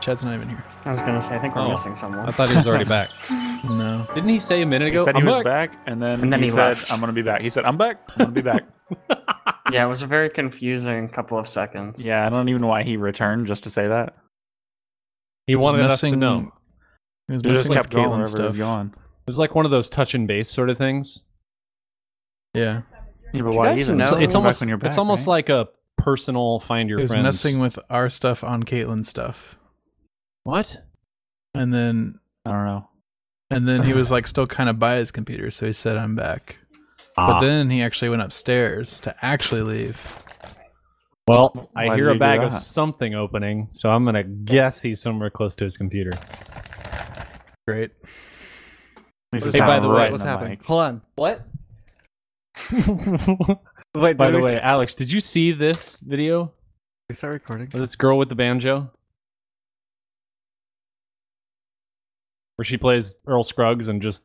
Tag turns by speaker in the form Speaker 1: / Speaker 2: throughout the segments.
Speaker 1: Chad's not even here.
Speaker 2: I was gonna say, I think we're
Speaker 3: Oh.
Speaker 2: missing someone.
Speaker 3: I thought he was already back.
Speaker 1: No.
Speaker 3: Didn't he say a minute
Speaker 4: He
Speaker 3: ago?
Speaker 4: said he
Speaker 3: "I'm
Speaker 4: was
Speaker 3: back."
Speaker 4: back, and then,
Speaker 2: And then
Speaker 4: he,
Speaker 2: he
Speaker 4: said,
Speaker 2: left.
Speaker 4: "I'm gonna be back." He said, "I'm back. I'm gonna be back."
Speaker 2: yeah, it was a very confusing couple of seconds.
Speaker 4: yeah, I don't even know why he returned just to say that.
Speaker 3: He
Speaker 1: was
Speaker 3: wanted us to
Speaker 1: messing-
Speaker 3: know.
Speaker 1: He was
Speaker 4: He just
Speaker 1: messing with
Speaker 4: kept going
Speaker 1: Caitlin
Speaker 4: wherever he
Speaker 1: stuff.
Speaker 4: was going.
Speaker 3: It's like one of those touch and base sort of things.
Speaker 1: Yeah.
Speaker 4: Yeah, but
Speaker 2: You
Speaker 4: why
Speaker 2: guys
Speaker 4: even?
Speaker 2: know-
Speaker 3: It's,
Speaker 2: Oh,
Speaker 3: it's
Speaker 2: back
Speaker 3: almost it's almost like a personal find your
Speaker 1: He was
Speaker 3: friends.
Speaker 1: messing with our stuff on Caitlin's stuff.
Speaker 3: what?
Speaker 1: And then
Speaker 4: I don't know.
Speaker 1: and then he was like still kind of by his computer, so he said I'm back. But
Speaker 3: Ah.
Speaker 1: then he actually went upstairs to actually leave.
Speaker 3: Well, I
Speaker 4: Why
Speaker 3: hear
Speaker 4: did
Speaker 3: a
Speaker 4: you do
Speaker 3: bag of
Speaker 4: that?
Speaker 3: something opening, so I'm gonna guess he's somewhere close to his computer.
Speaker 1: Great.
Speaker 4: He's just
Speaker 3: Hey, by
Speaker 4: out
Speaker 3: the way,
Speaker 4: right
Speaker 3: what's
Speaker 4: in the
Speaker 3: happening?
Speaker 4: mic.
Speaker 5: Hold on. What? Wait,
Speaker 3: By
Speaker 5: did
Speaker 3: the
Speaker 5: we
Speaker 3: way,
Speaker 5: s-
Speaker 3: Alex, did you see this video
Speaker 5: we start recording.
Speaker 3: of this girl with the banjo? Where she plays Earl Scruggs and just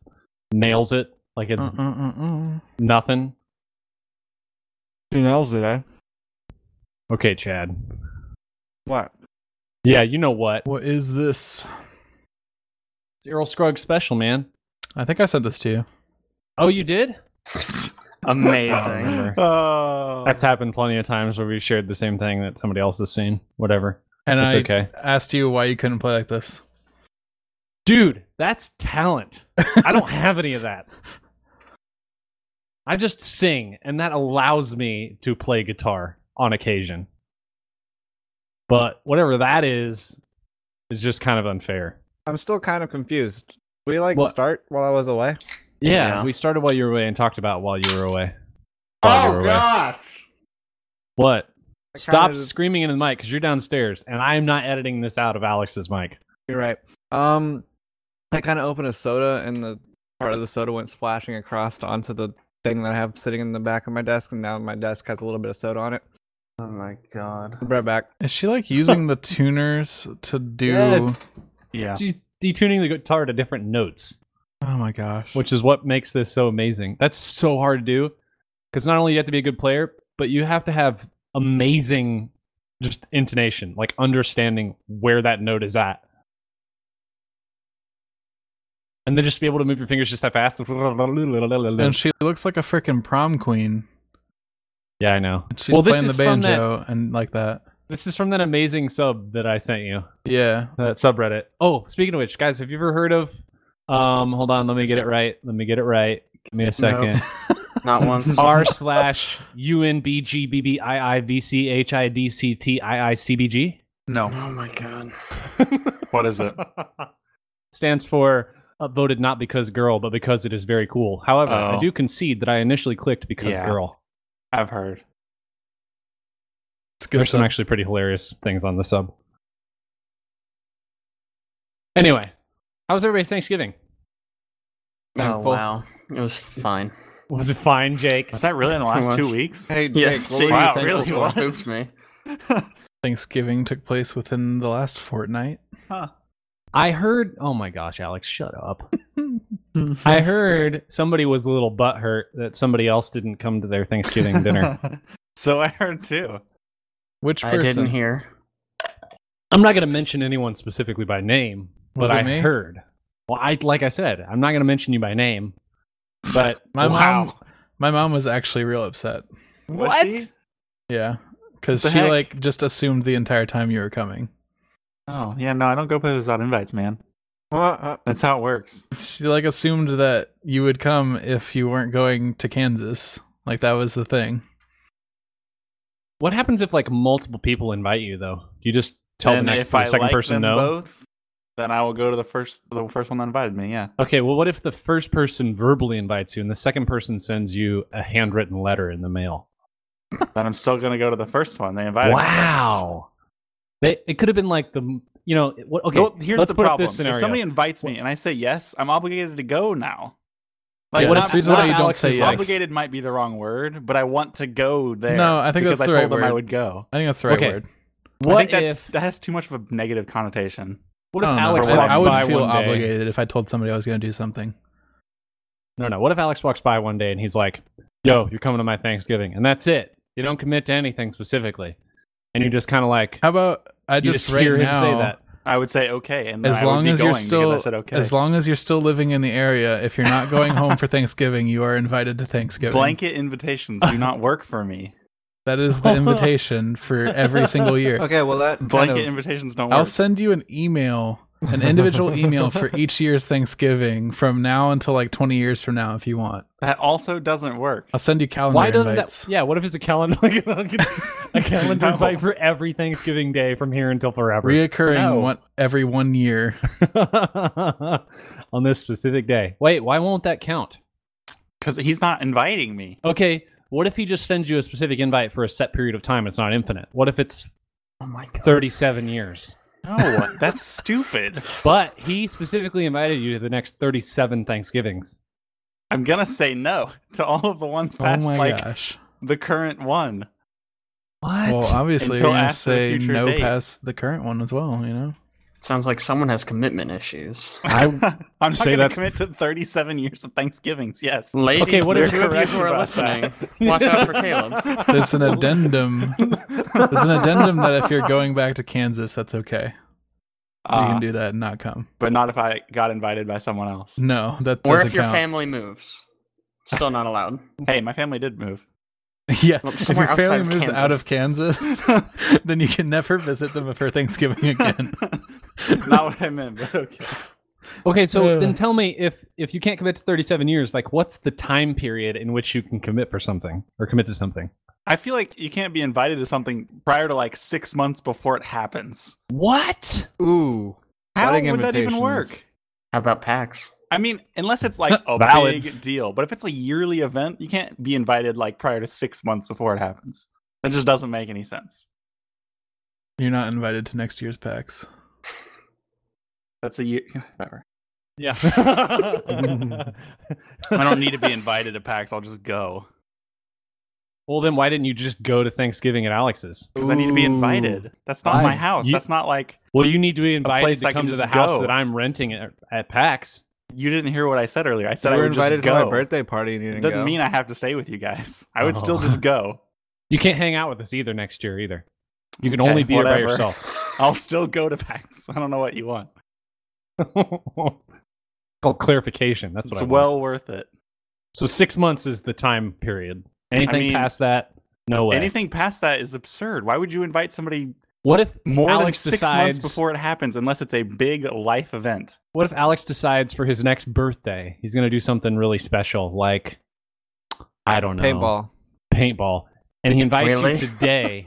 Speaker 3: nails it like it's
Speaker 1: Uh, Mm-mm-mm-mm.
Speaker 3: nothing.
Speaker 5: She nails it, eh?
Speaker 3: Okay, Chad.
Speaker 5: What?
Speaker 3: Yeah, you know what?
Speaker 1: What is this?
Speaker 3: It's Earl Scruggs special, man.
Speaker 1: I think I said this to you.
Speaker 3: Oh, you did?
Speaker 2: Amazing.
Speaker 5: Oh.
Speaker 3: That's happened plenty of times where we've shared the same thing that somebody else has seen. Whatever.
Speaker 1: And
Speaker 3: It's
Speaker 1: I
Speaker 3: okay.
Speaker 1: asked you why you couldn't play like this.
Speaker 3: Dude, that's talent. I don't have any of that. I just sing, and that allows me to play guitar on occasion. But whatever that is, is just kind of unfair.
Speaker 5: I'm still kind of confused. We like
Speaker 3: What?
Speaker 5: start while I was away.
Speaker 3: Yeah,
Speaker 2: Yeah.
Speaker 3: we started while you were away and talked about while you were away. While you were away.
Speaker 5: Oh, gosh!
Speaker 3: What?
Speaker 5: I
Speaker 3: Stop
Speaker 5: kinda just-
Speaker 3: screaming into the mic because you're downstairs, and I'm not editing this out of Alex's mic.
Speaker 5: You're right. Um, I kind of opened a soda, and the part of the soda went splashing across onto the thing that I have sitting in the back of my desk, and now my desk has a little bit of soda on it.
Speaker 2: Oh my god.
Speaker 5: I'll be right back.
Speaker 1: Is she like using the tuners to do?
Speaker 4: Yeah,
Speaker 3: She's detuning the guitar to different notes,
Speaker 1: Oh my gosh!
Speaker 3: which is what makes this so amazing. That's so hard to do because not only you have to be a good player, but you have to have amazing just intonation, like understanding where that note is at. And then just be able to move your fingers just that fast.
Speaker 1: and she looks like a freaking prom queen.
Speaker 3: Yeah, I know.
Speaker 1: She's
Speaker 3: Well, this
Speaker 1: playing the
Speaker 3: is from that-
Speaker 1: banjo and like that.
Speaker 3: This is from that amazing sub that I sent you.
Speaker 1: Yeah.
Speaker 3: that subreddit. Oh, speaking of which, guys, have you ever heard of? Um, hold on, let me get it right. Let me get it right. Give me a second.
Speaker 2: Not once.
Speaker 3: R slash U N B G B B I I V C H I D C T I I C B G
Speaker 1: No.
Speaker 2: Oh my god. Oh,
Speaker 4: what is it?
Speaker 3: stands for upvoted not because girl, but because it is very cool. However, I
Speaker 4: Oh.
Speaker 3: do concede that I initially clicked because
Speaker 4: Yeah.
Speaker 3: girl.
Speaker 4: I've heard.
Speaker 1: It's good.
Speaker 3: There's some
Speaker 1: stuff.
Speaker 3: actually pretty hilarious things on the sub. Anyway, how was everybody's Thanksgiving?
Speaker 2: Oh
Speaker 5: Thankful.
Speaker 2: wow. It was fine.
Speaker 3: Was it fine, Jake?
Speaker 4: Was that really in the last
Speaker 2: was.
Speaker 4: two weeks?
Speaker 5: Hey,
Speaker 2: Yeah,
Speaker 5: Jake,
Speaker 2: see,
Speaker 4: Wow,
Speaker 5: what were you
Speaker 4: really
Speaker 5: thankful
Speaker 4: was?
Speaker 5: for?
Speaker 2: spooked me.
Speaker 1: Thanksgiving took place within the last fortnight.
Speaker 3: I heard. Oh my gosh, Alex, shut up. I heard somebody was a little butthurt that somebody else didn't come to their Thanksgiving dinner.
Speaker 4: so I heard too.
Speaker 1: Which
Speaker 2: I
Speaker 1: person?
Speaker 2: didn't hear.
Speaker 3: I'm not going to mention anyone specifically by name, but
Speaker 1: Was it
Speaker 3: I
Speaker 1: me?
Speaker 3: heard. Well, I like I said, I'm not going to mention you by name, but
Speaker 1: My
Speaker 4: Wow.
Speaker 1: mom. My mom was actually real upset.
Speaker 4: Was she?
Speaker 1: Yeah, because
Speaker 4: What the
Speaker 1: she
Speaker 4: heck?
Speaker 1: like just assumed the entire time you were coming.
Speaker 4: Oh yeah, no, I don't go play without invites, man.
Speaker 5: Uh,
Speaker 4: That's how it works.
Speaker 1: She like assumed that you would come if you weren't going to Kansas. Like that was the thing.
Speaker 3: what happens if like multiple people invite you though? Do you just tell
Speaker 4: And
Speaker 3: the next
Speaker 4: if I
Speaker 3: the second
Speaker 4: like
Speaker 3: person
Speaker 4: them
Speaker 3: no?
Speaker 4: both, then I will go to the first the first one that invited me. Yeah.
Speaker 3: Okay, well, what if the first person verbally invites you and the second person sends you a handwritten letter in the mail?
Speaker 4: Then I'm still gonna go to the first one they invited. me first.
Speaker 3: Wow. They, it could have been like the you know what, okay.
Speaker 4: Well, here's
Speaker 3: let's
Speaker 4: the
Speaker 3: put
Speaker 4: problem.
Speaker 3: Up this scenario.
Speaker 4: If somebody invites me and I say yes, I'm obligated to go now.
Speaker 1: Yeah,
Speaker 3: what
Speaker 1: that's
Speaker 3: if-
Speaker 1: the reason
Speaker 3: what
Speaker 1: why
Speaker 3: if
Speaker 1: you don't
Speaker 3: Alex
Speaker 1: say
Speaker 3: is
Speaker 1: yes.
Speaker 4: Obligated might be the wrong word, but I want to go there.
Speaker 1: No, I think
Speaker 4: because
Speaker 1: that's
Speaker 4: I
Speaker 1: the
Speaker 4: told
Speaker 1: right
Speaker 4: them I
Speaker 1: word.
Speaker 4: would go.
Speaker 1: I think that's the right
Speaker 3: Okay.
Speaker 1: word.
Speaker 4: I
Speaker 3: What
Speaker 4: think that's,
Speaker 3: if
Speaker 4: that Oh, has too much of a negative connotation.
Speaker 3: what if
Speaker 1: I don't know.
Speaker 3: Alex
Speaker 1: I,
Speaker 3: walks
Speaker 1: I
Speaker 3: by
Speaker 1: would feel
Speaker 3: one day?
Speaker 1: obligated if I told somebody I was going to do something.
Speaker 3: No, no. What if Alex walks by one day and he's like, "Yo, you're coming to my Thanksgiving," and that's it. You don't commit to anything specifically, and you just kind of like
Speaker 1: How about I
Speaker 3: you
Speaker 1: just,
Speaker 3: just
Speaker 1: right
Speaker 3: hear him
Speaker 1: now
Speaker 3: say that.
Speaker 4: I would say okay, and
Speaker 1: As
Speaker 4: I would
Speaker 1: long
Speaker 4: be
Speaker 1: as
Speaker 4: going
Speaker 1: you're
Speaker 4: because I
Speaker 1: still,
Speaker 4: said okay.
Speaker 1: as long as you're still living in the area, if you're not going home for Thanksgiving, you are invited to Thanksgiving.
Speaker 4: Blanket invitations do not work for me.
Speaker 1: That is the invitation for every single year.
Speaker 5: Okay, well that kind
Speaker 4: Blanket
Speaker 5: of-
Speaker 4: invitations don't work.
Speaker 1: I'll send you an email, an individual email for each year's Thanksgiving from now until like 20 years from now, if you want.
Speaker 4: that also doesn't work.
Speaker 1: I'll send you calendar
Speaker 3: Why doesn't
Speaker 1: invites.
Speaker 3: that? Yeah, what if it's a calendar, like a, a calendar
Speaker 4: No.
Speaker 3: invite for every Thanksgiving day from here until forever?
Speaker 1: Reoccurring
Speaker 3: No.
Speaker 1: one every one year.
Speaker 3: on this specific day. Wait, why won't that count?
Speaker 4: Because he's not inviting me.
Speaker 3: Okay, what if he just sends you a specific invite for a set period of time? It's not infinite. What if it's
Speaker 2: Oh my god.
Speaker 3: 37 years?
Speaker 4: No, that's stupid.
Speaker 3: But he specifically invited you to the next 37 Thanksgivings.
Speaker 4: I'm gonna say no to all of the ones
Speaker 1: Oh
Speaker 4: past
Speaker 1: my
Speaker 4: like
Speaker 1: gosh!
Speaker 4: the current one.
Speaker 3: What?
Speaker 1: Well, obviously,
Speaker 4: Until
Speaker 1: you're gonna
Speaker 4: after
Speaker 1: say
Speaker 4: a future
Speaker 1: no
Speaker 4: date.
Speaker 1: past the current one as well. You know,
Speaker 2: Sounds like someone has commitment issues.
Speaker 4: I'm not
Speaker 3: say
Speaker 4: gonna
Speaker 3: that's-
Speaker 4: commit to 37 years of Thanksgivings. Yes.
Speaker 2: Ladies,
Speaker 3: Okay, what
Speaker 2: the
Speaker 3: if-
Speaker 2: two of you
Speaker 4: correct
Speaker 2: who are
Speaker 4: about that.
Speaker 2: listening, watch out for Caleb.
Speaker 1: there's an addendum. There's an addendum that if you're going back to Kansas, that's okay. you
Speaker 4: Uh,
Speaker 1: can do that and not come.
Speaker 4: but not if I got invited by someone else.
Speaker 1: No, that
Speaker 2: Or
Speaker 1: doesn't
Speaker 2: if your
Speaker 1: count.
Speaker 2: family moves. Still not allowed.
Speaker 4: Hey, my family did move.
Speaker 1: yeah,
Speaker 2: Well,
Speaker 1: if
Speaker 2: somewhere
Speaker 1: your family
Speaker 2: outside of
Speaker 1: moves out of Kansas, then you can never visit them for Thanksgiving again.
Speaker 4: Not what I meant, but okay.
Speaker 3: Okay, so
Speaker 1: Ugh.
Speaker 3: then tell me if if you can't commit to 37 years, like what's the time period in which you can commit for something or commit to something?
Speaker 4: I feel like you can't be invited to something prior to like six months before it happens.
Speaker 3: What?
Speaker 5: ooh.
Speaker 4: How
Speaker 5: Wedding
Speaker 4: would that even work?
Speaker 5: invitations.
Speaker 2: How about PAX?
Speaker 4: I mean, unless it's like a
Speaker 3: Valid.
Speaker 4: big deal, but if it's a yearly event, you can't be invited like prior to six months before it happens. That just doesn't make any sense.
Speaker 1: You're not invited to next year's PAX.
Speaker 4: That's a year. Whatever.
Speaker 3: Yeah.
Speaker 4: I don't need to be invited to PAX. I'll just go
Speaker 3: Well, then why didn't you just go to Thanksgiving at Alex's?
Speaker 4: because I need to be
Speaker 5: Ooh.
Speaker 4: invited. That's not
Speaker 3: Fine.
Speaker 4: my house.
Speaker 3: You-
Speaker 4: That's not like
Speaker 3: Well, you need to be
Speaker 4: place
Speaker 3: invited
Speaker 4: I
Speaker 3: to
Speaker 4: can
Speaker 3: come to the
Speaker 4: just
Speaker 3: house
Speaker 4: go.
Speaker 3: that I'm renting at, at PAX.
Speaker 4: you didn't hear what I said earlier. I said
Speaker 5: you
Speaker 4: I
Speaker 5: were
Speaker 4: would
Speaker 5: invited
Speaker 4: just
Speaker 5: to
Speaker 4: go.
Speaker 5: my birthday party and you
Speaker 4: It
Speaker 5: didn't
Speaker 4: doesn't
Speaker 5: go.
Speaker 4: mean I have to stay with you guys. I would
Speaker 3: Oh.
Speaker 4: still just go.
Speaker 3: You can't hang out with us either next year either. You can
Speaker 4: Okay,
Speaker 3: only be here
Speaker 4: whatever.
Speaker 3: by yourself.
Speaker 4: I'll still go to PAX. I don't know what you want.
Speaker 3: Called clarification. That's what
Speaker 4: it's
Speaker 3: I want.
Speaker 4: well worth it.
Speaker 3: So six months is the time period. Anything
Speaker 4: mean,
Speaker 3: past that, no way.
Speaker 4: Anything past that is absurd. Why would you invite somebody
Speaker 3: what if
Speaker 4: more
Speaker 3: Alex
Speaker 4: than six
Speaker 3: decides?
Speaker 4: months before it happens unless it's a big life event?
Speaker 3: What if Alex decides for his next birthday he's going to do something really special, like I don't know,
Speaker 5: Paintball.
Speaker 3: paintball, and he invites
Speaker 2: Really?
Speaker 3: you today?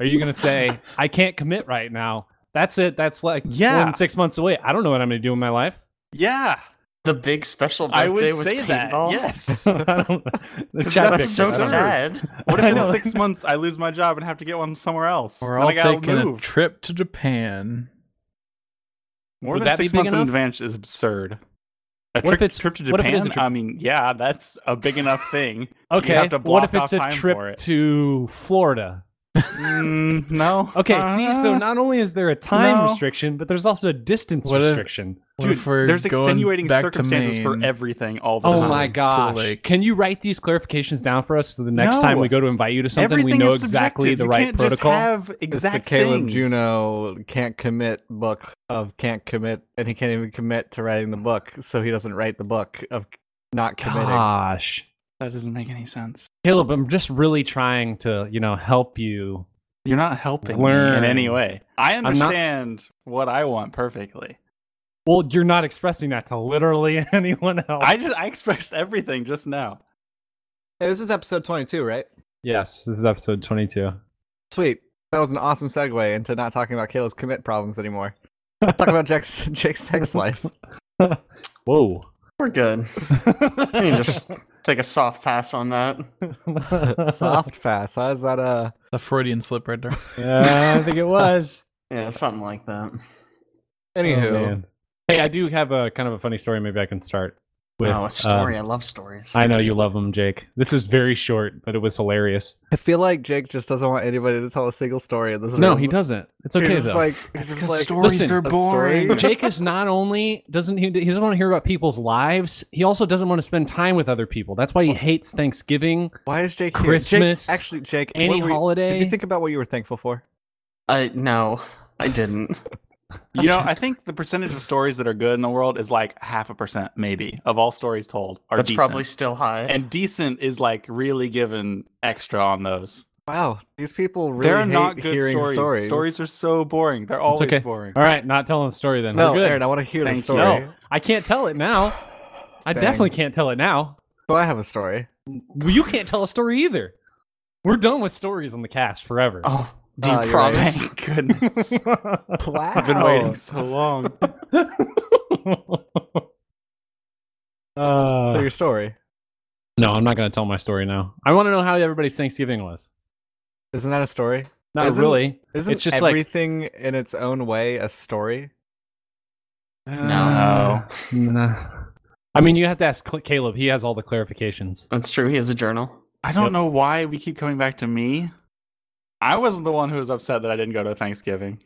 Speaker 3: Are you going to say I can't commit right now? That's it. That's like
Speaker 4: Yeah.
Speaker 3: more than six months away. I don't know what I'm going to do in my life.
Speaker 4: Yeah,
Speaker 2: The big special birthday
Speaker 4: I would
Speaker 2: was
Speaker 4: say that.
Speaker 2: paintball?
Speaker 4: Yes.
Speaker 3: I don't, the chat picked
Speaker 2: That's
Speaker 4: That's
Speaker 2: so
Speaker 3: it. I don't know.
Speaker 2: sad.
Speaker 4: What if
Speaker 3: I
Speaker 4: in
Speaker 3: know.
Speaker 4: six months I lose my job and have to get one somewhere else?
Speaker 1: We're
Speaker 4: Then
Speaker 1: all
Speaker 4: I gotta
Speaker 1: taking a
Speaker 4: move.
Speaker 1: trip to Japan.
Speaker 4: More
Speaker 3: Would
Speaker 4: than
Speaker 3: that be
Speaker 4: six
Speaker 3: big
Speaker 4: months in
Speaker 3: enough?
Speaker 4: advance is absurd. A
Speaker 3: What if
Speaker 4: trip,
Speaker 3: it's-
Speaker 4: trip to
Speaker 3: what if it
Speaker 4: Japan?
Speaker 3: is a trip-
Speaker 4: I mean, yeah, that's a big enough thing.
Speaker 3: Okay.
Speaker 4: have to
Speaker 3: what
Speaker 4: block
Speaker 3: if it's
Speaker 4: off
Speaker 3: a
Speaker 4: time for
Speaker 3: trip
Speaker 4: it.
Speaker 3: to Florida?
Speaker 4: Mm, no.
Speaker 3: Okay,
Speaker 4: Uh,
Speaker 3: see, so not only is there a time
Speaker 4: no.
Speaker 3: restriction, but there's also a distance
Speaker 1: What if-
Speaker 3: restriction.
Speaker 1: What
Speaker 4: dude,
Speaker 1: if we're
Speaker 4: there's
Speaker 1: going
Speaker 4: extenuating
Speaker 1: back to
Speaker 4: circumstances for
Speaker 1: Maine?
Speaker 4: everything all the
Speaker 3: Oh
Speaker 4: time.
Speaker 3: my
Speaker 1: to
Speaker 3: gosh!
Speaker 1: like-
Speaker 3: Can you write these clarifications down for us so the next
Speaker 4: No.
Speaker 3: time we go to invite you to something, we
Speaker 4: Everything
Speaker 3: know
Speaker 4: is
Speaker 3: exactly
Speaker 4: subjective.
Speaker 3: the
Speaker 4: You
Speaker 3: right
Speaker 4: can't
Speaker 3: protocol?
Speaker 4: Just have
Speaker 5: It's
Speaker 4: exact
Speaker 5: the Caleb
Speaker 4: things.
Speaker 5: Juno can't commit book of can't commit, and he can't even commit to writing the book, so he doesn't write the book of not committing.
Speaker 4: Ah.
Speaker 3: Gosh,
Speaker 4: That doesn't make any sense.
Speaker 3: Caleb, I'm just really trying to, you know, help you.
Speaker 4: You're not helping
Speaker 3: Learn.
Speaker 4: me in any way. I
Speaker 3: not-
Speaker 4: understand what I want perfectly.
Speaker 3: Well, you're not expressing that to literally anyone else.
Speaker 4: I just I expressed everything just now.
Speaker 5: Hey, this is episode 22, right?
Speaker 3: yes, this is episode 22.
Speaker 5: Sweet. That was an awesome segue into not talking about Caleb's commit problems anymore. Talk about Jake's, Jake's sex life.
Speaker 3: Whoa.
Speaker 2: We're good. You can just take a soft pass on that.
Speaker 5: Soft pass. How is that uh
Speaker 1: The Freudian slip right there.
Speaker 3: Yeah, I think it was.
Speaker 2: Yeah, something like that.
Speaker 3: Oh,
Speaker 5: anywho?
Speaker 3: man. hey, I do have a kind of a funny story. Maybe I can start with.
Speaker 2: oh,
Speaker 3: um,
Speaker 2: a story. I love stories.
Speaker 3: I know you love them, Jake. This is very short, but it was hilarious.
Speaker 5: I feel like Jake just doesn't want anybody to tell a single story in this
Speaker 3: No,
Speaker 5: room.
Speaker 3: he doesn't. It's
Speaker 5: He's
Speaker 3: okay
Speaker 5: just
Speaker 3: though.
Speaker 5: like, he's just like
Speaker 3: Listen,
Speaker 5: a story.
Speaker 3: Jake is not only doesn't he, he doesn't want to hear about people's lives. He also doesn't want to spend time with other people. That's why he hates Thanksgiving,
Speaker 5: Why is Jake here? Jake-
Speaker 3: Christmas,
Speaker 5: actually, Jake,
Speaker 3: any
Speaker 5: what were you-
Speaker 3: holiday.
Speaker 5: did you think about what you were thankful for?
Speaker 2: I no. I didn't.
Speaker 4: You know, I think the percentage of stories that are good in the world is like half a percent, maybe, of all stories told are
Speaker 2: That's
Speaker 4: decent.
Speaker 2: probably still high.
Speaker 4: and decent is like really given extra on those.
Speaker 5: Wow, these people really
Speaker 4: There are
Speaker 5: hate
Speaker 4: not good
Speaker 5: hearing
Speaker 4: stories.
Speaker 5: stories.
Speaker 4: stories. are so boring. They're always
Speaker 3: okay.
Speaker 4: boring.
Speaker 3: All right, not telling the story then.
Speaker 5: no,
Speaker 3: We're good.
Speaker 5: Aaron, I want to hear
Speaker 4: Thank
Speaker 5: the
Speaker 4: you.
Speaker 5: story.
Speaker 3: No, I can't tell it now. I
Speaker 5: Dang.
Speaker 3: definitely can't tell it now.
Speaker 5: So I have a story.
Speaker 3: Well, You can't tell a story either. We're done with stories on the cast forever.
Speaker 2: oh, do you
Speaker 5: Oh, you're right.
Speaker 2: promise?
Speaker 4: Thank goodness.
Speaker 5: Wow.
Speaker 4: I've been waiting so long.
Speaker 5: So
Speaker 3: Uh,
Speaker 5: your story.
Speaker 3: no, I'm not going to tell my story now. I want to know how everybody's Thanksgiving was.
Speaker 5: Isn't that a story?
Speaker 3: Not
Speaker 5: Isn't-
Speaker 3: really.
Speaker 5: Isn't
Speaker 3: It's just like-
Speaker 5: everything in its own way a story?
Speaker 2: No.
Speaker 3: I mean, you have to ask Cl- Caleb. He has all the clarifications.
Speaker 2: That's true. He has a journal.
Speaker 4: I don't
Speaker 3: Yep.
Speaker 4: know why we keep coming back to me. I wasn't the one who was upset that I didn't go to Thanksgiving.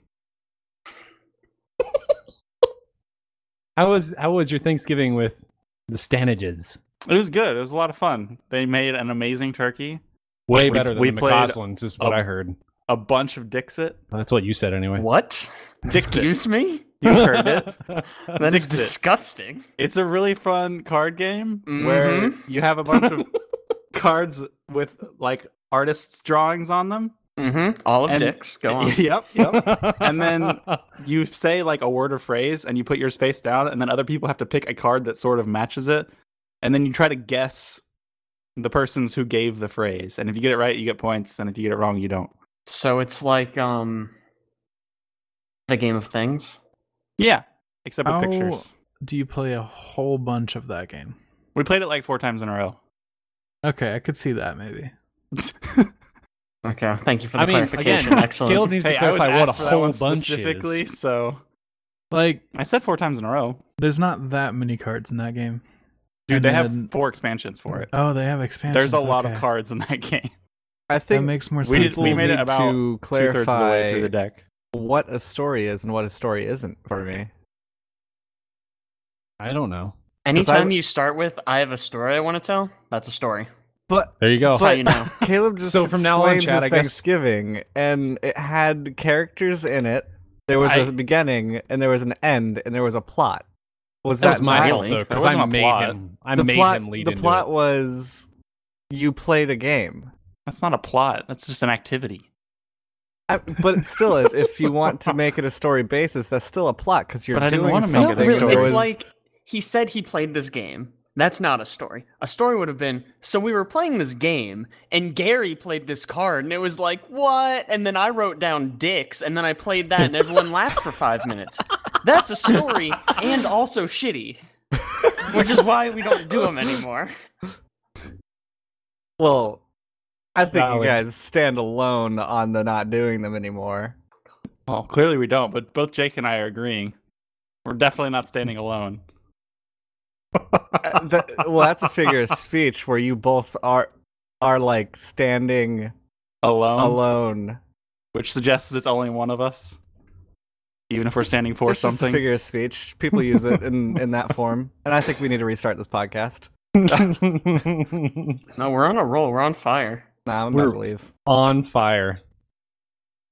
Speaker 3: How was how was your Thanksgiving with the Stanages?
Speaker 4: It was good. It was a lot of fun. They made an amazing turkey,
Speaker 3: Way
Speaker 4: We-
Speaker 3: better than
Speaker 4: we
Speaker 3: the
Speaker 4: played-
Speaker 3: McCauslands is what
Speaker 4: oh.
Speaker 3: I heard.
Speaker 4: a bunch of Dixit.
Speaker 3: That's what you said anyway.
Speaker 2: What? Excuse me?
Speaker 4: You heard it.
Speaker 2: That is
Speaker 4: Dixit.
Speaker 2: disgusting.
Speaker 4: It's a really fun card game where
Speaker 2: Mhm.
Speaker 4: you have a bunch of cards with like artists' drawings on them.
Speaker 2: Mm-hmm. All of
Speaker 4: And-
Speaker 2: dicks. Go on.
Speaker 4: yep, yep. And then- you say like a word or phrase and you put yours face down, and then other people have to pick a card that sort of matches it. And then you try to guess the persons who gave the phrase. And if you get it right, you get points. And if you get it wrong, you don't.
Speaker 2: So it's like um the Game of Things.
Speaker 4: Yeah. Except with
Speaker 1: How-
Speaker 4: pictures.
Speaker 1: Do you play a whole bunch of that game?
Speaker 4: We played it like four times in a row.
Speaker 1: Okay, I could see that maybe.
Speaker 2: Okay. Thank you for the
Speaker 3: I mean,
Speaker 2: clarification.
Speaker 3: again,
Speaker 2: Excellent.
Speaker 3: Caleb needs to
Speaker 4: Hey, I was
Speaker 3: clarify what a
Speaker 4: asked for that
Speaker 3: whole
Speaker 4: one
Speaker 3: bunch
Speaker 4: specifically,
Speaker 3: is.
Speaker 4: so
Speaker 1: Like,
Speaker 4: I said four times in a row.
Speaker 1: there's not that many cards in that game.
Speaker 4: Dude,
Speaker 1: And
Speaker 4: they have
Speaker 1: then-
Speaker 4: four expansions for it.
Speaker 1: Oh, they have expansions.
Speaker 4: There's a lot
Speaker 1: okay.
Speaker 4: of cards in that game.
Speaker 5: I
Speaker 1: That
Speaker 5: think
Speaker 1: makes more
Speaker 4: we did-
Speaker 1: sense.
Speaker 5: people
Speaker 4: we made it
Speaker 5: need
Speaker 4: about Two
Speaker 5: to
Speaker 4: thirds of the way
Speaker 5: clarify
Speaker 4: through the deck.
Speaker 5: what a story is and what a story isn't for me.
Speaker 3: I don't know.
Speaker 2: Anytime you start with "I have a story I want to tell," that's a story.
Speaker 5: But
Speaker 3: There you go.
Speaker 2: That's how you know.
Speaker 5: Caleb just
Speaker 3: So from now on,
Speaker 5: explained
Speaker 3: Chad,
Speaker 5: his
Speaker 3: I guess-
Speaker 5: Thanksgiving, and it had characters in it. There was a
Speaker 4: I-
Speaker 5: beginning, and there was an end, and there was a plot. Was
Speaker 3: that was
Speaker 5: that
Speaker 3: my
Speaker 5: not-
Speaker 3: fault
Speaker 2: really?
Speaker 3: though,
Speaker 4: That
Speaker 3: because I
Speaker 4: wasn't a
Speaker 3: made
Speaker 4: plot.
Speaker 3: him. I
Speaker 5: the
Speaker 3: made
Speaker 5: plot,
Speaker 3: him lead
Speaker 5: the
Speaker 3: into
Speaker 5: plot
Speaker 3: it.
Speaker 5: was you played a game.
Speaker 4: That's not a plot. That's just an activity.
Speaker 5: I, but still, if- if you want to make it a story basis, that's still a plot because you're
Speaker 4: But I didn't
Speaker 5: doing
Speaker 4: wanna make it a
Speaker 5: something.
Speaker 2: No,
Speaker 4: Something
Speaker 2: really,
Speaker 5: that
Speaker 4: story.
Speaker 2: it's
Speaker 5: was-
Speaker 2: like he said he played this game. That's not a story. A story would have been so we were playing this game, and Gary played this card, and it was like, what? And then I wrote down dicks, and then I played that, and everyone laughed for five minutes. That's a story, and also shitty, which is why we don't do them anymore.
Speaker 5: well, I think
Speaker 3: Valid.
Speaker 5: you guys stand alone on the not doing them anymore.
Speaker 4: Well, clearly we don't, but both Jake and I are agreeing. We're definitely not standing alone.
Speaker 5: Uh, that, well, that's a figure of speech where you both are are like standing
Speaker 4: Alone?
Speaker 5: alone.
Speaker 4: Which suggests it's only one of us. Even if we're standing for
Speaker 5: It's just a
Speaker 4: something.
Speaker 5: figure of speech. People use it in in that form, and I think we need to restart this podcast.
Speaker 2: No, we're on a roll. We're on fire.
Speaker 5: Nah, I'm
Speaker 3: We're-
Speaker 5: about to leave.
Speaker 3: on fire.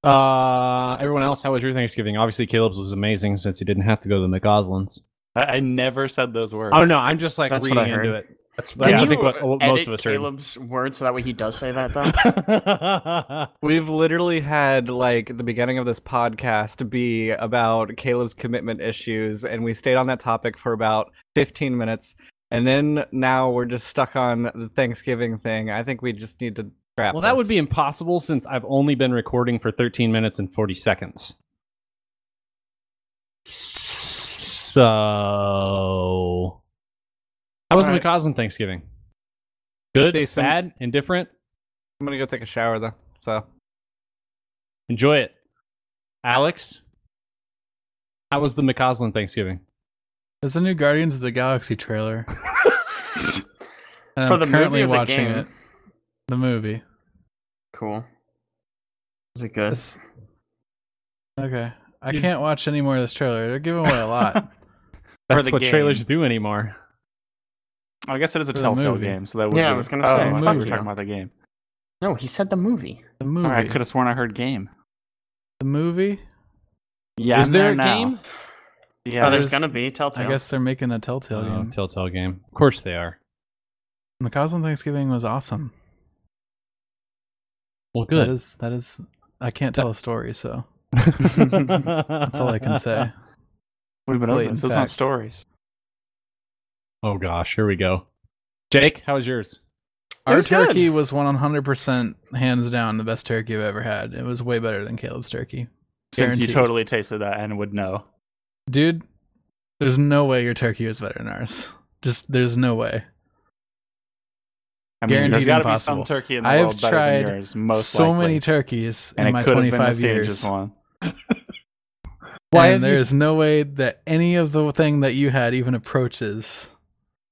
Speaker 3: Uh, everyone else, how was your Thanksgiving? Obviously, Caleb's was amazing since he didn't have to go to the McGoslins.
Speaker 4: I, I never said those words.
Speaker 3: I
Speaker 1: Oh,
Speaker 3: don't know. I'm just like
Speaker 2: That's what
Speaker 3: reading
Speaker 2: I
Speaker 3: into
Speaker 2: heard.
Speaker 3: it. That's, that's I
Speaker 2: Can
Speaker 3: think
Speaker 2: you
Speaker 3: what what most
Speaker 2: edit
Speaker 3: of us
Speaker 2: Caleb's words so that way he does say that though.
Speaker 3: heard.
Speaker 5: We've literally had like the beginning of this podcast be about Caleb's commitment issues, and we stayed on that topic for about 15 minutes, and then now we're just stuck on the Thanksgiving thing. I think we just need to wrap.
Speaker 3: well, that would
Speaker 5: this.
Speaker 3: be impossible since I've only been recording for 13 minutes and 40 seconds. So, how was the
Speaker 4: Alright.
Speaker 3: McCausland Thanksgiving? Good,
Speaker 5: Decent.
Speaker 3: bad, indifferent.
Speaker 5: I'm gonna go take a shower though. So
Speaker 3: Enjoy it, Alex. How was the McCausland Thanksgiving?
Speaker 1: There's a new Guardians of the Galaxy trailer, and
Speaker 2: For
Speaker 1: I'm
Speaker 2: the
Speaker 1: currently
Speaker 2: movie or the
Speaker 1: watching
Speaker 2: game?
Speaker 1: it. The movie.
Speaker 2: cool. Is it good?
Speaker 1: It's- Okay, I
Speaker 3: You
Speaker 1: can't
Speaker 3: just-
Speaker 1: watch any more of this trailer. They're giving away a lot.
Speaker 3: That's
Speaker 4: the
Speaker 3: what
Speaker 4: game.
Speaker 3: trailers do anymore.
Speaker 4: I guess it is a
Speaker 1: For the
Speaker 4: Telltale
Speaker 1: movie.
Speaker 4: game, so that would
Speaker 2: Yeah, I
Speaker 4: be-
Speaker 2: was gonna
Speaker 4: Oh,
Speaker 1: say,
Speaker 4: I thought
Speaker 1: fuck
Speaker 4: we were
Speaker 1: you.
Speaker 4: talking about the game.
Speaker 2: No, he said the movie.
Speaker 1: The movie.
Speaker 4: All right, I could have sworn I heard game.
Speaker 1: The movie
Speaker 4: Yeah,
Speaker 1: Is
Speaker 4: I'm
Speaker 1: there
Speaker 4: there
Speaker 1: a
Speaker 4: now.
Speaker 1: game?
Speaker 4: Yeah,
Speaker 2: oh,
Speaker 1: there-
Speaker 4: there's
Speaker 1: there's-
Speaker 2: there's gonna be Telltale.
Speaker 1: I guess they're making a Telltale
Speaker 3: Oh,
Speaker 1: game.
Speaker 3: Telltale game. Of course they are.
Speaker 1: Macaws on Thanksgiving was awesome.
Speaker 3: Well,
Speaker 1: That
Speaker 3: good.
Speaker 1: is that is. I can't tell a story, so
Speaker 3: That's
Speaker 1: that's all I can say.
Speaker 4: would have been
Speaker 1: Wait,
Speaker 4: open.
Speaker 1: in
Speaker 4: So it's not
Speaker 1: fact.
Speaker 4: stories.
Speaker 3: Oh gosh, here we go. Jake, how was yours?
Speaker 2: It
Speaker 1: Our
Speaker 2: was good.
Speaker 1: turkey was one hundred percent, hands down, the best turkey I've ever had. It was way better than Caleb's turkey.
Speaker 4: Since you
Speaker 1: Guaranteed.
Speaker 4: totally tasted that and would know.
Speaker 1: dude. There's no way your turkey was better than ours. Just there's no way.
Speaker 4: I mean,
Speaker 1: Guaranteed
Speaker 4: there's got to be
Speaker 1: impossible.
Speaker 4: some turkey in the
Speaker 1: I have
Speaker 4: world better
Speaker 1: tried
Speaker 4: than yours, most
Speaker 1: so
Speaker 4: likely.
Speaker 1: many turkeys
Speaker 4: and
Speaker 1: in
Speaker 4: it
Speaker 1: my
Speaker 4: could have been
Speaker 1: 25
Speaker 4: the
Speaker 1: years.
Speaker 4: Siege's one.
Speaker 3: Why have
Speaker 1: and
Speaker 3: you
Speaker 1: there
Speaker 3: s-
Speaker 1: is no way that any of the thing that you had even approaches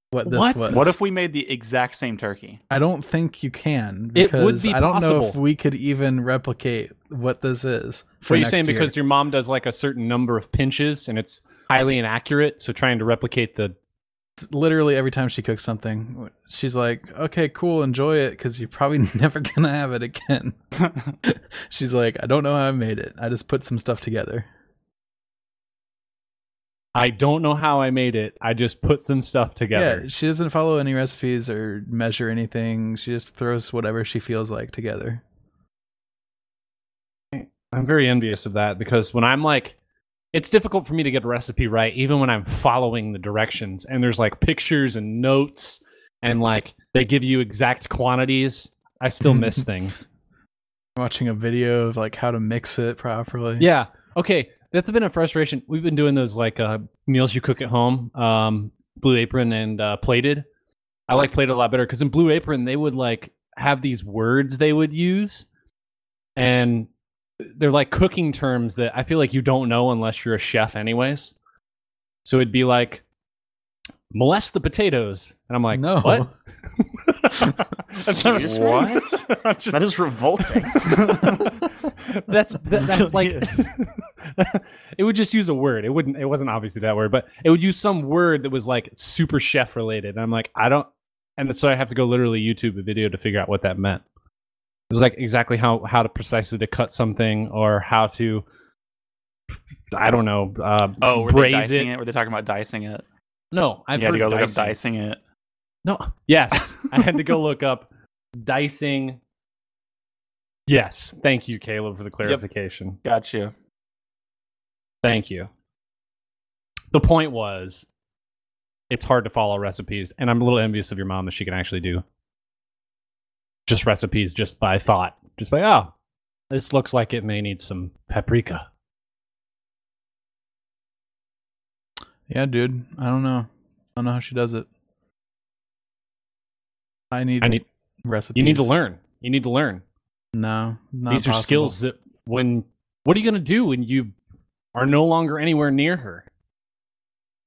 Speaker 1: what this
Speaker 3: What?
Speaker 1: was.
Speaker 4: What if we made the exact same turkey?
Speaker 1: I don't think you can
Speaker 3: It would
Speaker 1: because
Speaker 3: be
Speaker 1: I don't know if
Speaker 3: possible.
Speaker 1: we could even replicate what this is. For
Speaker 3: What are you
Speaker 1: next
Speaker 3: saying?
Speaker 1: year.
Speaker 3: Because your mom does like a certain number of pinches and it's highly inaccurate, so trying to replicate the
Speaker 1: literally every time she cooks something, she's like, "Okay, cool, enjoy it because you're probably never gonna have it again." she's like, "I don't know how I made it. I just put some stuff together."
Speaker 3: I don't know how I made it. I just put some stuff together.
Speaker 1: Yeah, she doesn't follow any recipes or measure anything. She just throws whatever she feels like together.
Speaker 3: I'm very envious of that because when I'm like, it's difficult for me to get a recipe right, even when I'm following the directions. And there's like pictures and notes, and like they give you exact quantities. I still miss things.
Speaker 1: Watching a video of like how to mix it properly.
Speaker 3: Yeah. Okay. That's been a frustration. We've been doing those like uh, meals you cook at home, um, Blue Apron and uh, Plated. I like Plated a lot better because in Blue Apron they would like have these words they would use, and they're like cooking terms that I feel like you don't know unless you're a chef, anyways. So it'd be like molest the potatoes, and I'm like,
Speaker 1: no.
Speaker 3: what? That's not-
Speaker 2: Excuse me?
Speaker 4: What?
Speaker 3: I'm just-
Speaker 2: that is revolting.
Speaker 3: that's that, that's like
Speaker 4: really
Speaker 3: it would just use a word. It wouldn't. It wasn't obviously that word, but it would use some word that was like super chef related. And I'm like, I don't. And so I have to go literally YouTube a video to figure out what that meant. It was like exactly how how to precisely to cut something or how to. I don't know. Uh,
Speaker 4: Oh, were they
Speaker 3: braise
Speaker 4: dicing
Speaker 3: it.
Speaker 4: it? Were they talking about dicing it?
Speaker 3: No, I've
Speaker 4: you had
Speaker 3: heard
Speaker 4: to go look up
Speaker 3: dicing.
Speaker 4: dicing it.
Speaker 3: No. Yes, I had to go look up dicing. Yes, thank you, Caleb, for the clarification.
Speaker 4: Got you.
Speaker 3: Thank you. The point was, it's hard to follow recipes, and I'm a little envious of your mom that she can actually do just recipes just by thought, just by oh, this looks like it may need some paprika.
Speaker 1: Yeah, dude. I don't know. I don't know how she does it. I need,
Speaker 3: I need
Speaker 1: recipes.
Speaker 3: you need to learn. You need to learn.
Speaker 1: No, not
Speaker 3: These are
Speaker 1: possible.
Speaker 3: skills that when what are you gonna do when you are no longer anywhere near her?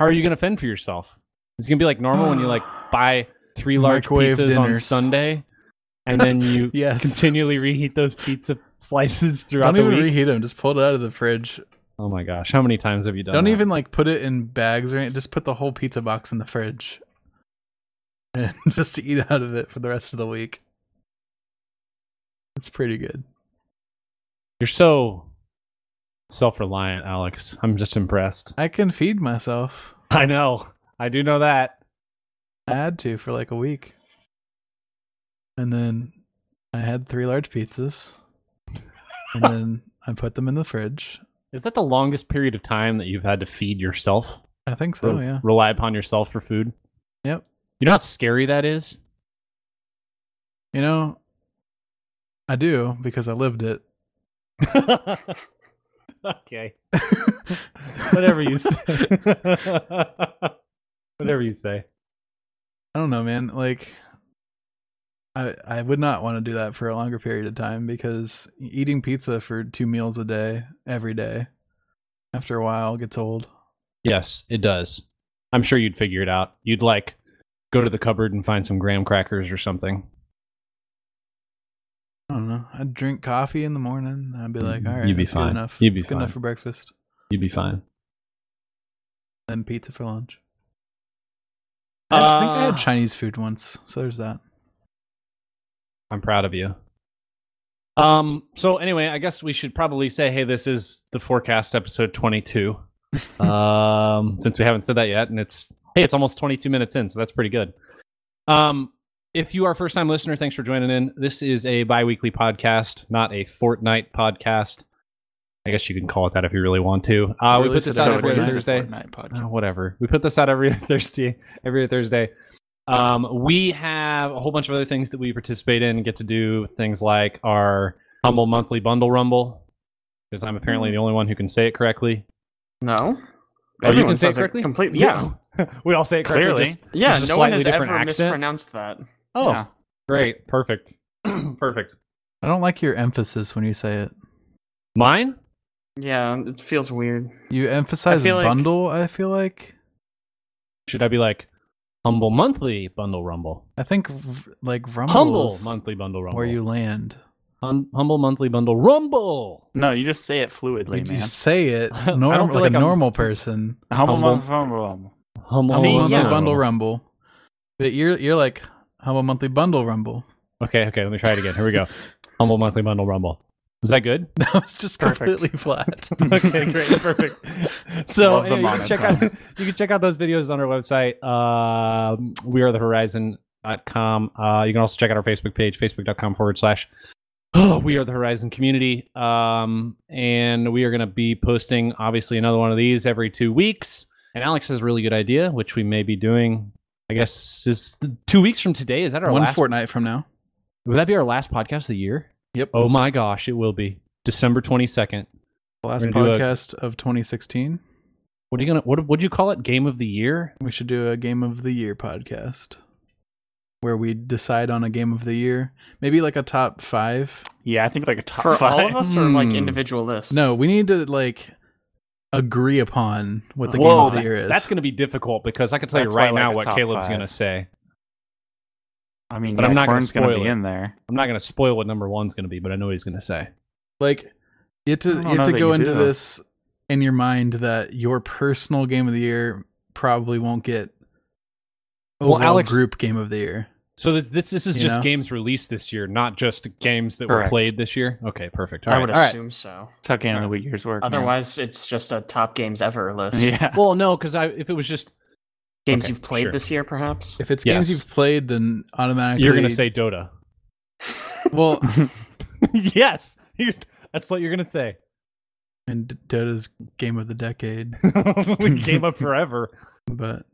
Speaker 3: How are you gonna fend for yourself? It's gonna be like normal when you like buy three large
Speaker 1: Microwave
Speaker 3: pizzas on
Speaker 1: dinners.
Speaker 3: Sunday, and then you
Speaker 1: Yes.
Speaker 3: continually reheat those pizza slices throughout
Speaker 1: Don't
Speaker 3: the
Speaker 1: even
Speaker 3: week.
Speaker 1: reheat them. Just pull it out of the fridge.
Speaker 3: oh my gosh, how many times have you done?
Speaker 1: Don't
Speaker 3: that?
Speaker 1: even like put it in bags or anything. Just put the whole pizza box in the fridge, and just to eat out of it for the rest of the week. It's pretty good.
Speaker 3: You're so self-reliant, Alex. I'm just impressed.
Speaker 1: I can feed myself.
Speaker 3: I know. I do know that.
Speaker 1: I had to for like a week, and then I had three large pizzas, and then I put them in the fridge.
Speaker 3: Is that the longest period of time that you've had to feed yourself?
Speaker 1: I think so.
Speaker 3: Re-
Speaker 1: Oh, Yeah.
Speaker 3: Rely upon yourself for food.
Speaker 1: Yep.
Speaker 3: You know how scary that is?
Speaker 1: You know, I do because I lived it.
Speaker 3: okay. Whatever you say. Whatever you say.
Speaker 1: I don't know, man. Like, I I would not want to do that for a longer period of time because eating pizza for two meals a day every day after a while gets old.
Speaker 3: Yes, it does. I'm sure you'd figure it out. You'd like go to the cupboard and find some graham crackers or something.
Speaker 1: I don't know. I'd drink coffee in the morning. I'd be like,
Speaker 3: Mhm.
Speaker 1: all right,
Speaker 3: You'd be
Speaker 1: that's
Speaker 3: fine.
Speaker 1: good enough.
Speaker 3: You'd be
Speaker 1: It's good enough
Speaker 3: fine.
Speaker 1: for breakfast.
Speaker 3: You'd be fine.
Speaker 1: Then pizza for lunch. I I think I had
Speaker 3: Uh,
Speaker 1: Chinese food once, so there's that.
Speaker 3: I'm proud of you. Um. So anyway, I guess we should probably say, hey, this is the forecast episode 22. um, since we haven't said that yet, and it's hey, it's almost 22 minutes in, so that's pretty good. Um, if you are a first time listener, thanks for joining in. This is a bi weekly podcast, not a fortnight podcast. I guess you can call it that if you really want to. Uh, we put
Speaker 1: Release
Speaker 3: this
Speaker 1: it
Speaker 3: out
Speaker 1: every
Speaker 3: every
Speaker 1: night.
Speaker 3: Thursday.
Speaker 4: Fortnite
Speaker 3: Uh,
Speaker 4: podcast.
Speaker 3: whatever. We put this out every Thursday. Every Thursday. Um, we have a whole bunch of other things that we participate in. Get to do things like our humble monthly bundle rumble, because I'm apparently the only one who can say it correctly.
Speaker 2: No.
Speaker 3: Oh, you
Speaker 2: Everyone
Speaker 3: can say it
Speaker 2: says
Speaker 3: correctly.
Speaker 2: Completely. Yeah.
Speaker 3: we all say it correctly.
Speaker 4: Clearly.
Speaker 3: just-
Speaker 2: Yeah.
Speaker 3: just a
Speaker 2: no one
Speaker 3: slightly
Speaker 2: has ever
Speaker 3: different accent.
Speaker 2: mispronounced that.
Speaker 3: Oh,
Speaker 4: Yeah.
Speaker 3: great, perfect, perfect.
Speaker 1: I don't like your emphasis when you say it.
Speaker 3: Mine?
Speaker 2: Yeah, it feels weird.
Speaker 1: You emphasize
Speaker 2: feel like-
Speaker 1: bundle, I feel like.
Speaker 3: Should I be like humble monthly bundle rumble?
Speaker 1: I think r- like rumble
Speaker 3: Humble
Speaker 1: is
Speaker 3: monthly bundle rumble.
Speaker 1: where you land.
Speaker 3: Hum- humble monthly bundle rumble?
Speaker 4: No, you just say it fluidly,
Speaker 1: Like,
Speaker 4: man.
Speaker 1: you say it
Speaker 3: I don't
Speaker 1: norm- like,
Speaker 3: feel
Speaker 1: a
Speaker 3: like I'm-
Speaker 1: normal person.
Speaker 4: Humble,
Speaker 3: Humble-
Speaker 4: month- humble- humble.
Speaker 3: Humble
Speaker 1: Humble
Speaker 2: See,
Speaker 1: monthly
Speaker 2: yeah.
Speaker 1: bundle rumble. But you're you're like humble monthly bundle rumble.
Speaker 3: Okay, okay, let me try it again. Here we go. Humble monthly bundle rumble. Is that good?
Speaker 1: That was just
Speaker 4: Perfect.
Speaker 1: completely flat.
Speaker 3: okay, great, perfect. So
Speaker 4: Love the
Speaker 3: anyway, you can check out
Speaker 4: monotone.
Speaker 3: you can check out those videos on our website, uh, wearethehorizon.com. Uh, you can also check out our Facebook page, facebook.com forward slash oh, we are the horizon community. Um, and we are going to be posting obviously another one of these every two weeks. And Alex has a really good idea, which we may be doing. I guess is two weeks from today. Is that our
Speaker 1: One
Speaker 3: last?
Speaker 1: fortnight from now.
Speaker 3: Would that be our last podcast of the year?
Speaker 1: Yep.
Speaker 3: Oh my gosh, it will be December twenty second.
Speaker 1: The last
Speaker 3: We're gonna do a-
Speaker 1: podcast of 2016.
Speaker 3: What are you gonna? What would you call it? Game of the year?
Speaker 1: We should do a game of the year podcast where we decide on a game of the year. Maybe like a top five.
Speaker 4: Yeah, I think like a top
Speaker 2: For
Speaker 4: five.
Speaker 2: all of us or like
Speaker 3: Hmm.
Speaker 2: individual lists?
Speaker 1: No, we need to like agree upon what the
Speaker 4: Whoa,
Speaker 1: game of the year is.
Speaker 3: That's gonna be difficult because I can tell
Speaker 4: That's
Speaker 3: you right
Speaker 4: why I like
Speaker 3: now
Speaker 4: a
Speaker 3: what
Speaker 4: top
Speaker 3: Caleb's
Speaker 4: five.
Speaker 3: gonna say.
Speaker 4: I mean,
Speaker 3: But
Speaker 4: yeah,
Speaker 3: I'm not gonna
Speaker 4: Corn's gonna
Speaker 3: spoil
Speaker 4: be
Speaker 3: it.
Speaker 4: in there.
Speaker 3: I'm not gonna spoil what number one's gonna be, but I know what he's gonna say.
Speaker 1: like you have to
Speaker 4: I don't
Speaker 1: you have
Speaker 4: know
Speaker 1: to
Speaker 4: that
Speaker 1: go
Speaker 4: you
Speaker 1: into
Speaker 4: do.
Speaker 1: this in your mind that your personal game of the year probably won't get
Speaker 3: Well,
Speaker 1: overall
Speaker 3: Alex-
Speaker 1: group game of the year.
Speaker 3: So this this, this is
Speaker 1: You
Speaker 3: just
Speaker 1: know?
Speaker 3: games released this year, not just games that were
Speaker 4: Correct.
Speaker 3: played this year. Okay, perfect. All
Speaker 2: I
Speaker 3: right.
Speaker 2: would
Speaker 1: all right.
Speaker 2: assume so.
Speaker 4: Tuck in the year's work. man.
Speaker 2: Otherwise, it's just a top games ever list.
Speaker 4: yeah.
Speaker 3: Well, no, because I if it was just
Speaker 2: Games
Speaker 3: Okay,
Speaker 2: you've played
Speaker 3: sure.
Speaker 2: this year, perhaps.
Speaker 1: If it's games
Speaker 3: Yes.
Speaker 1: you've played, then automatically
Speaker 3: you're gonna say Dota.
Speaker 1: well,
Speaker 3: yes, You- that's what you're gonna say.
Speaker 1: and D- Dota's game of the decade,
Speaker 3: we came up forever.
Speaker 1: but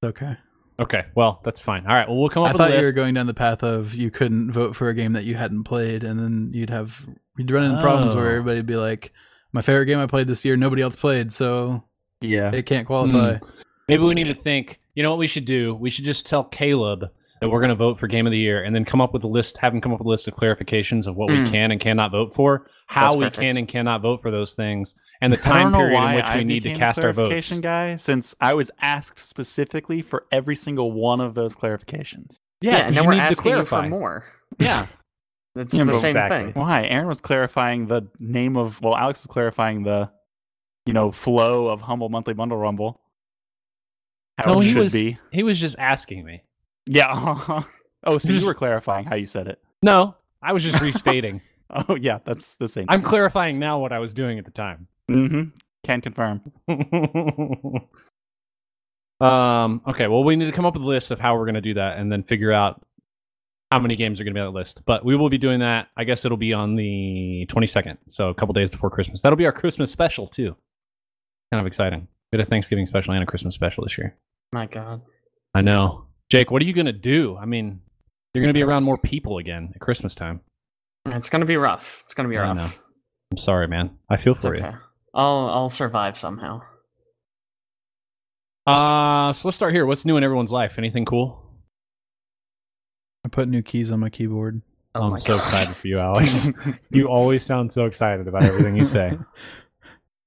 Speaker 1: it's okay.
Speaker 3: Okay, well that's fine. All right, well we'll come up
Speaker 1: I
Speaker 3: with a
Speaker 1: thought you were
Speaker 3: list.
Speaker 1: going down the path of you couldn't vote for a game that you hadn't played, and then you'd have you'd run into problems where
Speaker 3: Oh.
Speaker 1: everybody'd be like, "My favorite game I played this year, nobody else played, so
Speaker 4: Yeah.
Speaker 1: it can't qualify."
Speaker 3: Maybe we need to think. You know what we should do? We should just tell Caleb that we're going to vote for Game of the Year, and then come up with a list. Have him come up with a list of clarifications of
Speaker 4: Hmm.
Speaker 3: what
Speaker 2: Mm.
Speaker 3: we can and cannot vote for, how
Speaker 2: That's
Speaker 3: we
Speaker 2: perfect.
Speaker 3: can and cannot vote for those things, and the
Speaker 4: I
Speaker 3: time
Speaker 4: don't know
Speaker 3: period in
Speaker 4: why
Speaker 3: which we
Speaker 4: I
Speaker 3: need to
Speaker 4: became
Speaker 3: cast our
Speaker 4: clarification
Speaker 3: votes.
Speaker 4: Guy, since I was asked specifically for every single one of those clarifications.
Speaker 2: Yeah, and
Speaker 3: 'cause
Speaker 2: then
Speaker 3: you
Speaker 2: we're
Speaker 3: need to
Speaker 2: asking you for
Speaker 3: clarify.
Speaker 2: more.
Speaker 3: Yeah,
Speaker 2: It's
Speaker 4: Yeah,
Speaker 2: the
Speaker 4: but-
Speaker 2: same
Speaker 3: Exactly.
Speaker 2: thing.
Speaker 4: Why? Aaron was clarifying the name of. Well, Alex was clarifying the, you know, flow of humble monthly bundle rumble. How
Speaker 3: No,
Speaker 4: it
Speaker 3: he
Speaker 4: should
Speaker 3: was-
Speaker 4: be.
Speaker 3: he was just asking me.
Speaker 4: Yeah. oh, so
Speaker 3: Just-
Speaker 4: you were clarifying how you said it.
Speaker 3: No, I was just restating.
Speaker 4: Oh yeah, that's the same.
Speaker 3: I'm clarifying now what I was doing at the time.
Speaker 4: mm-hmm. Can confirm.
Speaker 3: um. Okay. Well, we need to come up with a list of how we're going to do that, and then figure out how many games are going to be on that list. But we will be doing that. I guess it'll be on the 22nd, so a couple days before Christmas. That'll be our Christmas special too. Kind of exciting. We had a Thanksgiving special and a Christmas special this year.
Speaker 2: My God.
Speaker 3: I know, Jake. What are you going to do? I mean, you're going to be around more people again at Christmas time.
Speaker 2: It's gonna be rough. It's gonna be
Speaker 3: I
Speaker 2: rough.
Speaker 3: know. I'm sorry, man. I feel
Speaker 2: It's
Speaker 3: for you.
Speaker 2: okay. I'll I'll survive somehow.
Speaker 3: Uh, so let's start here. What's new in everyone's life? Anything cool?
Speaker 1: I put new keys on my keyboard.
Speaker 2: Oh my
Speaker 3: I'm so
Speaker 2: God.
Speaker 3: excited for you, Alex. you always sound so excited about everything you say.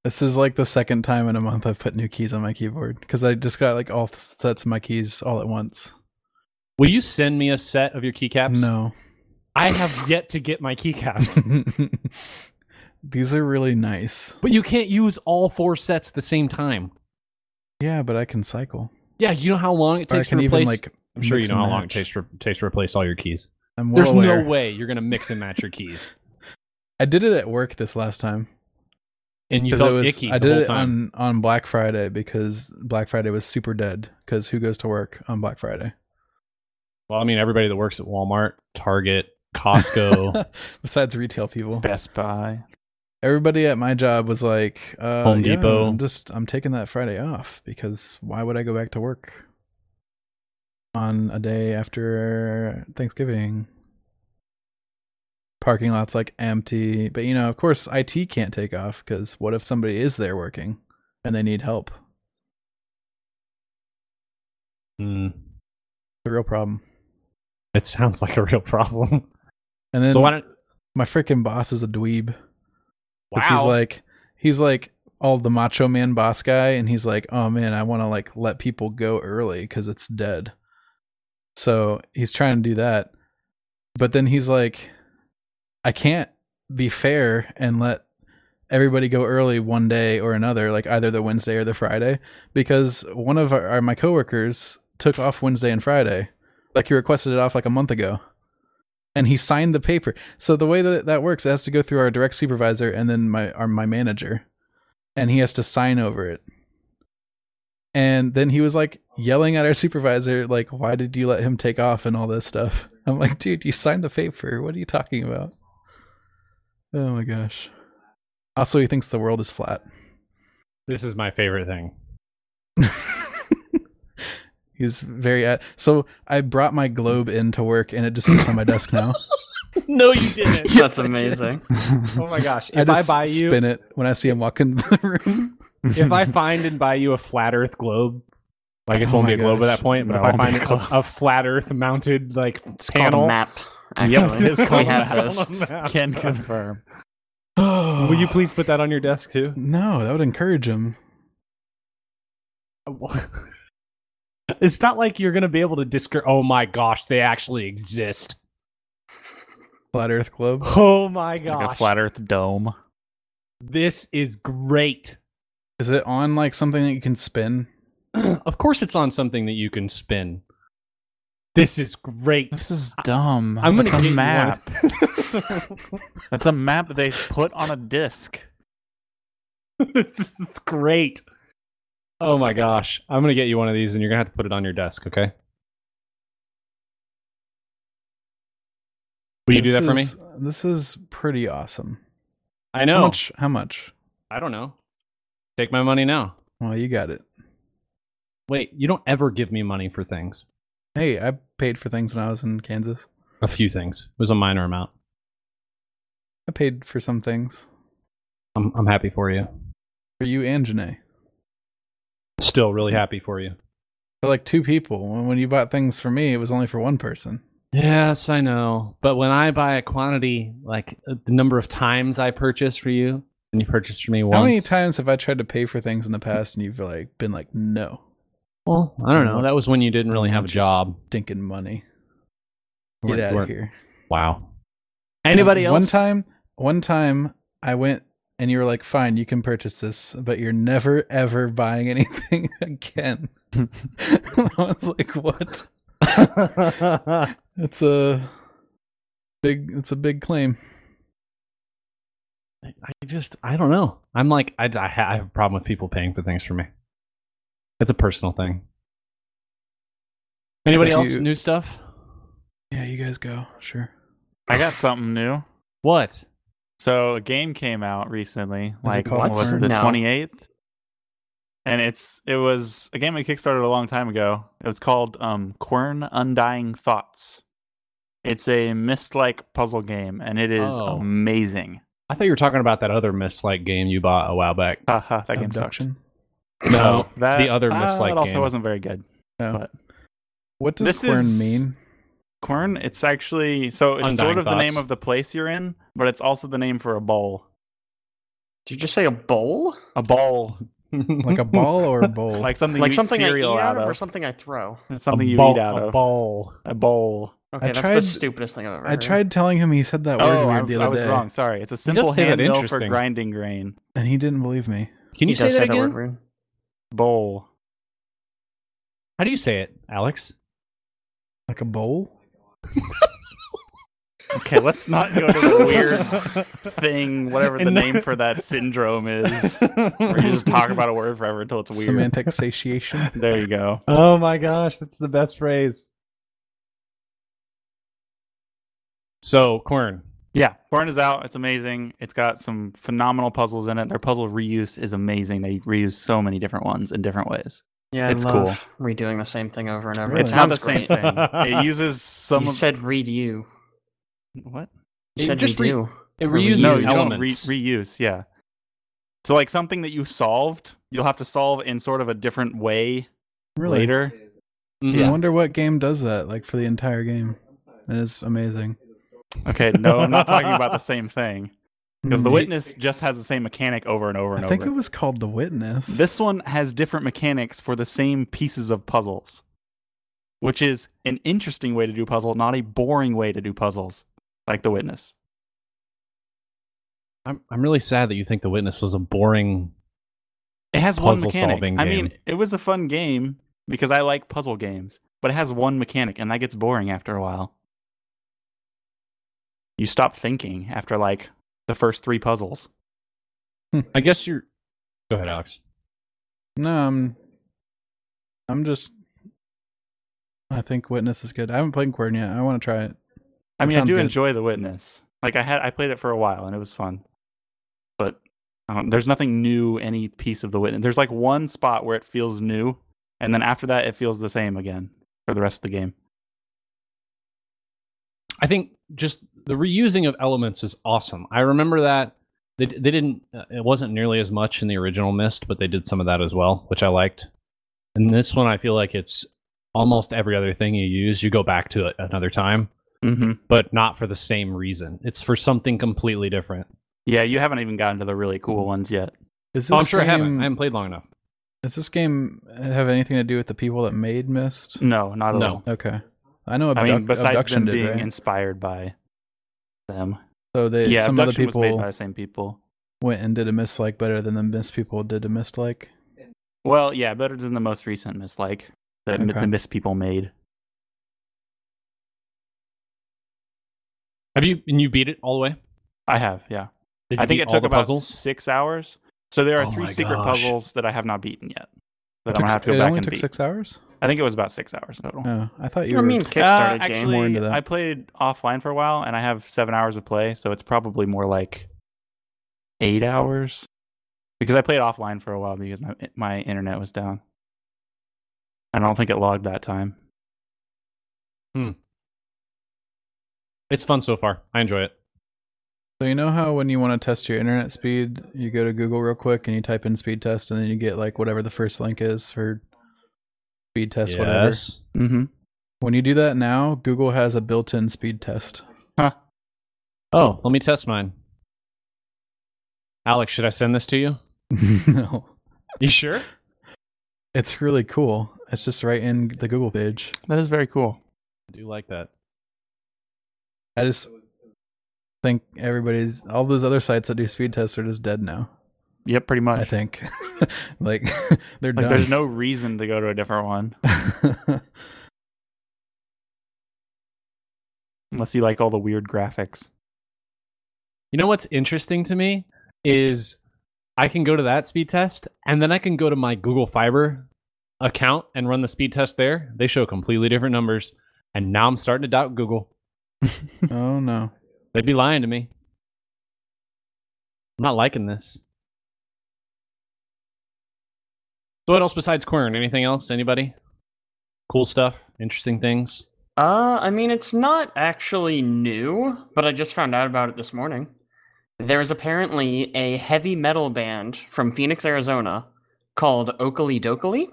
Speaker 1: This is like the second time in a month I've put new keys on my keyboard because I just got like all sets of my keys all at once.
Speaker 3: Will you send me a set of your keycaps?
Speaker 1: No,
Speaker 3: I have yet to get my keycaps.
Speaker 1: these are really nice.
Speaker 3: but you can't use all four sets at the same time.
Speaker 1: Yeah, but I can cycle.
Speaker 3: Yeah, you know how long it
Speaker 1: Or I
Speaker 3: takes to
Speaker 1: can
Speaker 3: replace.
Speaker 1: even like.
Speaker 3: I'm sure you
Speaker 1: mix
Speaker 3: know
Speaker 1: and
Speaker 3: how long it
Speaker 1: match.
Speaker 3: takes to, takes to replace all your keys.
Speaker 1: I'm well
Speaker 3: There's
Speaker 1: aware.
Speaker 3: no way you're gonna mix and match your keys.
Speaker 1: I did it at work this last time.
Speaker 3: And you
Speaker 1: 'Cause it
Speaker 3: felt
Speaker 1: was-
Speaker 3: icky the
Speaker 1: I did
Speaker 3: whole
Speaker 1: it
Speaker 3: time.
Speaker 1: on on Black Friday because Black Friday was super dead. Because who goes to work on Black Friday?
Speaker 3: well, I mean, everybody that works at Walmart, Target, Costco,
Speaker 1: Besides retail people,
Speaker 4: Best Buy.
Speaker 1: everybody at my job was like, uh,
Speaker 3: Home
Speaker 1: yeah,
Speaker 3: Depot.
Speaker 1: I'm just I'm taking that Friday off because why would I go back to work on a day after Thanksgiving? Parking lot's like empty, but you know, of course, IT can't take off because what if somebody is there working and they need help?
Speaker 3: Mm,
Speaker 1: It's a real problem.
Speaker 3: it sounds like a real problem.
Speaker 1: And then
Speaker 3: so why don't?
Speaker 1: my freaking boss is a dweeb.
Speaker 3: Wow.
Speaker 1: 'Cause He's like, he's like all the macho man boss guy, and he's like, oh man, I want to like let people go early because it's dead. So he's trying to do that, but then he's like, I can't be fair and let everybody go early one day or another, like either the Wednesday or the Friday, because one of our, our my coworkers took off Wednesday and Friday, like he requested it off like a month ago, and he signed the paper. So the way that that works, it has to go through our direct supervisor and then my our, my manager, and he has to sign over it. And then he was like yelling at our supervisor, like, "Why did you let him take off and all this stuff?" I'm like, "Dude, you signed the paper. What are you talking about?" Oh my gosh. Also, he thinks the world is flat.
Speaker 3: this is my favorite thing.
Speaker 1: He's very at. So I brought my globe in to work, and it just sits on my desk now.
Speaker 3: no, you didn't.
Speaker 1: Yes,
Speaker 2: That's
Speaker 1: I did.
Speaker 2: amazing.
Speaker 5: Oh my gosh!
Speaker 1: I
Speaker 5: If I,
Speaker 1: just
Speaker 5: buy you,
Speaker 1: spin it when I see him walk into the room.
Speaker 3: if I find and buy you a flat Earth globe, I guess it
Speaker 1: Oh
Speaker 3: won't
Speaker 1: my
Speaker 3: be a globe at
Speaker 1: gosh.
Speaker 3: that point. But
Speaker 4: No.
Speaker 3: if I find a, a flat Earth mounted like
Speaker 2: It's called
Speaker 3: panel,
Speaker 2: a map. Actually.
Speaker 4: Yep, it is
Speaker 2: we
Speaker 4: called
Speaker 2: have
Speaker 4: a map.
Speaker 2: those.
Speaker 4: Can confirm.
Speaker 3: Will you please put that on your desk too?
Speaker 1: No, that would encourage him.
Speaker 3: it's not like you're gonna be able to discard. Oh my gosh, they actually exist.
Speaker 1: Flat Earth globe.
Speaker 3: Oh my gosh,
Speaker 4: Like a flat Earth dome.
Speaker 3: this is great.
Speaker 1: Is it on like something that you can spin?
Speaker 3: of course, it's on something that you can spin. This is great.
Speaker 4: This is dumb.
Speaker 3: I'm gonna
Speaker 4: That's
Speaker 3: get
Speaker 4: a
Speaker 3: you
Speaker 4: map.
Speaker 3: one.
Speaker 4: That's a map that they put on a disc.
Speaker 3: this is great. Oh my gosh. I'm going to get you one of these and you're going to have to put it on your desk, okay? Will you do that
Speaker 1: This
Speaker 3: for me?
Speaker 1: is- This is pretty awesome.
Speaker 3: I
Speaker 1: How
Speaker 3: know.
Speaker 1: much? How much?
Speaker 3: I don't know. Take my money now.
Speaker 1: Well, you got it.
Speaker 3: Wait, you don't ever give me money for things.
Speaker 1: Hey, I paid for things when I was in Kansas.
Speaker 3: A few things. It was a minor amount.
Speaker 1: I paid for some things
Speaker 3: I'm, I'm happy for you.
Speaker 1: for you and Janae.
Speaker 3: Still really happy for you.
Speaker 1: For like two people. When when you bought things for me, it was only for one person.
Speaker 3: Yes, I know. But when I buy a quantity, like uh, the number of times I purchase for you, and you purchase for me once.
Speaker 1: How many times have I tried to pay for things in the past and you've like been like, no,
Speaker 3: Well, I don't know. That was when you didn't really have a
Speaker 1: Just
Speaker 3: job.
Speaker 1: dinking money,
Speaker 3: You weren't-
Speaker 1: get
Speaker 3: you
Speaker 1: out of
Speaker 3: weren't-
Speaker 1: here.
Speaker 3: Wow. Anybody else?
Speaker 1: One time, one time, I went and you were like, "Fine, you can purchase this, but you're never ever buying anything again." I was like, "What? It's a big. It's a big claim."
Speaker 3: I just, I don't know. I'm like, I, I, ha- I have a problem with people paying for things for me. It's a personal thing. Anybody
Speaker 1: If
Speaker 3: else?
Speaker 1: you-
Speaker 3: New stuff?
Speaker 1: Yeah, you guys go. Sure.
Speaker 4: I got something new.
Speaker 3: What?
Speaker 4: So a game came out recently,
Speaker 1: Was it
Speaker 4: like
Speaker 1: called
Speaker 4: what was it,
Speaker 2: What?
Speaker 4: the
Speaker 2: No.
Speaker 4: twenty eighth? And it's it was a game I kickstarted a long time ago. It was called um, Quern Undying Thoughts. It's a mist like puzzle game, and it is
Speaker 3: Oh.
Speaker 4: amazing.
Speaker 3: I thought you were talking about that other Mislike game you bought a while back.
Speaker 4: Haha, that game sucked.
Speaker 1: Abduction.
Speaker 3: No,
Speaker 4: So that,
Speaker 3: the other
Speaker 4: uh,
Speaker 3: Mislike
Speaker 4: That also
Speaker 3: game.
Speaker 4: wasn't very good.
Speaker 1: No.
Speaker 4: But-
Speaker 1: what does
Speaker 4: This
Speaker 1: squirm
Speaker 4: is-
Speaker 1: mean?
Speaker 4: Quern, it's actually so it's
Speaker 3: Undying
Speaker 4: sort of the name
Speaker 3: Thoughts.
Speaker 4: of the place you're in, but it's also the name for a bowl.
Speaker 2: Did you just say a bowl?
Speaker 4: A bowl,
Speaker 1: Like a ball or a bowl?
Speaker 4: like something
Speaker 2: like
Speaker 4: you
Speaker 2: something
Speaker 4: eat
Speaker 2: I eat
Speaker 4: cereal
Speaker 2: out
Speaker 4: out
Speaker 2: of, or something I throw.
Speaker 4: something
Speaker 3: A
Speaker 4: you
Speaker 3: ball-
Speaker 4: eat out
Speaker 3: a
Speaker 4: of.
Speaker 3: bowl.
Speaker 4: A bowl.
Speaker 2: Okay, that's
Speaker 1: tried-
Speaker 2: the stupidest thing I've ever
Speaker 1: I
Speaker 2: heard.
Speaker 1: tried telling him he said that word
Speaker 4: oh,
Speaker 1: weird
Speaker 4: I,
Speaker 1: the
Speaker 4: I
Speaker 1: other
Speaker 4: was
Speaker 1: day,
Speaker 4: wrong. Sorry, it's a simple
Speaker 3: say that
Speaker 4: hand mill for
Speaker 3: interesting.
Speaker 4: grinding grain.
Speaker 1: and he didn't believe me.
Speaker 3: Can you
Speaker 2: He
Speaker 3: say
Speaker 2: does
Speaker 3: that
Speaker 2: word
Speaker 3: again?
Speaker 2: weird.
Speaker 4: Bowl.
Speaker 3: How do you say it, Alex?
Speaker 1: Like a bowl?
Speaker 4: Okay, let's not go to the weird thing, whatever the
Speaker 3: And-
Speaker 4: name for that syndrome is, where you just talk about a word forever until it's weird.
Speaker 1: Semantic satiation.
Speaker 4: There you go.
Speaker 3: Oh my gosh, that's the best phrase. So, Quern,
Speaker 4: Yeah, Born is out. It's amazing. It's got some phenomenal puzzles in it. Their puzzle reuse is amazing. They reuse so many different ones in different ways.
Speaker 2: Yeah,
Speaker 4: It's
Speaker 2: it's cool. Redoing the same thing over and over.
Speaker 1: Really?
Speaker 2: It
Speaker 4: It's not the
Speaker 2: sounds
Speaker 4: same
Speaker 2: great.
Speaker 4: thing. It uses some
Speaker 2: you
Speaker 4: of
Speaker 2: said read you.
Speaker 4: what?
Speaker 2: You
Speaker 3: You
Speaker 2: said
Speaker 3: just
Speaker 2: just
Speaker 3: re-
Speaker 2: redo.
Speaker 3: it
Speaker 2: reuses
Speaker 3: reuses
Speaker 4: no,
Speaker 2: uses
Speaker 4: you don't re-
Speaker 3: elements.
Speaker 4: reuse. Yeah. So like something that you solved, you'll have to solve in sort of a different way
Speaker 1: Really?
Speaker 4: later.
Speaker 1: I
Speaker 4: Yeah.
Speaker 1: wonder what game does that, like for the entire game. It is amazing.
Speaker 4: Okay, no, I'm not talking about the same thing because the
Speaker 1: Mm.
Speaker 4: witness just has the same mechanic over and over and
Speaker 1: I
Speaker 4: over.
Speaker 1: think it was called The Witness.
Speaker 4: This one has different mechanics for the same pieces of puzzles, which is an interesting way to do puzzle, not a boring way to do puzzles, like The Witness.
Speaker 3: I'm, I'm really sad that you think The Witness was a boring.
Speaker 4: It has one mechanic.
Speaker 3: Puzzle-solving
Speaker 4: I mean,
Speaker 3: game.
Speaker 4: it was a fun game because I like puzzle games, but it has one mechanic, and that gets boring after a while. You stop thinking after like the first three puzzles.
Speaker 3: I guess you're. Go ahead, Alex.
Speaker 1: No, I'm. I'm just. I think Witness is good. I haven't played Quern yet. I want to try it.
Speaker 4: I
Speaker 1: That
Speaker 4: mean, I
Speaker 1: sounds
Speaker 4: do
Speaker 1: good.
Speaker 4: enjoy The Witness. Like I had, I played it for a while and it was fun, but I don't, there's nothing new any piece of The Witness. There's like one spot where it feels new, and then after that, it feels the same again for the rest of the game.
Speaker 3: I think just the reusing of elements is awesome. I remember that they they didn't uh, it wasn't nearly as much in the original Mist, but they did some of that as well, which I liked. And this one, I feel like it's almost every other thing you use, you go back to it another time,
Speaker 4: Mm-hmm.
Speaker 3: but not for the same reason. It's for something completely different.
Speaker 4: Yeah, you haven't even gotten to the really cool ones yet.
Speaker 1: Is this
Speaker 3: Oh, I'm sure
Speaker 1: game,
Speaker 3: I haven't. I haven't played long enough.
Speaker 1: Does this game have anything to do with the people that made Mist?
Speaker 4: No, not at
Speaker 3: No.
Speaker 4: all.
Speaker 1: Okay. I know
Speaker 4: Mm. I
Speaker 1: abduct-
Speaker 4: mean, besides
Speaker 1: abduction
Speaker 4: them
Speaker 1: did,
Speaker 4: being
Speaker 1: right?
Speaker 4: inspired by them.
Speaker 1: so they
Speaker 4: yeah,
Speaker 1: some other
Speaker 4: abduction was made
Speaker 1: people
Speaker 4: by the same people.
Speaker 1: went and did a Mist like better than the Mist people did a Mist like.
Speaker 4: Well, yeah, better than the most recent mislike that m-
Speaker 1: Okay.
Speaker 4: the Miss people made.
Speaker 3: Have you? And you beat it all the way?
Speaker 4: I have, yeah.
Speaker 3: Did you
Speaker 4: I think
Speaker 3: beat
Speaker 4: it
Speaker 3: all
Speaker 4: took
Speaker 3: the
Speaker 4: about
Speaker 3: puzzles.
Speaker 4: six hours. So there are
Speaker 3: Oh
Speaker 4: three
Speaker 3: my
Speaker 4: secret
Speaker 3: gosh.
Speaker 4: puzzles that I have not beaten yet.
Speaker 1: It
Speaker 4: That I'm
Speaker 1: took-
Speaker 4: gonna have to go
Speaker 1: it
Speaker 4: back
Speaker 1: only
Speaker 4: and
Speaker 1: took
Speaker 4: beat.
Speaker 1: six hours.
Speaker 4: I think it was about six hours total.
Speaker 1: No, Oh, I thought you
Speaker 2: I
Speaker 1: were.
Speaker 2: mean,
Speaker 4: Uh,
Speaker 2: Kickstarter game.
Speaker 1: More
Speaker 4: actually,
Speaker 1: into that.
Speaker 4: I played offline for a while, and I have seven hours of play, so it's probably more like eight hours because I played offline for a while because my my internet was down. I don't think it logged that time.
Speaker 3: It's fun so far. I enjoy it.
Speaker 1: So you know how when you want to test your internet speed, you go to Google real quick and you type in speed test, and then you get like whatever the first link is for speed test, whatever.
Speaker 3: yes.
Speaker 4: Mm-hmm.
Speaker 1: When you do that now, Google has a built-in speed test.
Speaker 3: Oh, let me test mine. Alex, should I send this to you?
Speaker 1: no,
Speaker 3: You sure?
Speaker 1: it's really cool. It's just right in the Google page.
Speaker 4: That is very cool.
Speaker 3: I do like that.
Speaker 1: I just think everybody's all those other sites that do speed tests are just dead now.
Speaker 4: Yep, pretty
Speaker 1: I
Speaker 4: much.
Speaker 1: think, like they're
Speaker 4: Like,
Speaker 1: done.
Speaker 4: there's no reason to go to a different one unless you like all the weird graphics.
Speaker 3: You know what's interesting to me is I can go to that speed test and then I can go to my Google Fiber account and run the speed test there. They show completely different numbers. And now I'm starting to doubt Google.
Speaker 1: oh no.
Speaker 3: They'd be lying to me. I'm not liking this. So what else besides Quern? Anything else? Anybody? Cool stuff? Interesting things?
Speaker 2: Uh, I mean, it's not actually new, but I just found out about it this morning. There is apparently a heavy metal band from Phoenix, Arizona called Oakley Dokley,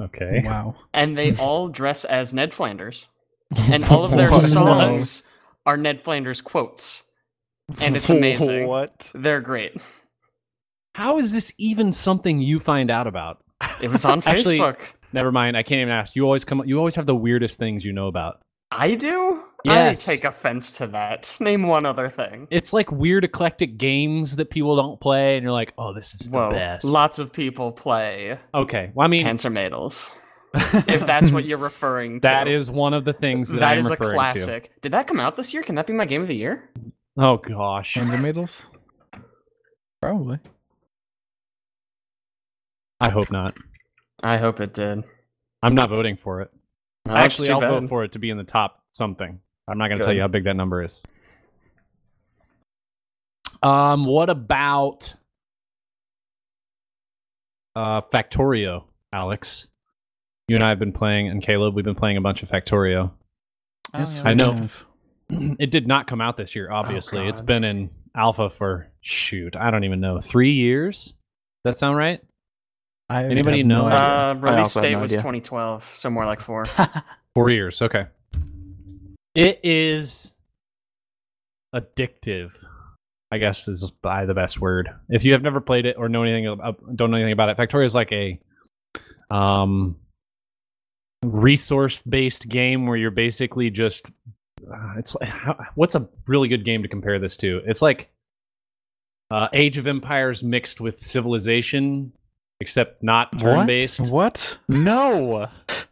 Speaker 3: Okay.
Speaker 1: Wow.
Speaker 2: and they all dress as Ned Flanders. And all of their
Speaker 1: What?
Speaker 2: songs are Ned Flanders quotes. And it's amazing.
Speaker 4: What?
Speaker 2: They're great.
Speaker 3: How is this even something you find out about?
Speaker 2: It was on
Speaker 3: Actually-
Speaker 2: Facebook.
Speaker 3: Never mind. I can't even ask. You always come. You always have the weirdest things you know about.
Speaker 2: I do?
Speaker 3: Yes.
Speaker 2: I take offense to that. Name one other thing.
Speaker 3: It's like weird eclectic games that people don't play, and you're like, "Oh, this is the
Speaker 2: Whoa.
Speaker 3: best."
Speaker 2: Lots of people play
Speaker 3: okay. Well, I mean,
Speaker 2: Panzer Maidels. if that's what you're referring to.
Speaker 3: That is one of the things that,
Speaker 2: That
Speaker 3: I'm
Speaker 2: is a
Speaker 3: referring
Speaker 2: classic. Did that come out this year? Can that be my game of the year?
Speaker 3: to. Oh gosh,
Speaker 1: on tomatoes. Probably.
Speaker 3: I hope not.
Speaker 2: I hope it did.
Speaker 3: I'm not voting for it.
Speaker 2: No, that's
Speaker 3: Actually,
Speaker 2: too
Speaker 3: I'll
Speaker 2: bad.
Speaker 3: vote for it to be in the top something. I'm not going to
Speaker 4: Good.
Speaker 3: tell you how big that number is. Um, what about uh, Factorio, Alex? You and I have been playing, and Caleb, we've been playing a bunch of Factorio.
Speaker 1: Yes,
Speaker 3: I
Speaker 1: we
Speaker 3: know.
Speaker 1: have.
Speaker 3: it did not come out this year, obviously. it's
Speaker 2: Oh, God.
Speaker 3: been in alpha for shoot, I don't even know, three years. Does that sound right?
Speaker 1: I
Speaker 3: Anybody
Speaker 1: have
Speaker 3: know?
Speaker 1: No idea.
Speaker 2: Uh, release
Speaker 4: also have
Speaker 2: date
Speaker 4: no
Speaker 2: was
Speaker 4: idea.
Speaker 2: 2012, so more like four.
Speaker 3: Four years. Okay. It is addictive. I guess is by the best word. If you have never played it or know anything, ab- don't know anything about it, Factorio is like a um, resource-based game where you're basically just. Uh, it's like, how, what's a really good game to compare this to? It's like uh, Age of Empires mixed with Civilization, except not turn-based.
Speaker 1: What?
Speaker 4: No,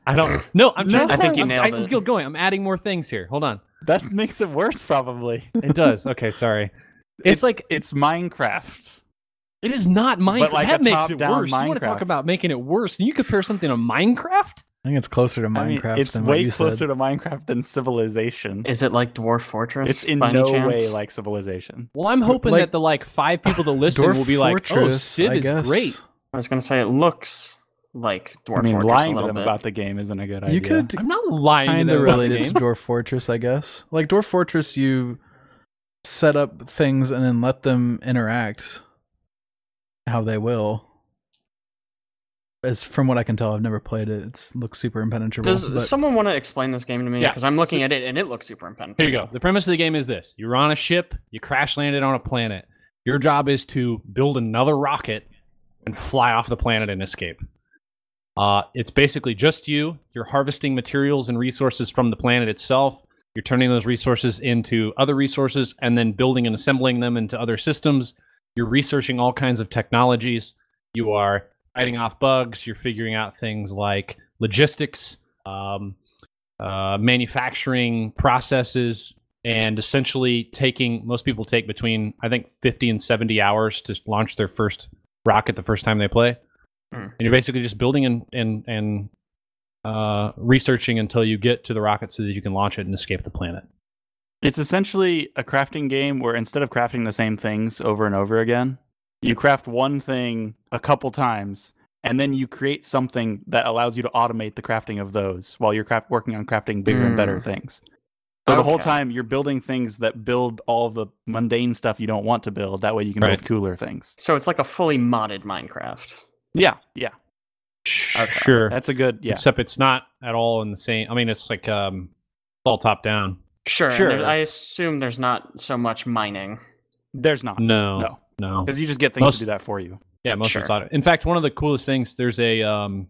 Speaker 3: I don't. No, I'm.
Speaker 4: No.
Speaker 3: trying-
Speaker 4: I think
Speaker 2: you
Speaker 3: I'm-
Speaker 2: nailed
Speaker 3: I'm
Speaker 2: it.
Speaker 3: still going. I'm adding more things here. Hold on.
Speaker 4: that makes it worse probably.
Speaker 3: It does. Okay, sorry. It's, like
Speaker 4: it's Minecraft.
Speaker 3: it is not Minecraft.
Speaker 4: But like
Speaker 3: that
Speaker 4: a
Speaker 3: makes it
Speaker 4: top-down
Speaker 3: worse. You want to talk
Speaker 4: Minecraft.
Speaker 3: about making it worse? And you compare something to Minecraft?
Speaker 1: I think it's closer to Minecraft
Speaker 4: I mean, it's
Speaker 1: than what
Speaker 4: way
Speaker 1: you
Speaker 4: closer
Speaker 1: said.
Speaker 4: to Minecraft than Civilization.
Speaker 2: Is it like Dwarf Fortress?
Speaker 4: It's in
Speaker 2: by any
Speaker 4: no
Speaker 2: chance?
Speaker 4: way like Civilization.
Speaker 3: Well, I'm hoping
Speaker 1: Like-
Speaker 3: that the like five people that listen
Speaker 1: Dwarf
Speaker 3: will be like, "Oh,
Speaker 1: Fortress,
Speaker 3: Civ
Speaker 1: I
Speaker 3: is
Speaker 1: guess.
Speaker 3: great."
Speaker 2: I was gonna say it looks like Dwarf
Speaker 4: I mean,
Speaker 2: Fortress
Speaker 4: lying
Speaker 2: a
Speaker 4: to
Speaker 2: little
Speaker 4: them
Speaker 2: bit.
Speaker 4: about the game isn't a good idea.
Speaker 1: You could
Speaker 3: I'm not lying. to
Speaker 1: kind
Speaker 3: them
Speaker 1: of
Speaker 3: about the
Speaker 1: related to
Speaker 3: game.
Speaker 1: Dwarf Fortress, I guess. Like Dwarf Fortress, you set up things and then let them interact how they will. As from what I can tell, I've never played it. It's looks super impenetrable.
Speaker 2: Does
Speaker 1: but
Speaker 2: someone want to explain this game to me?
Speaker 3: Yeah.
Speaker 2: Because I'm looking at it and it looks super impenetrable.
Speaker 3: Here you go. The premise of the game is this you're on a ship, you crash landed on a planet. Your job is to build another rocket and fly off the planet and escape. Uh, it's basically just you. You're harvesting materials and resources from the planet itself. You're turning those resources into other resources and then building and assembling them into other systems. You're researching all kinds of technologies. You are fighting off bugs. You're figuring out things like logistics, um, uh, manufacturing processes and essentially taking most people take between i think 50 and 70 hours to launch their first rocket the first time they play
Speaker 2: Hmm.
Speaker 3: and you're basically just building and and and uh, researching until you get to the rocket so that you can launch it and escape the planet
Speaker 4: It's essentially a crafting game where instead of crafting the same things over and over again, you craft one thing a couple times, and then you create something that allows you to automate the crafting of those while you're craft- working on crafting bigger and better
Speaker 2: Mm.
Speaker 4: things. So the whole
Speaker 2: Okay.
Speaker 4: time you're building things that build all the mundane stuff you don't want to build. That way you can
Speaker 3: Right.
Speaker 4: build cooler things.
Speaker 2: So it's like a fully modded Minecraft.
Speaker 4: Yeah, yeah,
Speaker 3: sure
Speaker 4: that's a good yeah.
Speaker 3: except it's not at all in the same i mean it's like um it's all top down
Speaker 2: Sure. and
Speaker 4: Sure.
Speaker 2: there- I assume there's not so much mining.
Speaker 4: There's not
Speaker 3: no
Speaker 4: no
Speaker 3: no
Speaker 4: because you just get things
Speaker 3: Most-
Speaker 4: to do that for you.
Speaker 3: Yeah, most of it's
Speaker 2: Sure.
Speaker 3: auto. In fact, one of the coolest things there's a um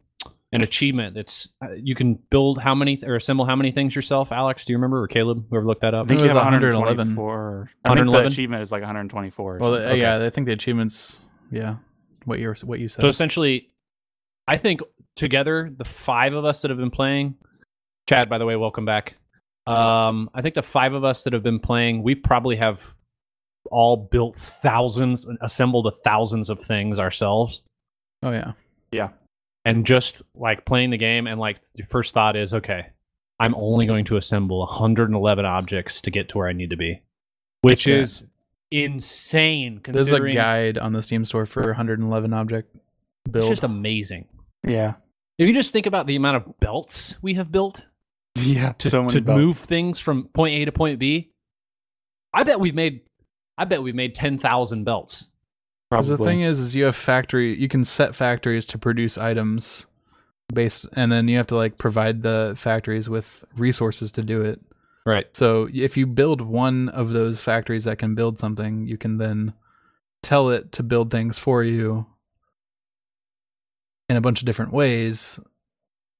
Speaker 3: an achievement that's uh, you can build how many or assemble how many things yourself. Alex, do you remember or Caleb, whoever looked that
Speaker 4: I
Speaker 3: up?
Speaker 1: think
Speaker 4: think
Speaker 1: it
Speaker 4: you
Speaker 1: was
Speaker 4: have
Speaker 1: 111.
Speaker 4: 124. I think the
Speaker 3: 111?
Speaker 4: achievement is like 124. or
Speaker 1: well,
Speaker 4: something.
Speaker 1: uh, yeah, I think the achievements. Yeah, what you what you said.
Speaker 3: So essentially, I think together the five of us that have been playing, Chad, by the way, welcome back. Um, I think the five of us that have been playing, we probably have all built thousands, assembled thousands of things ourselves.
Speaker 1: oh yeah,
Speaker 3: and just like playing the game and like your first thought is okay i'm only going to assemble 111 objects to get to where i need to be which
Speaker 1: Yeah.
Speaker 3: is insane
Speaker 1: there's a
Speaker 3: considering
Speaker 1: guide on the Steam store for 111 object
Speaker 3: it's
Speaker 1: build.
Speaker 3: just amazing
Speaker 4: yeah,
Speaker 3: if you just think about the amount of belts we have built
Speaker 4: yeah.
Speaker 3: to,
Speaker 4: so many
Speaker 3: to
Speaker 4: bugs.
Speaker 3: move things from point a to point b i bet we've made i bet we've made 10000 belts
Speaker 1: 'Cause the thing is, is you have factory. You can set factories to produce items, based, and then you have to like provide the factories with resources to do it.
Speaker 3: right
Speaker 1: So if you build one of those factories that can build something, you can then tell it to build things for you in a bunch of different ways.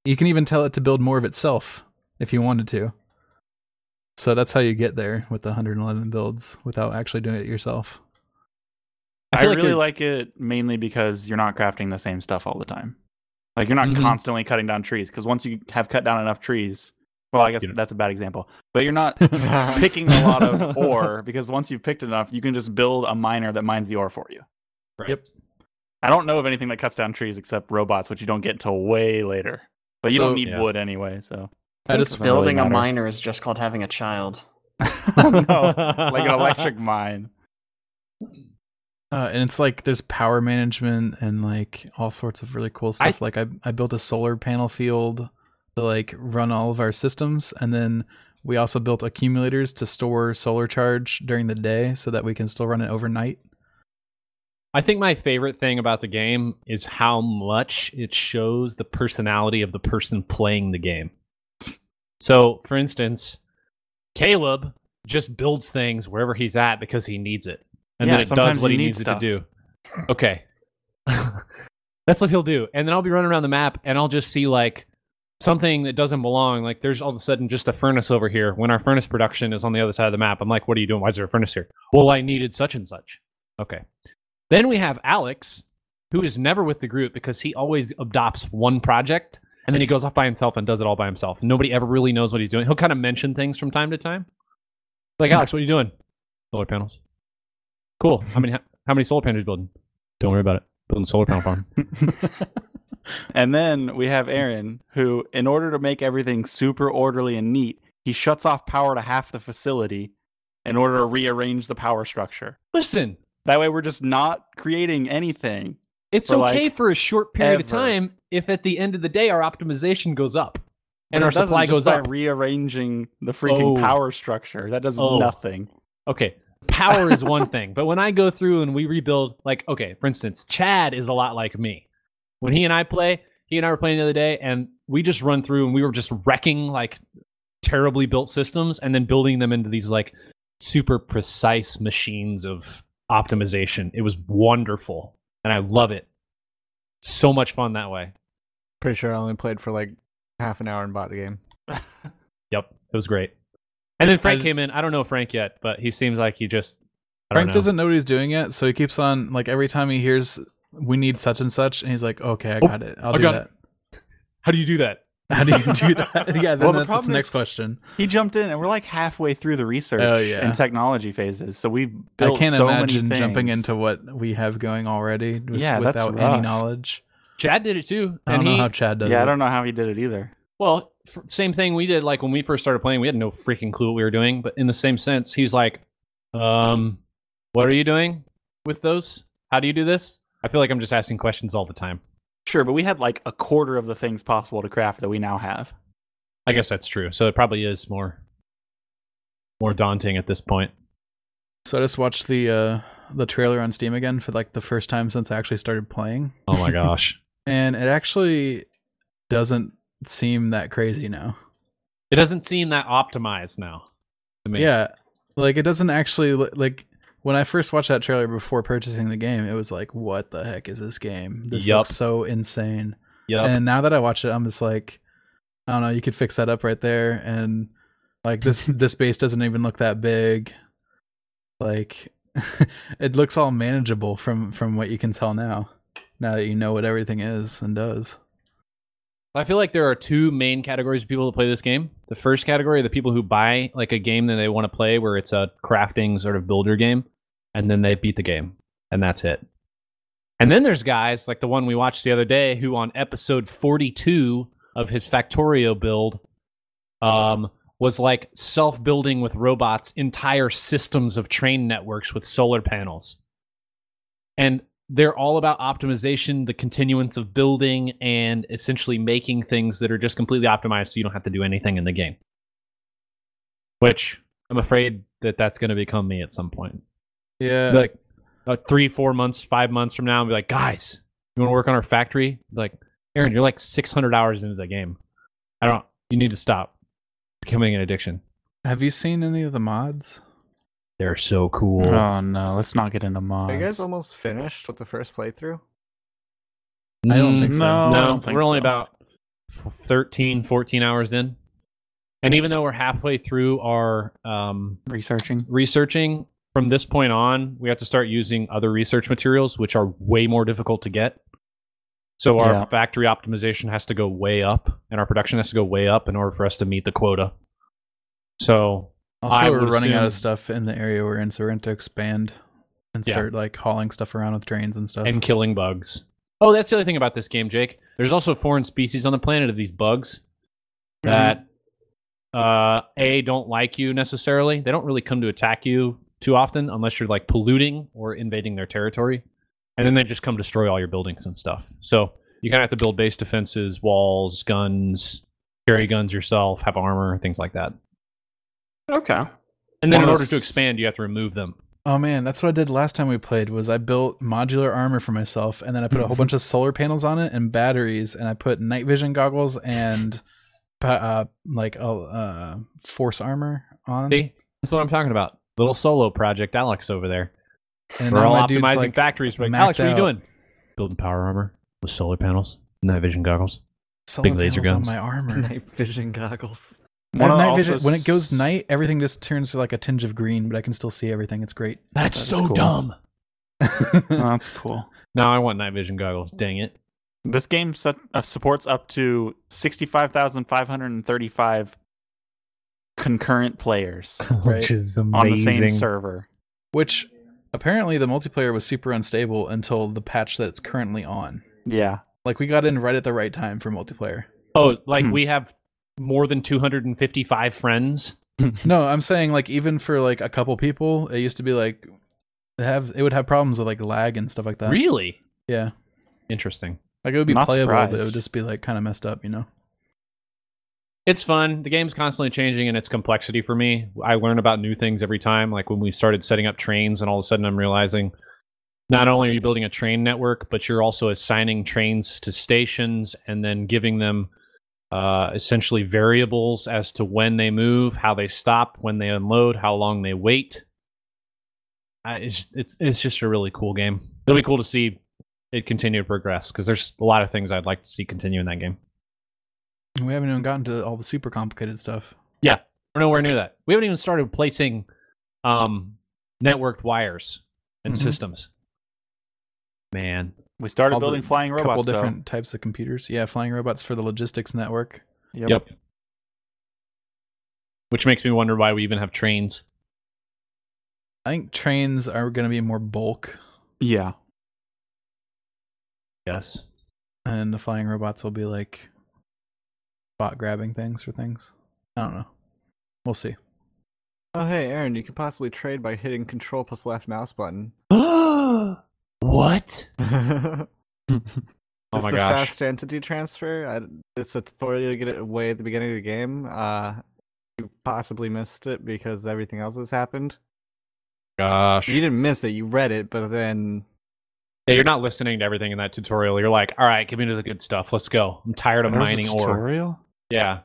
Speaker 1: You can even tell it to build more of itself if you wanted to. So that's how you get there with the 111 builds without actually doing it yourself.
Speaker 4: I,
Speaker 3: feel like
Speaker 4: really
Speaker 3: they're-
Speaker 4: like it mainly because you're not crafting the same stuff all the time. Like you're not
Speaker 3: Mm-hmm.
Speaker 2: Mhm.
Speaker 4: constantly cutting down trees because once you have cut down enough trees, well, I guess
Speaker 3: You know.
Speaker 4: that's a bad example. But you're not picking a lot of ore because once you've picked enough, you can just build a miner that mines the ore for you.
Speaker 3: Right.
Speaker 1: Yep.
Speaker 4: I don't know of anything that cuts down trees except robots, which you don't get until way later. But you
Speaker 1: So-
Speaker 4: don't need
Speaker 3: Yeah.
Speaker 4: wood anyway, so
Speaker 1: I just
Speaker 2: Think building
Speaker 1: really
Speaker 2: a
Speaker 1: matter.
Speaker 2: miner is just called having a child.
Speaker 4: no, like an electric mine.
Speaker 1: Uh, and it's like there's power management and like all sorts of really cool stuff. like I, I built a solar panel field to like run all of our systems, and then we also built accumulators to store solar charge during the day so that we can still run it overnight.
Speaker 3: I think my favorite thing about the game is how much it shows the personality of the person playing the game. So, for instance, Caleb just builds things wherever he's at because he needs it. And
Speaker 4: Yeah,
Speaker 3: then it does
Speaker 4: sometimes
Speaker 3: what
Speaker 4: you
Speaker 3: he
Speaker 4: need
Speaker 3: needs
Speaker 4: stuff.
Speaker 3: it to do. Okay. That's what he'll do. And then I'll be running around the map and I'll just see like something that doesn't belong. Like there's all of a sudden just a furnace over here when our furnace production is on the other side of the map. I'm like, what are you doing? Why is there a furnace here? Well, I needed such and such. Okay. Then we have Alex, who is never with the group because he always adopts one project and then he goes off by himself and does it all by himself. Nobody ever really knows what he's doing. He'll kind of mention things from time to time. Like, Alex, what are you doing? Solar panels. Cool. How many how many solar panels you building? Don't worry about it. Building a solar panel farm.
Speaker 4: And then we have Aaron, who, in order to make everything super orderly and neat, he shuts off power to half the facility in order to rearrange the power structure.
Speaker 3: Listen,
Speaker 4: That way, we're just not creating anything.
Speaker 3: it's
Speaker 4: For,
Speaker 3: okay
Speaker 4: like,
Speaker 3: for a short period of
Speaker 4: ever.
Speaker 3: time if at the end of the day our optimization goes up and
Speaker 4: But
Speaker 3: our
Speaker 4: it doesn't
Speaker 3: supply
Speaker 4: just
Speaker 3: goes
Speaker 4: by
Speaker 3: up.
Speaker 4: rearranging the freaking
Speaker 3: Oh.
Speaker 4: power structure. That does
Speaker 3: Oh.
Speaker 4: nothing.
Speaker 3: okay power is one thing but when i go through and we rebuild like okay for instance chad is a lot like me when he and i play he and i were playing the other day and we just run through and we were just wrecking like terribly built systems and then building them into these like super precise machines of optimization it was wonderful and i love it so much fun that way
Speaker 5: Pretty sure I only played for like half an hour and bought the game.
Speaker 3: yep it was great and then frank
Speaker 1: I-
Speaker 3: came in i don't know frank yet but he seems like he just I don't
Speaker 1: Frank
Speaker 3: know.
Speaker 1: doesn't know what he's doing yet, so he keeps on like every time he hears we need such and such, and he's like, okay, I
Speaker 3: Oh,
Speaker 1: got it. I'll
Speaker 3: I
Speaker 1: do
Speaker 3: got
Speaker 1: that.
Speaker 3: how do you do that
Speaker 1: How do you do that? yeah, then
Speaker 4: Well, the
Speaker 1: that's, that's
Speaker 4: problem
Speaker 1: the next
Speaker 4: is-
Speaker 1: question.
Speaker 4: He jumped in, and we're like halfway through the research
Speaker 1: Oh, yeah.
Speaker 4: and technology phases. So we built
Speaker 1: I can't
Speaker 4: so
Speaker 1: imagine
Speaker 4: many
Speaker 1: jumping
Speaker 4: things.
Speaker 1: into what we have going already just
Speaker 4: Yeah, that's
Speaker 1: without any
Speaker 4: rough.
Speaker 1: knowledge.
Speaker 3: chad did it too
Speaker 1: I don't
Speaker 3: and
Speaker 1: know
Speaker 3: he,
Speaker 1: how Chad does
Speaker 4: Yeah,
Speaker 1: it.
Speaker 4: I don't know how he did it either.
Speaker 3: Well, f- same thing we did. Like when we first started playing, we had no freaking clue what we were doing. But in the same sense, he's like, um, "What are you doing with those? How do you do this?" I feel like I'm just asking questions all the time.
Speaker 4: Sure, but we had like a quarter of the things possible to craft that we now have.
Speaker 3: I guess that's true. So it probably is more, more daunting at this point.
Speaker 1: So I just watched the uh the trailer on Steam again for like the first time since I actually started playing,
Speaker 3: Oh my gosh,
Speaker 1: and it actually doesn't seem that crazy now.
Speaker 3: it doesn't seem that optimized now. To me.
Speaker 1: Yeah, like it doesn't actually li- like when I first watched that trailer before purchasing the game, it was like, what the heck is this game? This
Speaker 3: Yup.
Speaker 1: looks so insane.
Speaker 3: Yup.
Speaker 1: And now that I watch it, I'm just like, I don't know. You could fix that up right there, and like this this base doesn't even look that big. Like, it looks all manageable from from what you can tell now. Now that you know what everything is and does.
Speaker 3: I feel like there are two main categories of people that play this game. The first category are the people who buy like a game that they want to play where it's a crafting sort of builder game, and then they beat the game, and that's it. And then there's guys like the one we watched the other day who on episode 42 of his Factorio build um was like self-building with robots entire systems of train networks with solar panels. And they're all about optimization, the continuance of building, and essentially making things that are just completely optimized so you don't have to do anything in the game. Which I'm afraid that that's going to become me at some point.
Speaker 1: Yeah.
Speaker 3: Like, like three, four months, five months from now, I'll be like, guys, you want to work on our factory? Be like, Aaron, you're like 600 hours into the game. I don't, you need to stop becoming an addiction.
Speaker 1: have you seen any of the mods?
Speaker 3: They're so cool.
Speaker 1: Oh,
Speaker 4: Oh, no, let's not get into mods.
Speaker 5: Are you guys almost finished with the first playthrough?
Speaker 1: I don't think so.
Speaker 4: no.
Speaker 3: no,
Speaker 4: I don't think
Speaker 3: Um, we're only
Speaker 4: so.
Speaker 3: about f- 13, 14 hours in. And even though we're halfway through our um,
Speaker 4: researching?
Speaker 3: researching, from this point on, we have to start using other research materials, which are way more difficult to get. So our
Speaker 4: Yeah.
Speaker 3: factory optimization has to go way up, and our production has to go way up in order for us to meet the quota. So
Speaker 1: Also,
Speaker 3: I
Speaker 1: we're
Speaker 3: would
Speaker 1: running out of
Speaker 3: assume-
Speaker 1: stuff in the area we're in, so we're going to expand and
Speaker 3: Yeah.
Speaker 1: start like hauling stuff around with trains and stuff.
Speaker 3: and killing bugs. Oh, that's the other thing about this game, Jake. There's also foreign species on the planet of these bugs that uh, a don't like you necessarily. They don't really come to attack you too often unless you're like polluting or invading their territory, and then they just come destroy all your buildings and stuff. So you kind of have to build base defenses, walls, guns, carry guns yourself, have armor, things like that.
Speaker 2: Okay.
Speaker 3: And then in
Speaker 4: One of
Speaker 3: order
Speaker 4: those-
Speaker 3: to expand, you have to remove them.
Speaker 1: oh man, that's what I did last time we played. Was I built modular armor for myself, and then I put a whole bunch of solar panels on it and batteries, and I put night vision goggles and pa- uh, like uh, uh, force armor on.
Speaker 3: See, that's what I'm talking about. Little solo project, Alex over there.
Speaker 1: and
Speaker 3: We're
Speaker 1: now
Speaker 3: all
Speaker 1: my dude's,
Speaker 3: optimizing
Speaker 1: like,
Speaker 3: factories. Like,
Speaker 1: maxed
Speaker 3: Alex, what are you
Speaker 1: out.
Speaker 3: doing? Building power armor with solar panels, night vision goggles.
Speaker 1: solar
Speaker 3: big laser guns.
Speaker 1: panels on my armor.
Speaker 5: Night vision goggles.
Speaker 1: I have
Speaker 4: Wanna
Speaker 1: night
Speaker 4: also
Speaker 1: vision. When it goes
Speaker 4: s-
Speaker 1: night, everything just turns to like a tinge of green, but I can still see everything. It's great.
Speaker 3: That's
Speaker 1: That is so cool. dumb.
Speaker 4: Oh,
Speaker 3: Uh.
Speaker 4: that's cool.
Speaker 3: No, I want night vision goggles. Dang it.
Speaker 4: This game su- uh, supports up to 65,535 concurrent players
Speaker 1: Right.
Speaker 3: is
Speaker 4: on the same server.
Speaker 1: Which apparently the multiplayer was super unstable until the patch that it's currently on.
Speaker 4: Yeah.
Speaker 1: Like we got in right at the right time for multiplayer.
Speaker 3: Oh, like
Speaker 4: Hmm.
Speaker 3: we have more than 255 friends.
Speaker 1: No, I'm saying like even for like a couple people, it used to be like it have it would have problems with like lag and stuff like that.
Speaker 3: really?
Speaker 1: Yeah.
Speaker 3: Interesting.
Speaker 1: Like it would be
Speaker 4: Not
Speaker 1: playable, but it would
Speaker 4: surprised.
Speaker 1: just be like kind of messed up, you know.
Speaker 3: It's fun. The game's constantly changing in its complexity for me. I learn about new things every time. Like when we started setting up trains, and all of a sudden I'm realizing not only are you building a train network, but you're also assigning trains to stations and then giving them uh, essentially variables as to when they move, how they stop, when they unload, how long they wait. I, it's, it's it's just a really cool game. It'll be cool to see it continue to progress because there's a lot of things I'd like to see continue in that game.
Speaker 1: And We haven't even gotten to all the super complicated stuff.
Speaker 3: We're nowhere near that. We haven't even started placing um, networked wires and
Speaker 1: Mhm.
Speaker 4: Mm-hmm.
Speaker 3: systems. Man,
Speaker 4: We started
Speaker 1: All the-
Speaker 4: building flying
Speaker 1: A couple
Speaker 4: robots, though.
Speaker 1: different types of computers. Yeah, flying robots for the logistics network.
Speaker 4: Yep.
Speaker 3: Yep. which makes me wonder why we even have trains.
Speaker 1: I think trains are going to be more bulk,
Speaker 4: Yeah.
Speaker 3: Yes.
Speaker 1: and the flying robots will be like spot grabbing things for things. I don't know. We'll see.
Speaker 5: Oh hey, Aaron, you could possibly trade by hitting Control plus left mouse button.
Speaker 3: what?
Speaker 5: oh
Speaker 3: Oh my
Speaker 5: the
Speaker 3: gosh.
Speaker 5: Fast entity transfer. I, it's a tutorial to get it away at the beginning of the game. Uh, you possibly missed it because everything else has happened.
Speaker 3: Gosh.
Speaker 5: You didn't miss it. You read it, but then
Speaker 3: Yeah, you're not listening to everything in that tutorial. You're like, all right, give me to the good stuff. Let's go. I'm tired of
Speaker 4: There's a
Speaker 3: mining ore.
Speaker 4: tutorial?
Speaker 3: Yeah.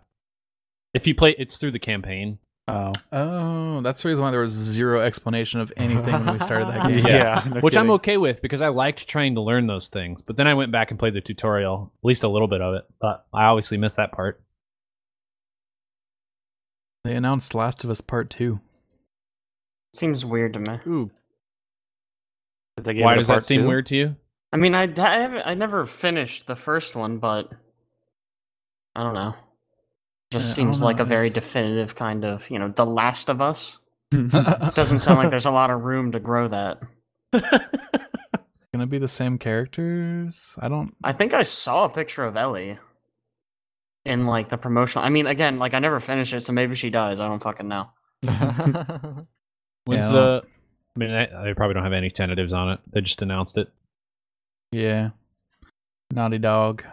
Speaker 3: If you play, it's through the campaign.
Speaker 4: Oh.
Speaker 1: Oh, that's the reason why there was zero explanation of anything when we started that game.
Speaker 3: Yeah.
Speaker 4: no
Speaker 3: which I'm
Speaker 4: kidding.
Speaker 3: okay with because I liked trying to learn those things. But then I went back and played the tutorial, at least a little bit of it. But I obviously missed that part.
Speaker 1: They announced Last of Us Part Two.
Speaker 2: Seems weird to me.
Speaker 5: ooh,
Speaker 4: Did they give
Speaker 3: Why
Speaker 4: it a
Speaker 3: does that
Speaker 4: part
Speaker 3: seem
Speaker 4: two?
Speaker 3: weird to you?
Speaker 2: I mean, I, I, haven't- I never finished the first one, but I don't know. Just
Speaker 1: Yeah, I
Speaker 2: seems
Speaker 1: don't
Speaker 2: like
Speaker 1: know,
Speaker 2: a very
Speaker 1: it's-
Speaker 2: definitive kind of, you know, The Last of Us.
Speaker 1: it's
Speaker 2: Doesn't sound like there's a lot of room to grow that.
Speaker 1: gonna be the same characters. I don't.
Speaker 2: I think I saw a picture of Ellie in like the promotional. I mean, again, like I never finished it, so maybe she dies. I don't fucking know.
Speaker 3: When's
Speaker 1: Yeah.
Speaker 3: the? I mean, I, they probably don't have any tentatives on it. They just announced it.
Speaker 1: Yeah. Naughty Dog.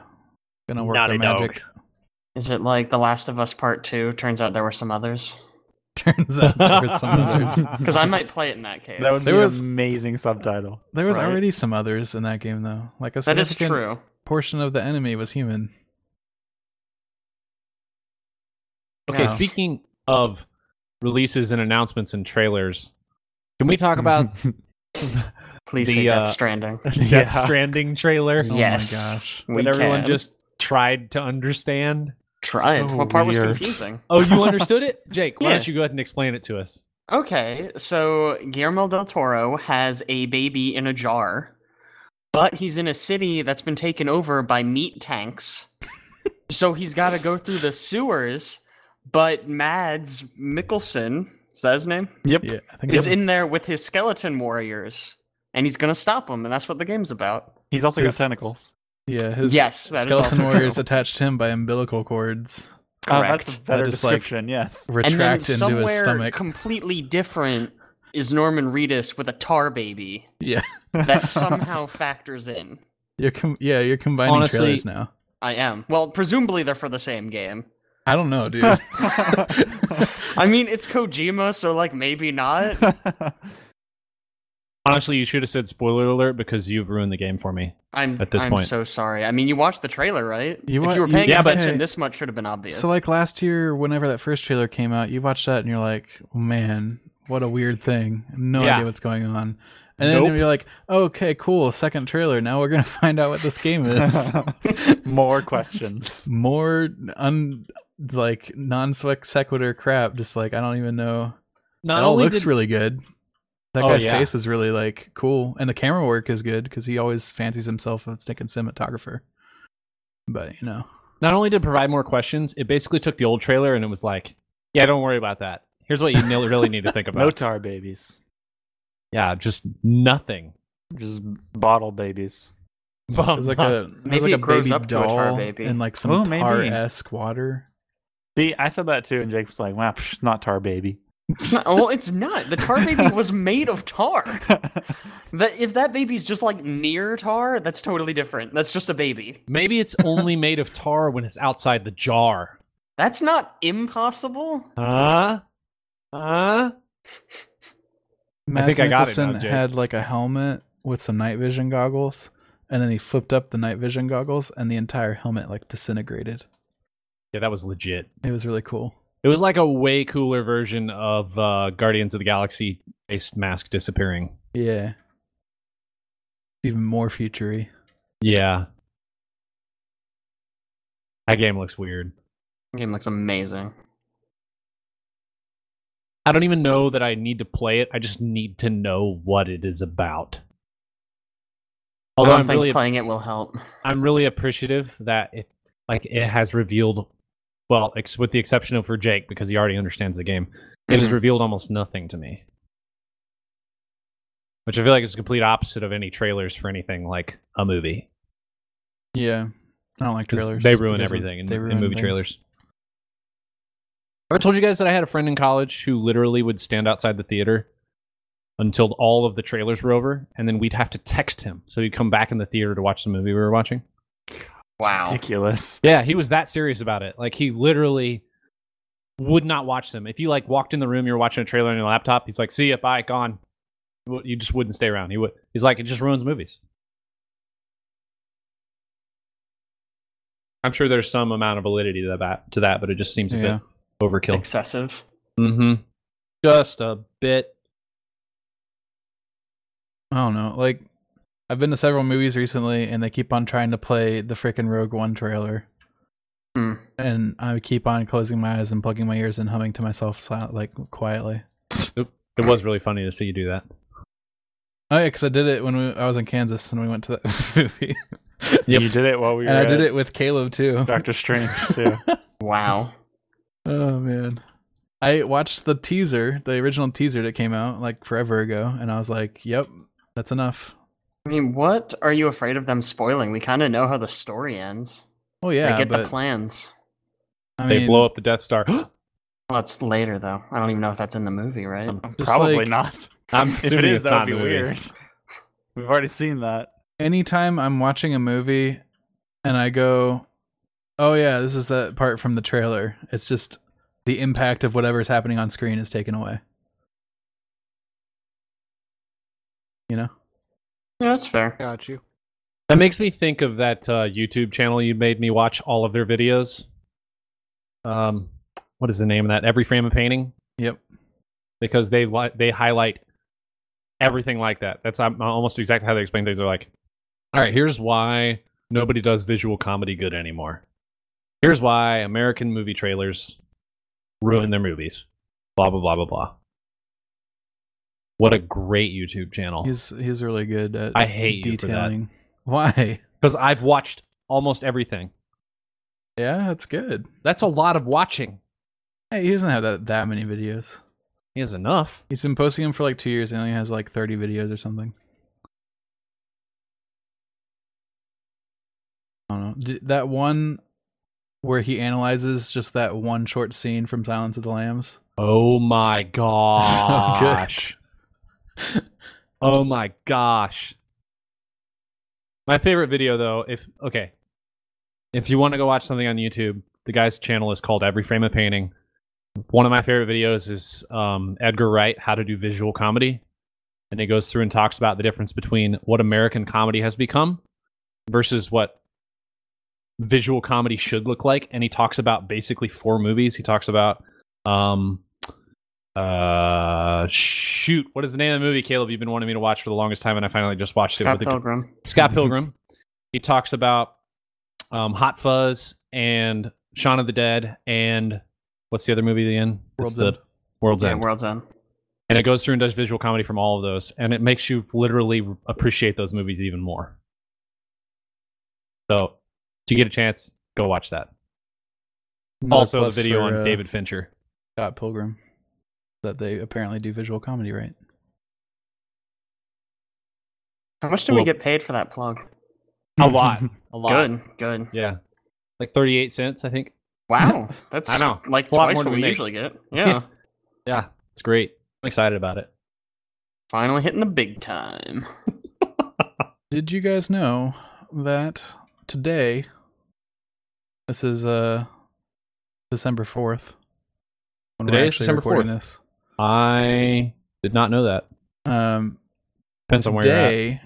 Speaker 1: Gonna work
Speaker 3: Naughty
Speaker 1: their
Speaker 3: Dog.
Speaker 1: magic.
Speaker 2: Is it like The Last of Us Part Two? Turns out there were some others.
Speaker 1: Turns out there was some others.
Speaker 2: Because I might play it in that case.
Speaker 4: That would
Speaker 1: There
Speaker 4: be
Speaker 1: was-
Speaker 4: an amazing subtitle.
Speaker 1: There was
Speaker 2: Right.
Speaker 1: already some others in that game though. Like a
Speaker 2: that is
Speaker 1: significant
Speaker 2: true.
Speaker 1: portion of the enemy was human.
Speaker 3: Okay,
Speaker 2: Yeah.
Speaker 3: speaking of releases and announcements and trailers, can we talk about
Speaker 2: Please
Speaker 3: the,
Speaker 2: say Death
Speaker 3: uh,
Speaker 2: Stranding.
Speaker 3: Death
Speaker 4: Yeah.
Speaker 3: Stranding trailer?
Speaker 1: Oh
Speaker 2: Yes.
Speaker 1: my gosh.
Speaker 2: We
Speaker 3: When everyone
Speaker 2: can.
Speaker 3: just tried to understand.
Speaker 2: tried.
Speaker 4: so
Speaker 2: what part was
Speaker 4: weird.
Speaker 2: confusing?
Speaker 3: Oh, you understood it, Jake? Why
Speaker 2: Yeah.
Speaker 3: don't you go ahead and explain it to us?
Speaker 2: Okay, so Guillermo del Toro has a baby in a jar. But he's in a city that's been taken over by meat tanks. so he's got to go through the sewers. But Mads Mickelson, is that his name?
Speaker 4: Yep.
Speaker 1: Yeah, I think
Speaker 2: Is
Speaker 1: so.
Speaker 2: in there with his skeleton warriors. And he's going to stop them. And that's what the game's about.
Speaker 4: He's also
Speaker 1: His-
Speaker 4: got tentacles.
Speaker 1: yeah, his
Speaker 2: yes, that is
Speaker 1: skeleton
Speaker 2: also
Speaker 1: warriors
Speaker 2: true.
Speaker 1: attached him by umbilical cords,
Speaker 4: Uh,
Speaker 2: Correct.
Speaker 4: that's a better
Speaker 1: That is, like-
Speaker 4: description. yes.
Speaker 1: retract
Speaker 2: and then
Speaker 1: into
Speaker 2: somewhere
Speaker 1: his stomach.
Speaker 2: completely different is Norman Reedus with a tar baby
Speaker 1: yeah,
Speaker 2: that somehow factors in.
Speaker 1: you're com- yeah you're combining
Speaker 3: Honestly-
Speaker 1: trailers now.
Speaker 2: I am. Well, presumably they're for the same game.
Speaker 1: I don't know, dude.
Speaker 2: I mean, it's Kojima, so like maybe not.
Speaker 3: Honestly, you should have said spoiler alert because you've ruined the game for me.
Speaker 2: I'm
Speaker 3: At this
Speaker 2: I'm
Speaker 3: point.
Speaker 2: so sorry. I mean, you watched the trailer, right?
Speaker 1: You
Speaker 2: if
Speaker 1: wa-
Speaker 2: you were
Speaker 1: you-
Speaker 2: paying
Speaker 3: Yeah, but-
Speaker 2: attention, this much should have been obvious.
Speaker 1: So like last year, whenever that first trailer came out, you watched that and you're like, "Oh, man, what a weird thing. No
Speaker 3: Yeah.
Speaker 1: idea what's going on. And then
Speaker 3: Nope.
Speaker 1: you're like, okay, cool. Second trailer. Now we're gonna find out what this game is.
Speaker 4: More questions.
Speaker 1: More un like non sequitur crap. Just like I don't even know.
Speaker 3: Not
Speaker 1: it all
Speaker 3: only
Speaker 1: looks
Speaker 3: did-
Speaker 1: really good. That
Speaker 3: Oh,
Speaker 1: guy's
Speaker 3: yeah.
Speaker 1: face is really like cool, and the camera work is good because he always fancies himself a stinking cinematographer. But you know,
Speaker 3: not only did it provide more questions, it basically took the old trailer and it was like, yeah, don't worry about that. Here's what you ne- really need to think about.
Speaker 4: No tar babies.
Speaker 3: yeah, just nothing.
Speaker 4: Just bottle babies.
Speaker 1: it was like a it was
Speaker 2: Maybe
Speaker 1: like a
Speaker 2: it grows
Speaker 1: baby
Speaker 2: up to a
Speaker 1: doll
Speaker 2: tar baby.
Speaker 1: in like
Speaker 4: Oh,
Speaker 1: some
Speaker 4: maybe.
Speaker 1: tar esque water.
Speaker 4: See, I said that too, and Jake was like, "Wow, psh, not tar baby."
Speaker 2: It's not- well, it's not. The tar baby was made of tar. That if that baby's just like near tar, that's totally different. That's just a baby.
Speaker 3: Maybe it's only made of tar when it's outside the jar.
Speaker 2: That's not impossible.
Speaker 3: Huh? Huh?
Speaker 1: Mads
Speaker 3: think I got it now,
Speaker 1: Mikkelsen
Speaker 3: Jake.
Speaker 1: had like a helmet with some night vision goggles, and then he flipped up the night vision goggles, and the entire helmet like disintegrated.
Speaker 3: Yeah, that was legit.
Speaker 1: It was really cool.
Speaker 3: It was like a way cooler version of uh, Guardians of the Galaxy face mask disappearing.
Speaker 1: Yeah, even more futury.
Speaker 3: Yeah. That game looks weird.
Speaker 2: Game looks amazing.
Speaker 3: I don't even know that I need to play it. I just need to know what it is about. Although
Speaker 2: I don't
Speaker 3: I'm
Speaker 2: think
Speaker 3: really,
Speaker 2: playing it will help.
Speaker 3: I'm really appreciative that it, like, it has revealed, well, ex- with the exception of for Jake because he already understands the game, it has
Speaker 1: Mm-hmm.
Speaker 2: Mhm.
Speaker 3: revealed almost nothing to me. Which I feel like is the complete opposite of any trailers for anything like a movie.
Speaker 1: Yeah, I don't like
Speaker 3: 'Cause
Speaker 1: trailers.
Speaker 3: They ruin
Speaker 1: because of-
Speaker 3: everything in,
Speaker 1: they
Speaker 3: in
Speaker 1: ruin
Speaker 3: movie
Speaker 1: things.
Speaker 3: trailers. Have I told you guys that I had a friend in college who literally would stand outside the theater until all of the trailers were over, and then we'd have to text him so he'd come back in the theater to watch the movie we were watching.
Speaker 2: Wow.
Speaker 4: Ridiculous.
Speaker 3: Yeah, he was that serious about it. Like he literally would not watch them. If you like walked in the room, you're watching a trailer on your laptop. He's like, "See ya, bye, gone." Well, You just wouldn't stay around. He would. He's like, it just ruins movies. I'm sure there's some amount of validity to that, to that, but it just seems a
Speaker 1: Yeah.
Speaker 3: bit overkill.
Speaker 2: Excessive.
Speaker 3: Mm-hmm. Just a bit.
Speaker 1: I don't know. Like, I've been to several movies recently, and they keep on trying to play the freaking Rogue One trailer.
Speaker 2: Hmm.
Speaker 1: And I keep on closing my eyes and plugging my ears and humming to myself, sil- like quietly.
Speaker 3: It was really funny to see you do that.
Speaker 1: Oh yeah, because I did it when we, I was in Kansas and we went to that movie,
Speaker 3: Yep.
Speaker 4: You did it while we
Speaker 1: and
Speaker 4: were.
Speaker 1: I did it with Caleb too.
Speaker 4: Doctor Strange too.
Speaker 2: Wow.
Speaker 1: Oh man. I watched the teaser, the original teaser that came out like forever ago, and I was like, "Yep, that's enough."
Speaker 2: I mean, what are you afraid of them spoiling? We kind of know how the story ends.
Speaker 1: Well, Oh, yeah,
Speaker 2: they get
Speaker 1: but
Speaker 2: the plans.
Speaker 1: I
Speaker 3: they
Speaker 1: mean,
Speaker 3: blow up the Death Star.
Speaker 2: Well, it's later though. I don't even know if that's in the movie, right?
Speaker 1: just
Speaker 4: Probably
Speaker 1: like-
Speaker 4: not.
Speaker 3: I'm
Speaker 4: If it
Speaker 3: assuming
Speaker 4: is,
Speaker 3: it's
Speaker 4: that
Speaker 3: not
Speaker 4: would
Speaker 3: in
Speaker 4: be
Speaker 3: the movie.
Speaker 4: weird. We've already seen that.
Speaker 1: anytime I'm watching a movie and I go, "Oh yeah, this is that part from the trailer." It's just the impact of whatever's happening on screen is taken away. You know?
Speaker 2: Yeah, that's fair.
Speaker 5: Got you.
Speaker 3: That makes me think of that uh, YouTube channel you made me watch all of their videos. Um, what is the name of that? Every frame of painting,
Speaker 1: Yep.
Speaker 3: because they li- they highlight everything like that. That's um, almost exactly how they explain things. They're like, "All right, here's why nobody does visual comedy good anymore. Here's why American movie trailers ruin their movies." Blah blah blah blah blah. What a great YouTube channel!
Speaker 1: He's he's really good at
Speaker 3: I hate you for that.
Speaker 1: detailing. Why?
Speaker 3: because I've watched almost everything.
Speaker 1: Yeah, that's good.
Speaker 3: That's a lot of watching.
Speaker 1: Hey, he doesn't have that, that many videos.
Speaker 3: He has enough.
Speaker 1: He's been posting them for like two years and only has like 30 videos or something. I don't know. D- That one where he analyzes just that one short scene from Silence of the Lambs.
Speaker 3: Oh my
Speaker 1: So good.
Speaker 3: gosh. oh my gosh. My favorite video though, if okay. If you want to go watch something on YouTube, the guy's channel is called Every Frame of Painting. One of my favorite videos is um, Edgar Wright, How to Do Visual Comedy. And he goes through and talks about the difference between what American comedy has become versus what visual comedy should look like. And he talks about basically four movies. He talks about um, uh, shoot, what is the name of the movie, Caleb? You've been wanting me to watch for the longest time, and I finally just watched it.
Speaker 2: Scott
Speaker 3: with the,
Speaker 2: Pilgrim.
Speaker 3: Scott Pilgrim. He talks about um, Hot Fuzz and Shaun of the Dead, and what's the other movie at the end?
Speaker 1: World's
Speaker 3: it's the
Speaker 1: End.
Speaker 3: World's
Speaker 2: Yeah,
Speaker 3: End.
Speaker 2: World's End.
Speaker 3: and it goes through and does visual comedy from all of those, and it makes you literally appreciate those movies even more. So, if you get a chance, go watch that.
Speaker 1: Another
Speaker 3: also, the
Speaker 1: plus
Speaker 3: video
Speaker 1: for,
Speaker 3: on
Speaker 1: uh,
Speaker 3: David Fincher.
Speaker 1: Scott Pilgrim that they apparently do visual comedy, right?
Speaker 2: How much did
Speaker 3: Well-
Speaker 2: we get paid for that plug?
Speaker 3: A lot, a lot.
Speaker 2: Good, good.
Speaker 3: Yeah. Like 38 cents, I think.
Speaker 2: Wow, that's
Speaker 3: I know.
Speaker 2: like
Speaker 3: It's a lot
Speaker 2: twice
Speaker 3: more
Speaker 2: what
Speaker 3: than
Speaker 2: we
Speaker 3: we make.
Speaker 2: usually get. Yeah,
Speaker 3: Yeah, it's great. I'm excited about it.
Speaker 2: finally hitting the big time.
Speaker 1: Did you guys know that today this is uh December 4th when
Speaker 3: Today is December 4th.
Speaker 1: this.
Speaker 3: I did not know that.
Speaker 1: Um
Speaker 3: Depends on where you're at.
Speaker 1: today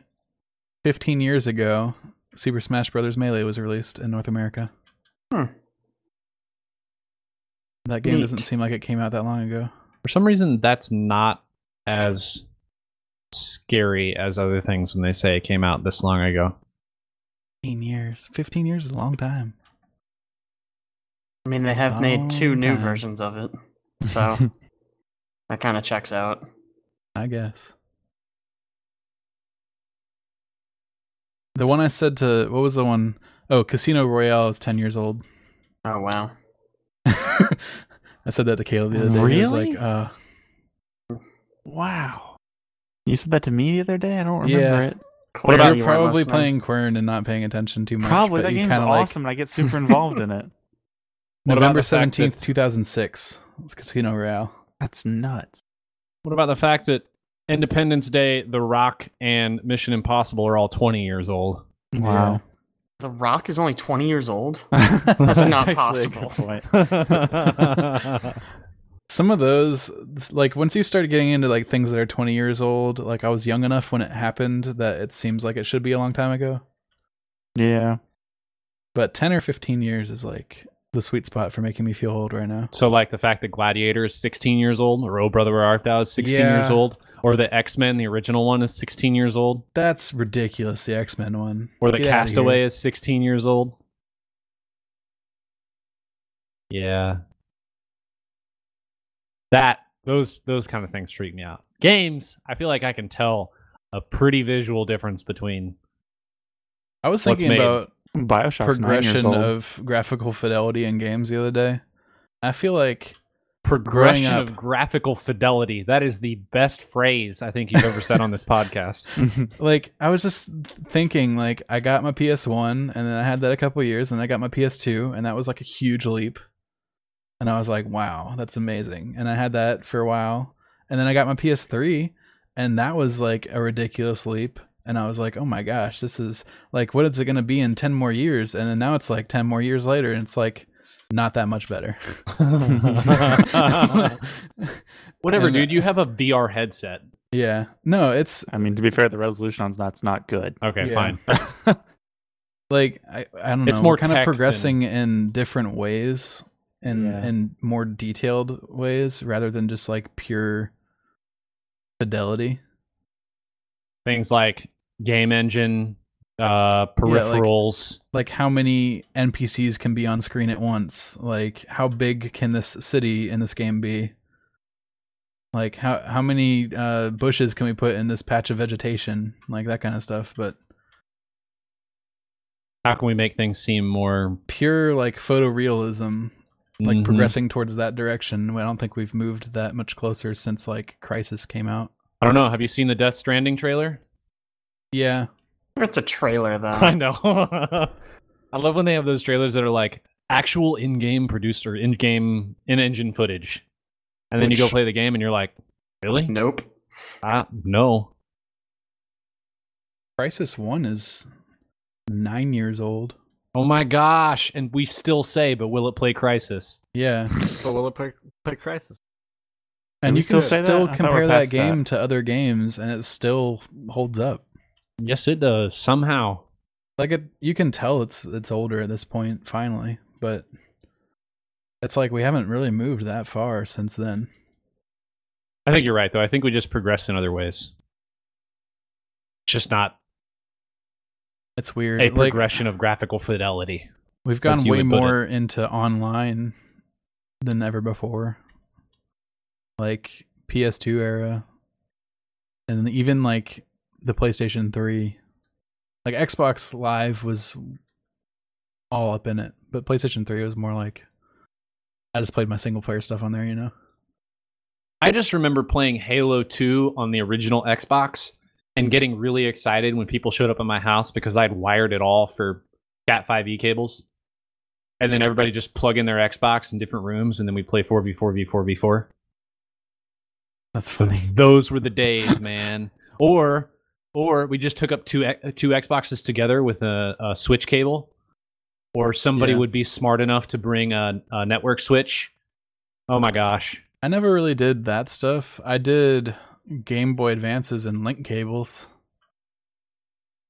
Speaker 1: 15 years ago Super Smash Bros Melee was released in North America.
Speaker 2: Hmm.
Speaker 1: That game doesn't
Speaker 2: Neat.
Speaker 1: seem like it came out that long ago.
Speaker 3: For some reason, that's not as scary as other things when they say it came out this long ago.
Speaker 1: 15 years. 15 years is a long time.
Speaker 2: I mean, they have made two new
Speaker 1: Okay.
Speaker 2: versions of it, so that kind of checks out.
Speaker 1: I guess. The one I said to what was the one? Oh, Casino Royale is ten years old.
Speaker 2: Oh wow,
Speaker 1: I said that to Caleb the other day. He was
Speaker 4: Really?
Speaker 1: like, uh,
Speaker 4: Wow. You said that to me the other day. I don't remember
Speaker 1: Yeah.
Speaker 4: it.
Speaker 1: what
Speaker 2: Clearly
Speaker 1: about
Speaker 2: you
Speaker 1: you're
Speaker 2: weren't
Speaker 1: probably
Speaker 2: listening.
Speaker 1: playing Quern and not paying attention too much?
Speaker 4: Probably
Speaker 1: but
Speaker 4: that
Speaker 1: you
Speaker 4: game's
Speaker 1: kinda
Speaker 4: awesome, and I get super involved in
Speaker 1: Like
Speaker 4: it.
Speaker 3: What about
Speaker 1: November
Speaker 3: the fact
Speaker 1: seventeenth,
Speaker 3: that-
Speaker 1: two thousand six. It's Casino Royale.
Speaker 4: That's nuts.
Speaker 3: What about the fact that Independence Day, The Rock, and Mission Impossible are all 20 years old?
Speaker 1: Wow.
Speaker 2: The Rock is only twenty years old.
Speaker 4: That's
Speaker 2: not
Speaker 4: actually a
Speaker 2: possible.
Speaker 4: good point.
Speaker 1: Some of those, like once you start getting into like things that are twenty years old, like I was young enough when it happened that it seems like it should be a long time ago.
Speaker 4: Yeah.
Speaker 1: but 10 or 15 years is like the sweet spot for making me feel old right now
Speaker 3: So, like the fact that Gladiator is 16 years old, or Oh Brother Where Art Thou is 16 years
Speaker 1: Yeah.
Speaker 3: old, or the X Men, the original one, is 16 years old,
Speaker 1: that's ridiculous the x-men one
Speaker 3: or the
Speaker 1: Get outta
Speaker 3: Castaway
Speaker 1: here.
Speaker 3: is 16 years old. Yeah, that those those kind of things freak me out. Games, I feel like I can tell a pretty visual difference between.
Speaker 1: i was
Speaker 3: What's
Speaker 1: thinking
Speaker 3: made?
Speaker 1: about
Speaker 4: Bioshock's nine years
Speaker 1: progression
Speaker 4: old.
Speaker 1: of graphical fidelity in games the other day i feel like
Speaker 3: Progression
Speaker 1: up-
Speaker 3: of graphical fidelity. That is the best phrase I think you've ever said on this podcast.
Speaker 1: like i was just thinking like i got my ps1 and then i had that a couple years and i got my ps2 and that was like a huge leap and i was like wow that's amazing and i had that for a while and then i got my ps3 and that was like a ridiculous leap and i was like oh my gosh this is like what is it going to be in 10 more years and then now it's like 10 more years later and it's like not that much better
Speaker 3: Whatever,
Speaker 1: And, uh,
Speaker 3: dude. You have a VR headset.
Speaker 1: yeah no it's
Speaker 4: I mean, to be fair, the resolution on that's not good.
Speaker 3: Okay,
Speaker 1: Yeah.
Speaker 3: fine.
Speaker 1: like I, I don't know.
Speaker 3: It's more
Speaker 1: we're kind
Speaker 3: tech
Speaker 1: of progressing in different ways and
Speaker 4: Yeah.
Speaker 1: in more detailed ways rather than just like pure fidelity.
Speaker 3: Things like game engine, uh, peripherals.
Speaker 1: Like how many NPCs can be on screen at once? Like how big can this city in this game be? Like how how many uh, bushes can we put in this patch of vegetation? Like that kind of stuff. But
Speaker 3: How can we make things seem more
Speaker 1: Pure like photorealism, like
Speaker 4: Mm-hmm.
Speaker 3: Mhm.
Speaker 1: progressing towards that direction. I don't think we've moved that much closer since like Crisis came out.
Speaker 3: I don't know. Have you seen the Death Stranding trailer?
Speaker 1: Yeah,
Speaker 2: It's a trailer
Speaker 1: Uh-huh.
Speaker 2: though.
Speaker 3: I know. I love when they have those trailers that are like actual in-game producer, in-game, in-engine footage, and then you go
Speaker 1: Which-
Speaker 3: play the game and you're like, really?
Speaker 2: Nope.
Speaker 3: Uh, no.
Speaker 1: Crisis One is nine years old.
Speaker 3: Oh my gosh! And we still say, but will it play Crisis?
Speaker 1: Yeah,
Speaker 5: But will it play, play Crisis?
Speaker 1: and
Speaker 4: we
Speaker 1: you can
Speaker 4: still say
Speaker 1: still,
Speaker 4: that? I thought we're
Speaker 1: compare that
Speaker 4: past that.
Speaker 1: game to other games, and it still holds up.
Speaker 3: Yes, it does. Somehow.
Speaker 1: Like it, you can tell it's it's older at this point. Finally, but it's like we haven't really moved that far since then.
Speaker 3: I think you're right, though. I think we just progressed in other ways. Just not
Speaker 1: It's weird.
Speaker 3: a
Speaker 1: like,
Speaker 3: progression of graphical fidelity.
Speaker 1: We've
Speaker 3: That's
Speaker 1: gone
Speaker 3: you
Speaker 1: way
Speaker 3: would put
Speaker 1: more into online than ever before. Like PS2 era and even like the PlayStation 3. Like Xbox Live was all up in it, but PlayStation 3 was more like I just played my single player stuff on there, you know.
Speaker 3: I just remember playing Halo 2 on the original Xbox and getting really excited when people showed up at my house because I'd wired it all for Cat5e cables. And then everybody just plug in their Xbox in different rooms, and then we play 4v4v4v4.
Speaker 1: That's funny.
Speaker 3: Those were the days, man. or or we just took up two X- two Xboxes together with a, a switch cable, or somebody
Speaker 1: Yeah.
Speaker 3: would be smart enough to bring a, a network switch. Oh my gosh!
Speaker 1: I never really did that stuff. I did Game Boy Advances and link cables.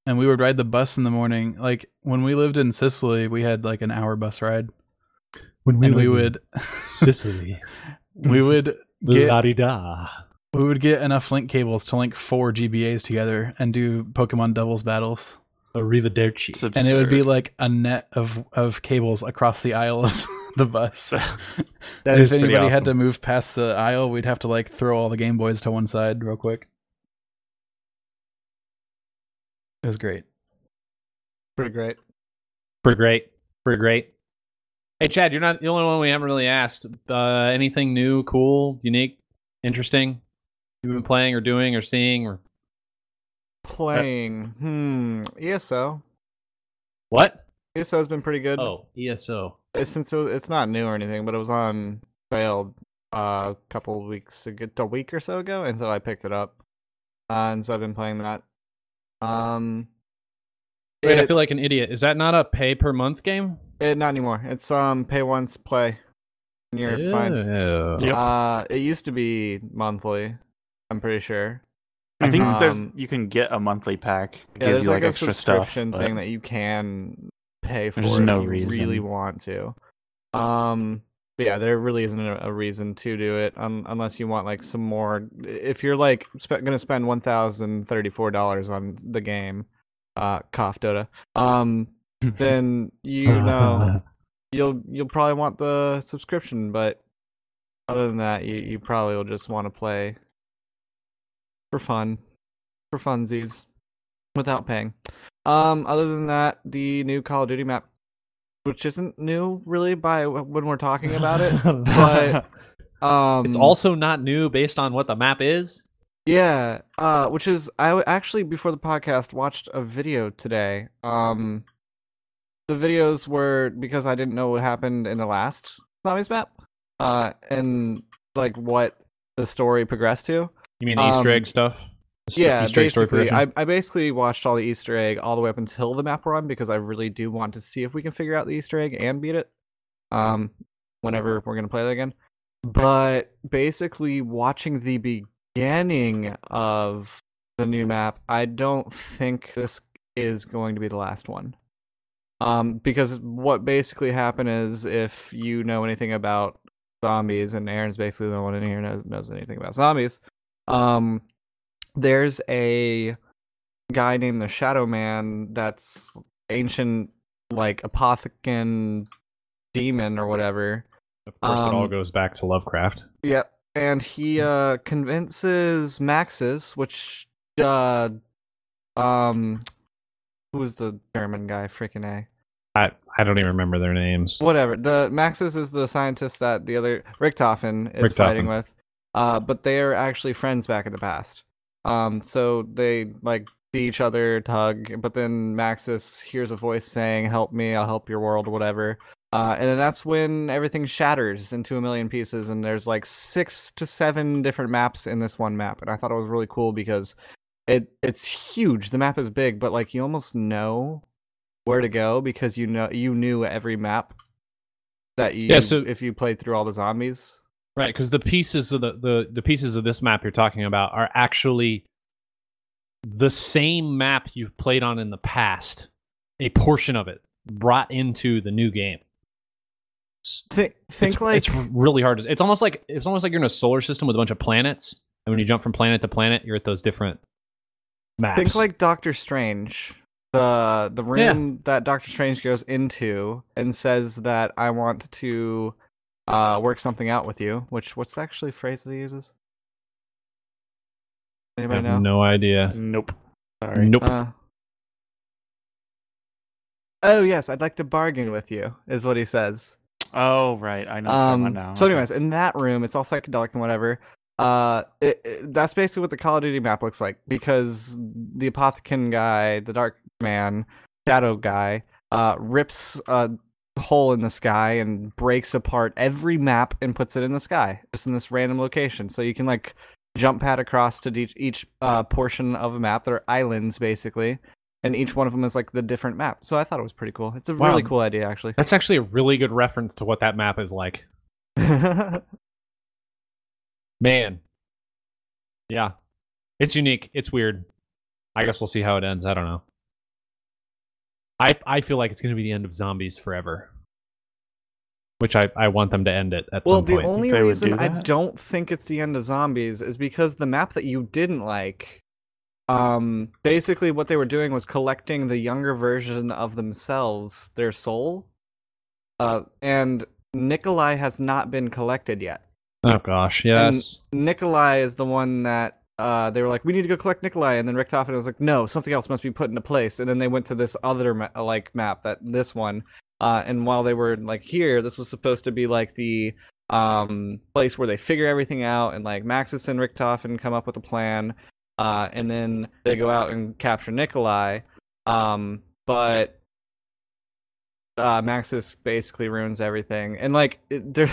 Speaker 1: And we would ride the bus in the morning. Like when we lived in Sicily, we had like an hour bus ride.
Speaker 3: When
Speaker 1: and we would
Speaker 3: Sicily,
Speaker 1: we would
Speaker 3: la
Speaker 1: get
Speaker 3: di da.
Speaker 1: we would get enough link cables to link four GBAs together and do Pokemon doubles battles.
Speaker 3: Arrivederci.
Speaker 4: It's
Speaker 1: And it would be
Speaker 4: absurd.
Speaker 1: like a net of of cables across the aisle of the bus.
Speaker 3: That
Speaker 1: And
Speaker 3: is
Speaker 1: if
Speaker 3: pretty
Speaker 1: anybody had
Speaker 3: awesome.
Speaker 1: to move past the aisle, we'd have to like throw all the Game Boys to one side real quick. It was great.
Speaker 5: Pretty great.
Speaker 3: Pretty great. Pretty great. Hey, Chad, you're not the only one we haven't really asked. Uh, anything new, cool, unique, interesting you've been playing or doing or seeing or
Speaker 5: Playing. hmm. ESO.
Speaker 3: what?
Speaker 5: ESO E has been pretty good.
Speaker 3: Oh, ESO.
Speaker 5: Uh, Since it was, it's not new or anything, but it was on sale uh, a couple weeks ago, a week or so ago, and so I picked it up. Uh, and so I've been playing that. Um,
Speaker 3: Wait, I
Speaker 5: it-
Speaker 3: feel like an idiot. Is that not a pay per month game?
Speaker 5: it- not anymore. It's um pay once play. And you're fine.
Speaker 3: Ew.
Speaker 4: Yep.
Speaker 5: Uh, it used to be monthly. I'm pretty sure.
Speaker 4: I think
Speaker 5: Mhm.
Speaker 4: there's
Speaker 5: Um,
Speaker 4: you can get a monthly pack. It
Speaker 5: Yeah,
Speaker 4: gives
Speaker 5: there's
Speaker 4: you like,
Speaker 5: a
Speaker 4: extra stuff.
Speaker 5: subscription
Speaker 4: but-
Speaker 5: thing that you can pay for
Speaker 4: There's
Speaker 5: if
Speaker 4: no
Speaker 5: you really
Speaker 4: reason.
Speaker 5: want to. Um, but yeah, there really isn't a, a reason to do it um, unless you want like some more. If you're like sp- gonna spend one thousand thirty four dollars on the game, uh, cough Dota. Um, then you know you'll you'll probably want the subscription, but other than that, you you probably will just want to play for fun, for funsies, without paying. Um, other than that, the new Call of Duty map, which isn't new really by wh- when we're talking about it, but um,
Speaker 3: it's also not new based on what the map is.
Speaker 5: yeah, uh, which is I w- actually before the podcast watched a video today. Um, the videos were because I didn't know what happened in the last zombies map, uh, and like what the story progressed to.
Speaker 3: You mean the Easter
Speaker 5: Um,
Speaker 3: egg stuff? The st-
Speaker 5: Yeah,
Speaker 3: Easter egg story
Speaker 5: basically,
Speaker 3: progression?
Speaker 5: I, I basically watched all the Easter egg all the way up until the map run because I really do want to see if we can figure out the Easter egg and beat it. Um, whenever we're gonna play that again, but basically watching the beginning of the new map, I don't think this is going to be the last one. Um, because what basically happened is if you know anything about zombies, and Aaron's basically the only one in here knows knows anything about zombies. Um, there's a guy named the Shadow Man that's ancient, like apothecan demon or whatever.
Speaker 3: of course, it all
Speaker 5: um,
Speaker 3: goes back to Lovecraft.
Speaker 5: Yep. And he uh convinces Maxis, which uh um who was the German guy? Freaking a.
Speaker 3: I, I don't even remember their names.
Speaker 5: Whatever. The Maxis is the scientist that the other Richtofen is
Speaker 3: Richtofen.
Speaker 5: fighting with. Uh, but they are actually friends back in the past. Um, so they like see each other, tug. But then Maxis hears a voice saying, "Help me! I'll help your world." Whatever. Uh, and then that's when everything shatters into a million pieces, and there's like six to seven different maps in this one map. And I thought it was really cool because it it's huge. The map is big, but like you almost know where to go because you know you knew every map that you
Speaker 3: Yeah, so-
Speaker 5: if you played through all the zombies.
Speaker 3: Right, because the pieces of the, the the pieces of this map you're talking about are actually the same map you've played on in the past. A portion of it brought into the new game.
Speaker 5: Think think
Speaker 3: it's,
Speaker 5: like
Speaker 3: it's really hard. To, it's almost like it's almost like you're in a solar system with a bunch of planets, and when you jump from planet to planet, you're at those different maps.
Speaker 5: think like Doctor Strange. The the room that Doctor Strange goes into and says that I want to uh, work something out with you. Which what's the actually phrase that he uses?
Speaker 3: I
Speaker 5: Anybody
Speaker 3: have
Speaker 5: know?
Speaker 3: no idea.
Speaker 4: Nope. Sorry.
Speaker 3: Nope.
Speaker 5: Uh, oh yes, I'd like to bargain with you. Is what he says.
Speaker 4: Oh right, I know someone now.
Speaker 5: Um, So,
Speaker 4: Okay.
Speaker 5: anyways, in that room, it's all psychedelic and whatever. Uh, it, it- that's basically what the Call of Duty map looks like because the Apothecan guy, the Dark Man, Shadow guy, uh, rips a hole in the sky and breaks apart every map and puts it in the sky, just in this random location. So you can like jump pad across to each, each uh, portion of a map. They're islands basically, and each one of them is like the different map. So I thought it was pretty cool. It's a
Speaker 3: Wow.
Speaker 5: really cool idea, actually.
Speaker 3: That's actually a really good reference to what that map is like. Man. Yeah. It's unique. It's weird. I guess we'll see how it ends. I don't know. I I feel like it's going to be the end of zombies forever. Which I, I want them to end it at
Speaker 5: Well,
Speaker 3: some
Speaker 5: the
Speaker 3: point.
Speaker 5: only
Speaker 4: they would
Speaker 5: reason
Speaker 4: do
Speaker 5: I
Speaker 4: that.
Speaker 5: don't think it's the end of zombies is because the map that you didn't like, um, basically what they were doing was collecting the younger version of themselves, their soul, uh, and Nikolai has not been collected yet.
Speaker 3: oh gosh, yes.
Speaker 5: Nikolai is the one that uh, they were like, we need to go collect Nikolai, and then Richtofen was like, no, something else must be put into place, and then they went to this other ma- like map that this one, uh, and while they were like here, this was supposed to be like the um, place where they figure everything out, and like Maxis and Richtofen come up with a plan, uh, and then they go out and capture Nikolai, um, but uh, Maxis basically ruins everything, and like it, there,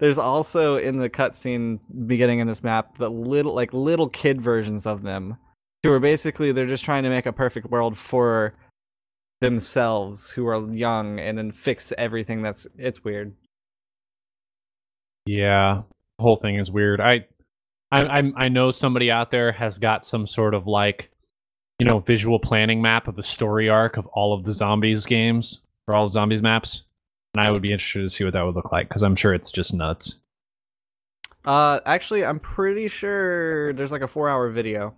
Speaker 5: there's also in the cutscene beginning in this map the little like little kid versions of them, who are basically they're just trying to make a perfect world for themselves, who are young, and then fix everything. That's it's weird.
Speaker 3: yeah. The whole thing is weird. I I I'm- I know somebody out there has got some sort of like you know, visual planning map of the story arc of all of the zombies games or all the zombies maps. And I would be interested to see what that would look like because I'm sure it's just nuts.
Speaker 5: Uh, actually, I'm pretty sure there's like a four-hour video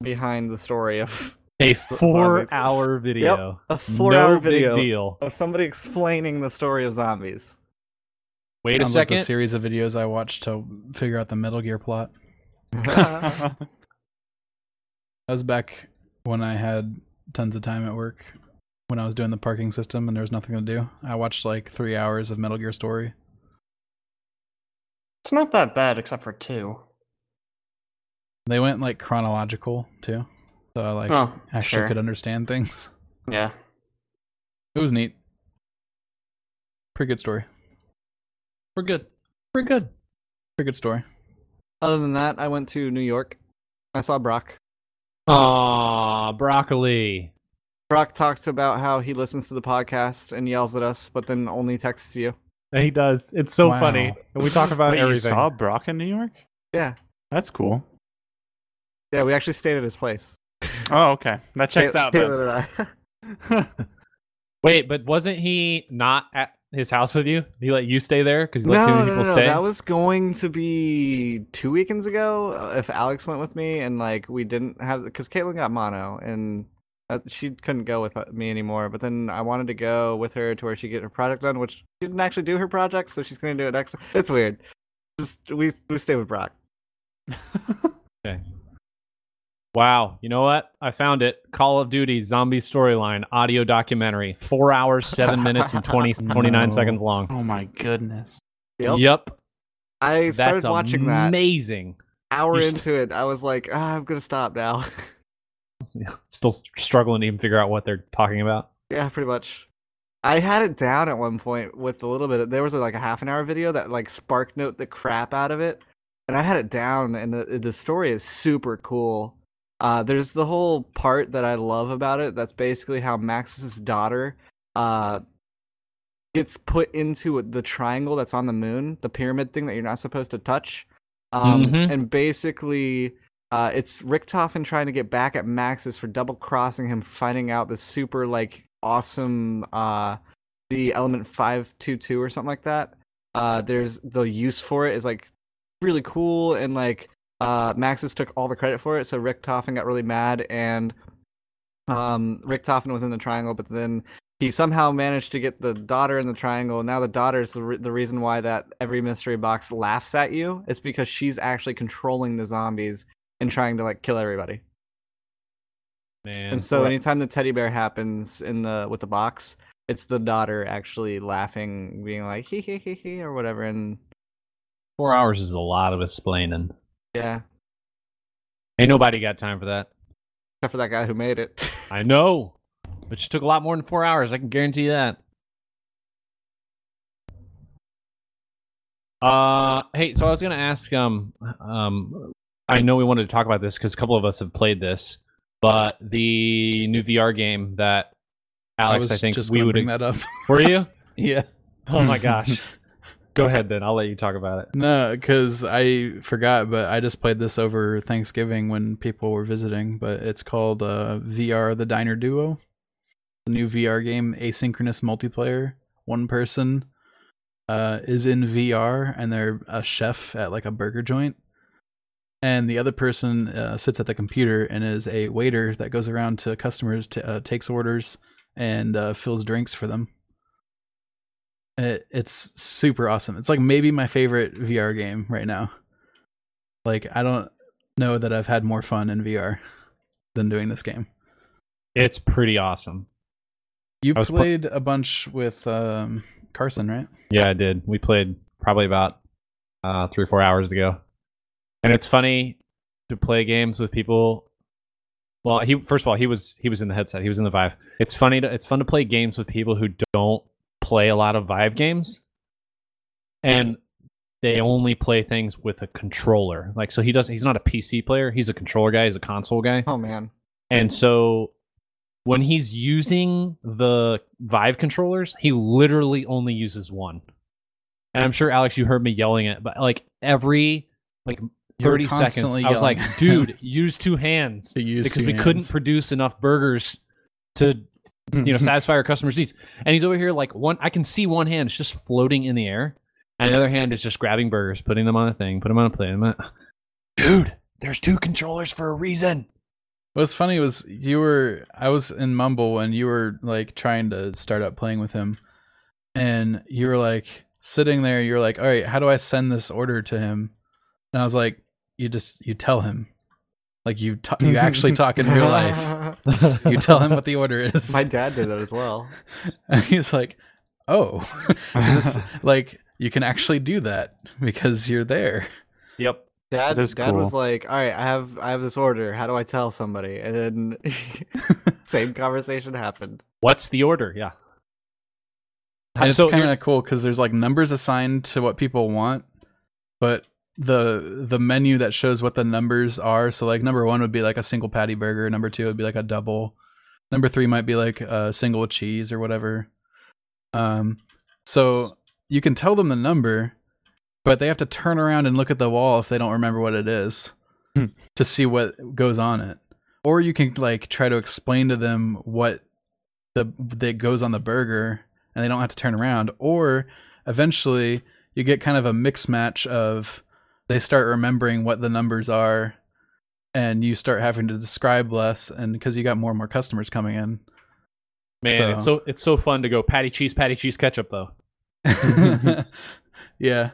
Speaker 5: behind the story of
Speaker 3: A
Speaker 5: zombies.
Speaker 3: four-hour video.
Speaker 5: a
Speaker 3: no
Speaker 5: four-hour video
Speaker 3: Big deal.
Speaker 5: of somebody explaining the story of zombies.
Speaker 3: Wait a
Speaker 1: Sounds Like the
Speaker 3: second.
Speaker 1: series of videos I watched to figure out the Metal Gear plot. That was back when I had tons of time at work when I was doing the parking system and there was nothing to do. I watched like three hours of Metal Gear Story.
Speaker 2: It's not that bad, except for two.
Speaker 1: They went like chronological too. So I like
Speaker 2: oh,
Speaker 1: actually
Speaker 2: sure.
Speaker 1: could understand things.
Speaker 2: Yeah.
Speaker 1: It was neat. Pretty good story.
Speaker 3: We're good. We're good.
Speaker 1: Pretty good story.
Speaker 5: Other than that, I went to New York. I saw Brock.
Speaker 3: Aw, broccoli.
Speaker 5: Brock talks about how he listens to the podcast and yells at us, but then only texts you.
Speaker 3: He does. It's so
Speaker 1: Wow. funny.
Speaker 3: And we talk about
Speaker 4: Wait, you saw Brock in New York?
Speaker 5: Yeah.
Speaker 4: That's cool.
Speaker 5: Yeah, we actually stayed at his place.
Speaker 4: Oh, okay. That checks
Speaker 5: Ta-
Speaker 4: out. then.
Speaker 5: Taylor and
Speaker 3: Wait, but wasn't he not at his house with you? He let you stay there because
Speaker 5: I.
Speaker 3: he let too
Speaker 5: no,
Speaker 3: many
Speaker 5: no, no,
Speaker 3: people
Speaker 5: no.
Speaker 3: stay.
Speaker 5: That was going to be two weekends ago uh, if Alex went with me and like we didn't have because Caitlin got mono and uh, she couldn't go with uh, me anymore. But then I wanted to go with her to where she get her project done, which she didn't actually do her project, so she's gonna do it next. It's weird. Just we we stay with Brock.
Speaker 3: Okay. Wow. You know what? I found it. Call of Duty zombie storyline audio documentary. Four hours, seven minutes, and 20, 29
Speaker 1: No.
Speaker 3: seconds long.
Speaker 2: Oh my goodness.
Speaker 5: Yep.
Speaker 3: Yep.
Speaker 5: I started
Speaker 3: That's
Speaker 5: watching that
Speaker 3: Amazing.
Speaker 5: hour
Speaker 3: You st-
Speaker 5: into it. I was like, ah, I'm gonna stop now.
Speaker 3: Still s- struggling to even figure out what they're talking about.
Speaker 5: yeah, pretty much. I had it down at one point with a little bit. Of, there was like a half an hour video that like spark note the crap out of it, and I had it down. And the the story is super cool. Uh, there's the whole part that I love about it. That's basically how Max's daughter uh, gets put into the triangle that's on the moon, the pyramid thing that you're not supposed to touch. Um,
Speaker 3: Mhm.
Speaker 5: And basically, uh, it's Richtofen trying to get back at Maxis for double crossing him, finding out the super like awesome uh, the element five two two or something like that. Uh, there's the use for it is like really cool and like uh, Maxis took all the credit for it, so Richtofen got really mad and um, Richtofen was in the triangle, but then he somehow managed to get the daughter in the triangle. and Now the daughter is the, re- the reason why that every mystery box laughs at you. It's because she's actually controlling the zombies and trying to like kill everybody.
Speaker 3: Man.
Speaker 5: And, so
Speaker 3: what-
Speaker 5: anytime the teddy bear happens in the with the box, it's the daughter actually laughing, being like hee hee hee hee or whatever. And
Speaker 3: four hours is a lot of explaining.
Speaker 5: yeah,
Speaker 3: Ain't nobody got time for that.
Speaker 5: except for that guy who made it.
Speaker 3: I know. But you took a lot more than four hours. I can guarantee you that. Uh, hey, so I was gonna ask. Um, um, I know we wanted to talk about this because a couple of us have played this, but the new VR game that Alex,
Speaker 1: was
Speaker 3: I, think
Speaker 1: just
Speaker 3: we
Speaker 1: gonna
Speaker 3: would.
Speaker 1: bring that up.
Speaker 3: Were you?
Speaker 1: yeah.
Speaker 3: Oh my gosh. Go ahead then. I'll let you talk about it.
Speaker 1: No, because I forgot, but I just played this over Thanksgiving when people were visiting. But it's called uh, VR The Diner Duo, the new VR game, asynchronous multiplayer. One person uh, is in VR and they're a chef at like a burger joint, and the other person uh, sits at the computer and is a waiter that goes around to customers, to uh, takes orders, and uh, fills drinks for them. It, it's super awesome. It's like maybe my favorite VR game right now. Like I don't know that I've had more fun in VR than doing this game.
Speaker 3: It's pretty awesome.
Speaker 1: You
Speaker 3: I was pl-
Speaker 1: played a bunch with um, Carson, right?
Speaker 3: Yeah, I did. We played probably about uh, three or four hours ago, and it's funny to play games with people. Well, he first of all he was he was in the headset. He was in the Vive. It's funny. To, it's fun to play games with people who don't play a lot of Vive games, and they only play things with a controller. Like so, he doesn't. He's not a PC player. He's a controller guy. He's a console guy.
Speaker 5: oh man,
Speaker 3: And so when he's using the Vive controllers, he literally only uses one. And I'm sure Alex, you heard me yelling it, but like every like
Speaker 1: You were
Speaker 3: 30 seconds,
Speaker 1: constantly
Speaker 3: I was like,
Speaker 1: yelling
Speaker 3: dude, use two hands.
Speaker 1: to use
Speaker 3: Because
Speaker 1: two
Speaker 3: we couldn't
Speaker 1: hands.
Speaker 3: produce enough burgers to you know satisfy our customers' needs. And he's over here like one I can see one hand is just floating in the air. And the other hand is just grabbing burgers, putting them on a thing, putting them on a plate. I'm like, Dude, there's two controllers for a reason.
Speaker 1: What's funny was you were I was in Mumble and you were like trying to start up playing with him, and you were like sitting there. You're like, all right, how do I send this order to him? And I was like, you just you tell him, like you ta- you actually talk in real life. You tell him what the order is.
Speaker 5: My dad did that as well.
Speaker 1: And he's like, oh, 'Cause it's, like you can actually do that because you're there.
Speaker 3: Yep.
Speaker 5: Dad,
Speaker 4: That is
Speaker 5: dad was
Speaker 4: cool.
Speaker 5: like, "All right, I have I have this order. How do I tell somebody?" And then same conversation happened.
Speaker 3: What's the order? Yeah.
Speaker 1: And it's
Speaker 3: So
Speaker 1: kind
Speaker 3: here's-
Speaker 1: of cool because there's like numbers assigned to what people want, but the the menu that shows what the numbers are. So like number one would be like a single patty burger. Number two would be like a double. Number three might be like a single cheese or whatever. Um, so you can tell them the number, but they have to turn around and look at the wall if they don't remember what it is
Speaker 4: Hmm.
Speaker 1: to see what goes on it. Or you can like try to explain to them what the that goes on the burger and they don't have to turn around. Or eventually you get kind of a mix match of they start remembering what the numbers are and you start having to describe less and because you got more and more customers coming in.
Speaker 3: Man,
Speaker 1: So-
Speaker 3: it's so it's so fun to go patty cheese, patty cheese ketchup though.
Speaker 1: yeah.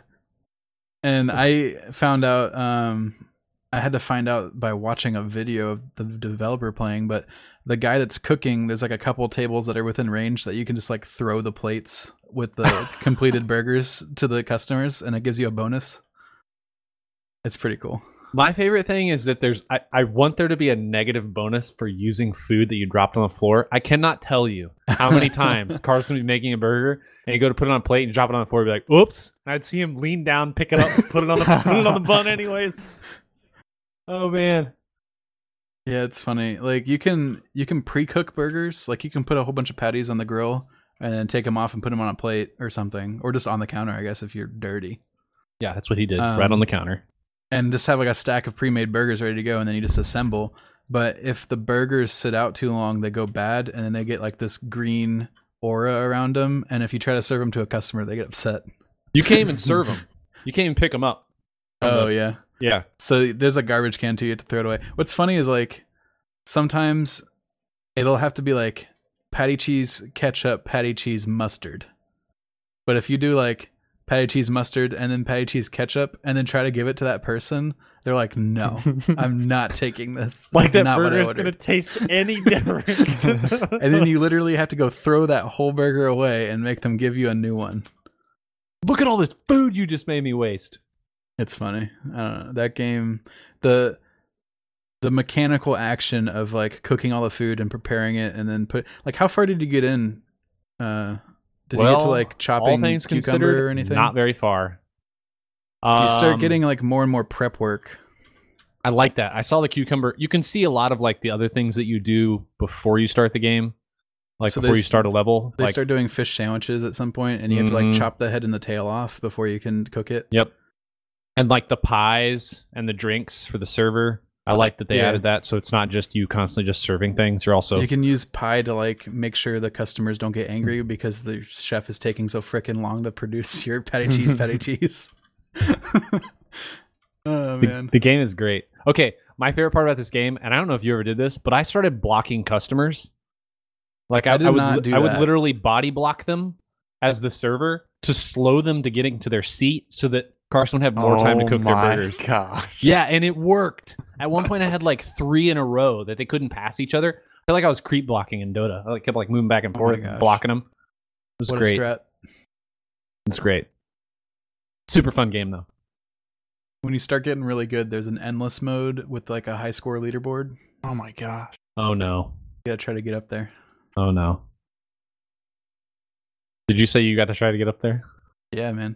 Speaker 1: And I found out um I had to find out by watching a video of the developer playing, but the guy that's cooking, there's like a couple tables that are within range that you can just like throw the plates with the completed burgers to the customers and it gives you a bonus. It's pretty cool.
Speaker 3: My favorite thing is that there's I, I want there to be a negative bonus for using food that you dropped on the floor. I cannot tell you how many times Carson would be making a burger and you go to put it on a plate and you drop it on the floor and be like, oops. And I'd see him lean down, pick it up, put it on the put it on the bun anyways. Oh man.
Speaker 1: Yeah, it's funny. Like you can you can pre-cook burgers. Like you can put a whole bunch of patties on the grill and then take them off and put them on a plate or something, or just on the counter, I guess, if you're dirty.
Speaker 3: Yeah, that's what he did.
Speaker 1: Um,
Speaker 3: right on the counter.
Speaker 1: And just have like a stack of pre-made burgers ready to go, and then you just assemble. But if the burgers sit out too long, they go bad, and then they get like this green aura around them. And if you try to serve them to a customer, they get upset.
Speaker 3: You can't even serve them. You can't even pick them up.
Speaker 1: Oh yeah.
Speaker 3: Yeah.
Speaker 1: So there's a garbage can too. You have to throw it away. What's funny is like sometimes it'll have to be like patty cheese ketchup, patty cheese mustard. But if you do like patty cheese mustard and then patty cheese ketchup and then try to give it to that person, they're like, "No, I'm not taking this."
Speaker 3: Like
Speaker 1: It's
Speaker 3: that
Speaker 1: not what I
Speaker 3: burger is
Speaker 1: ordered."
Speaker 3: gonna taste any different.
Speaker 1: and then you literally have to go throw that whole burger away and make them give you a new one.
Speaker 3: look at all this food you just made me waste.
Speaker 1: It's funny. I don't know. That game the the mechanical action of like cooking all the food and preparing it and then put like how far did you get in? Uh did you get to
Speaker 3: Well,
Speaker 1: like chopping
Speaker 3: all things
Speaker 1: cucumber
Speaker 3: considered,
Speaker 1: or anything?
Speaker 3: Not very far.
Speaker 1: you
Speaker 3: Um,
Speaker 1: start getting like more and more prep work.
Speaker 3: I like that. I saw the cucumber. You can see a lot of like the other things that you do before you start the game, like
Speaker 1: So
Speaker 3: before
Speaker 1: they-
Speaker 3: you start a level.
Speaker 1: They
Speaker 3: like,
Speaker 1: start doing fish sandwiches at some point and you have to
Speaker 3: Mhm.
Speaker 1: like chop the head and the tail off before you can cook it.
Speaker 3: Yep. And like the pies and the drinks for the server. I like that they
Speaker 1: Yeah.
Speaker 3: added that, so it's not just you constantly just serving things. You're also
Speaker 1: You can use pie to like make sure the customers don't get angry because the chef is taking so freaking long to produce your patty cheese, patty cheese. oh
Speaker 3: the,
Speaker 1: man.
Speaker 3: the game is great. Okay, my favorite part about this game, and I don't know if you ever did this, but I started blocking customers. Like I,
Speaker 1: I did
Speaker 3: would,
Speaker 1: not
Speaker 3: li-
Speaker 1: do
Speaker 3: I would
Speaker 1: that.
Speaker 3: literally body block them as the server to slow them to getting to their seat, so that Carson would have more time to
Speaker 4: Oh
Speaker 3: cook their
Speaker 4: my
Speaker 3: burgers.
Speaker 4: Gosh.
Speaker 3: Yeah, and it worked. At one point, I had like three in a row that they couldn't pass each other. I feel like I was creep blocking in Dota. I like, kept like moving back and
Speaker 1: Oh my
Speaker 3: forth, and
Speaker 1: gosh.
Speaker 3: blocking them. It was
Speaker 1: What a
Speaker 3: great.
Speaker 1: strat.
Speaker 3: It's great. Super fun game though.
Speaker 1: When you start getting really good, there's an endless mode with like a high score leaderboard. You
Speaker 4: Oh my gosh.
Speaker 3: Oh no.
Speaker 1: gotta try to get up there.
Speaker 3: Oh no. Did you say you got to try to get up there?
Speaker 1: Yeah, man.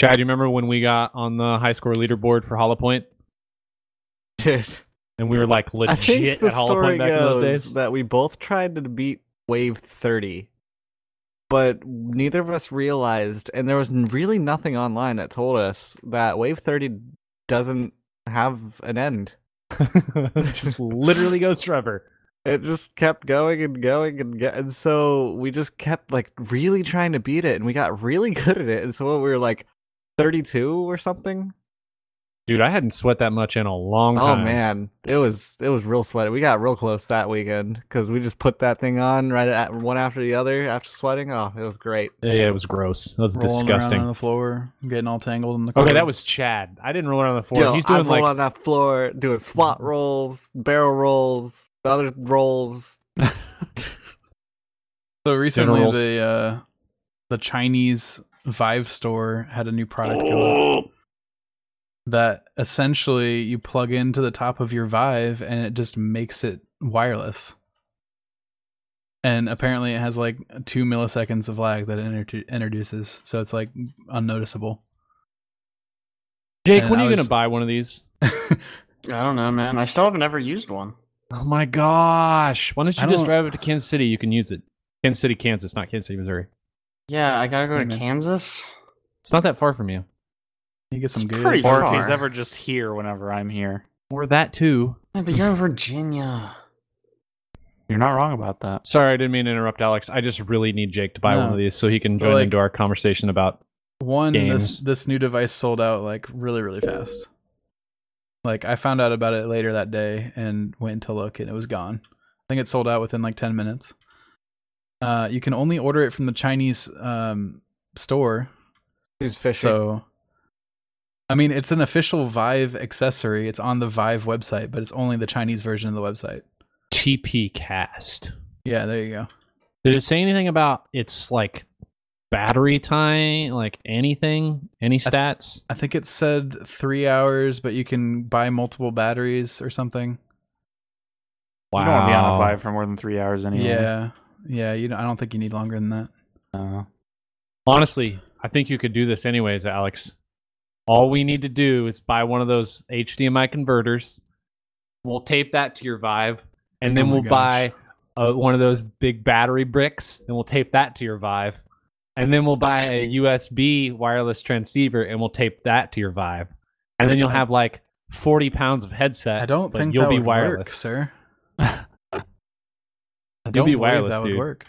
Speaker 3: Chad, you remember when we got on the high score leaderboard for Hollow Point
Speaker 5: Dude,
Speaker 3: and we were like
Speaker 5: I think
Speaker 3: legit
Speaker 5: the
Speaker 3: at Hollow
Speaker 5: story
Speaker 3: Point back in
Speaker 5: goes
Speaker 3: those days?
Speaker 5: that we both tried to beat wave 30, but neither of us realized, and there was n- really nothing online that told us that wave 30 doesn't have an end.
Speaker 3: It just literally goes forever.
Speaker 5: It just kept going and going and go- and so we just kept like really trying to beat it, and we got really good at it. And so we were like 32 or something.
Speaker 3: Dude, I hadn't sweat that much in a long
Speaker 5: Oh
Speaker 3: time.
Speaker 5: man, it was it was real sweaty. We got real close that weekend because we just put that thing on right at one after the other after sweating. Oh, it was great.
Speaker 3: Yeah, it was gross. That was
Speaker 1: Rolling
Speaker 3: disgusting.
Speaker 1: around on the floor, getting all tangled in the
Speaker 3: Okay,
Speaker 1: cord.
Speaker 3: that was Chad. I didn't roll it on the floor.
Speaker 5: Yo,
Speaker 3: He's doing
Speaker 5: I'd roll
Speaker 3: like
Speaker 5: on that floor, doing swat rolls, barrel rolls, the other rolls.
Speaker 1: so recently.
Speaker 3: Generals.
Speaker 1: The uh, the Chinese Vive store had a new product go up.
Speaker 4: Oh,
Speaker 1: that essentially you plug into the top of your Vive and it just makes it wireless. And apparently it has like two milliseconds of lag that it introdu- introduces, so it's like unnoticeable.
Speaker 3: Jake.
Speaker 1: and
Speaker 3: When are
Speaker 1: I
Speaker 3: you
Speaker 1: was-
Speaker 3: gonna buy one of these?
Speaker 2: I don't know, man. I still haven't ever used one.
Speaker 3: Oh my gosh! Why don't you
Speaker 1: I
Speaker 3: just
Speaker 1: don't-
Speaker 3: drive up to Kansas City? You can use it. Kansas City, Kansas, not Kansas City, Missouri.
Speaker 2: Yeah, I gotta go to
Speaker 1: Amen.
Speaker 2: Kansas.
Speaker 3: It's not that far from you.
Speaker 1: You get some
Speaker 2: It's
Speaker 1: good.
Speaker 2: pretty
Speaker 4: Or if
Speaker 2: Far.
Speaker 4: he's ever just here whenever I'm here.
Speaker 3: Or that too.
Speaker 2: Yeah, but you're in Virginia.
Speaker 4: You're not wrong about that.
Speaker 3: Sorry, I didn't mean to interrupt, Alex. I just really need Jake to buy one
Speaker 1: No.
Speaker 3: of these so he can join
Speaker 1: like-
Speaker 3: into our conversation about.
Speaker 1: One, this
Speaker 3: games.
Speaker 1: this new device sold out like really really fast. Like I found out about it later that day and went to look and it was gone. I think it sold out within like 10 minutes. Uh, you can only order it from the Chinese um, store,
Speaker 5: Who's fishing?
Speaker 1: So I mean, it's an official Vive accessory. It's on the Vive website, but it's only the Chinese version of the website.
Speaker 3: TP Cast.
Speaker 1: Yeah, there you go.
Speaker 3: Did it say anything about its like battery time, like anything, any
Speaker 1: th-
Speaker 3: stats?
Speaker 1: I think it said three hours, but you can buy multiple batteries or something.
Speaker 3: wow.
Speaker 4: You don't want to be on a Vive for more than three hours anyway.
Speaker 1: Yeah, yeah. You don't, I don't think you need longer than that.
Speaker 4: No.
Speaker 3: Honestly, I think you could do this anyways, Alex. All we need to do is buy one of those HDMI converters. We'll tape that to your Vive, and then
Speaker 1: Oh my
Speaker 3: we'll
Speaker 1: gosh.
Speaker 3: buy uh, one of those big battery bricks, and we'll tape that to your Vive. And then we'll buy a USB wireless transceiver, and we'll tape that to your Vive. And then you'll have like 40 pounds of headset.
Speaker 1: I don't
Speaker 3: but
Speaker 1: think
Speaker 3: you'll
Speaker 1: that
Speaker 3: be
Speaker 1: would
Speaker 3: wireless.
Speaker 1: work, sir. I
Speaker 3: You'll
Speaker 1: don't
Speaker 3: be
Speaker 1: believe
Speaker 3: wireless,
Speaker 1: that
Speaker 3: dude.
Speaker 1: would work.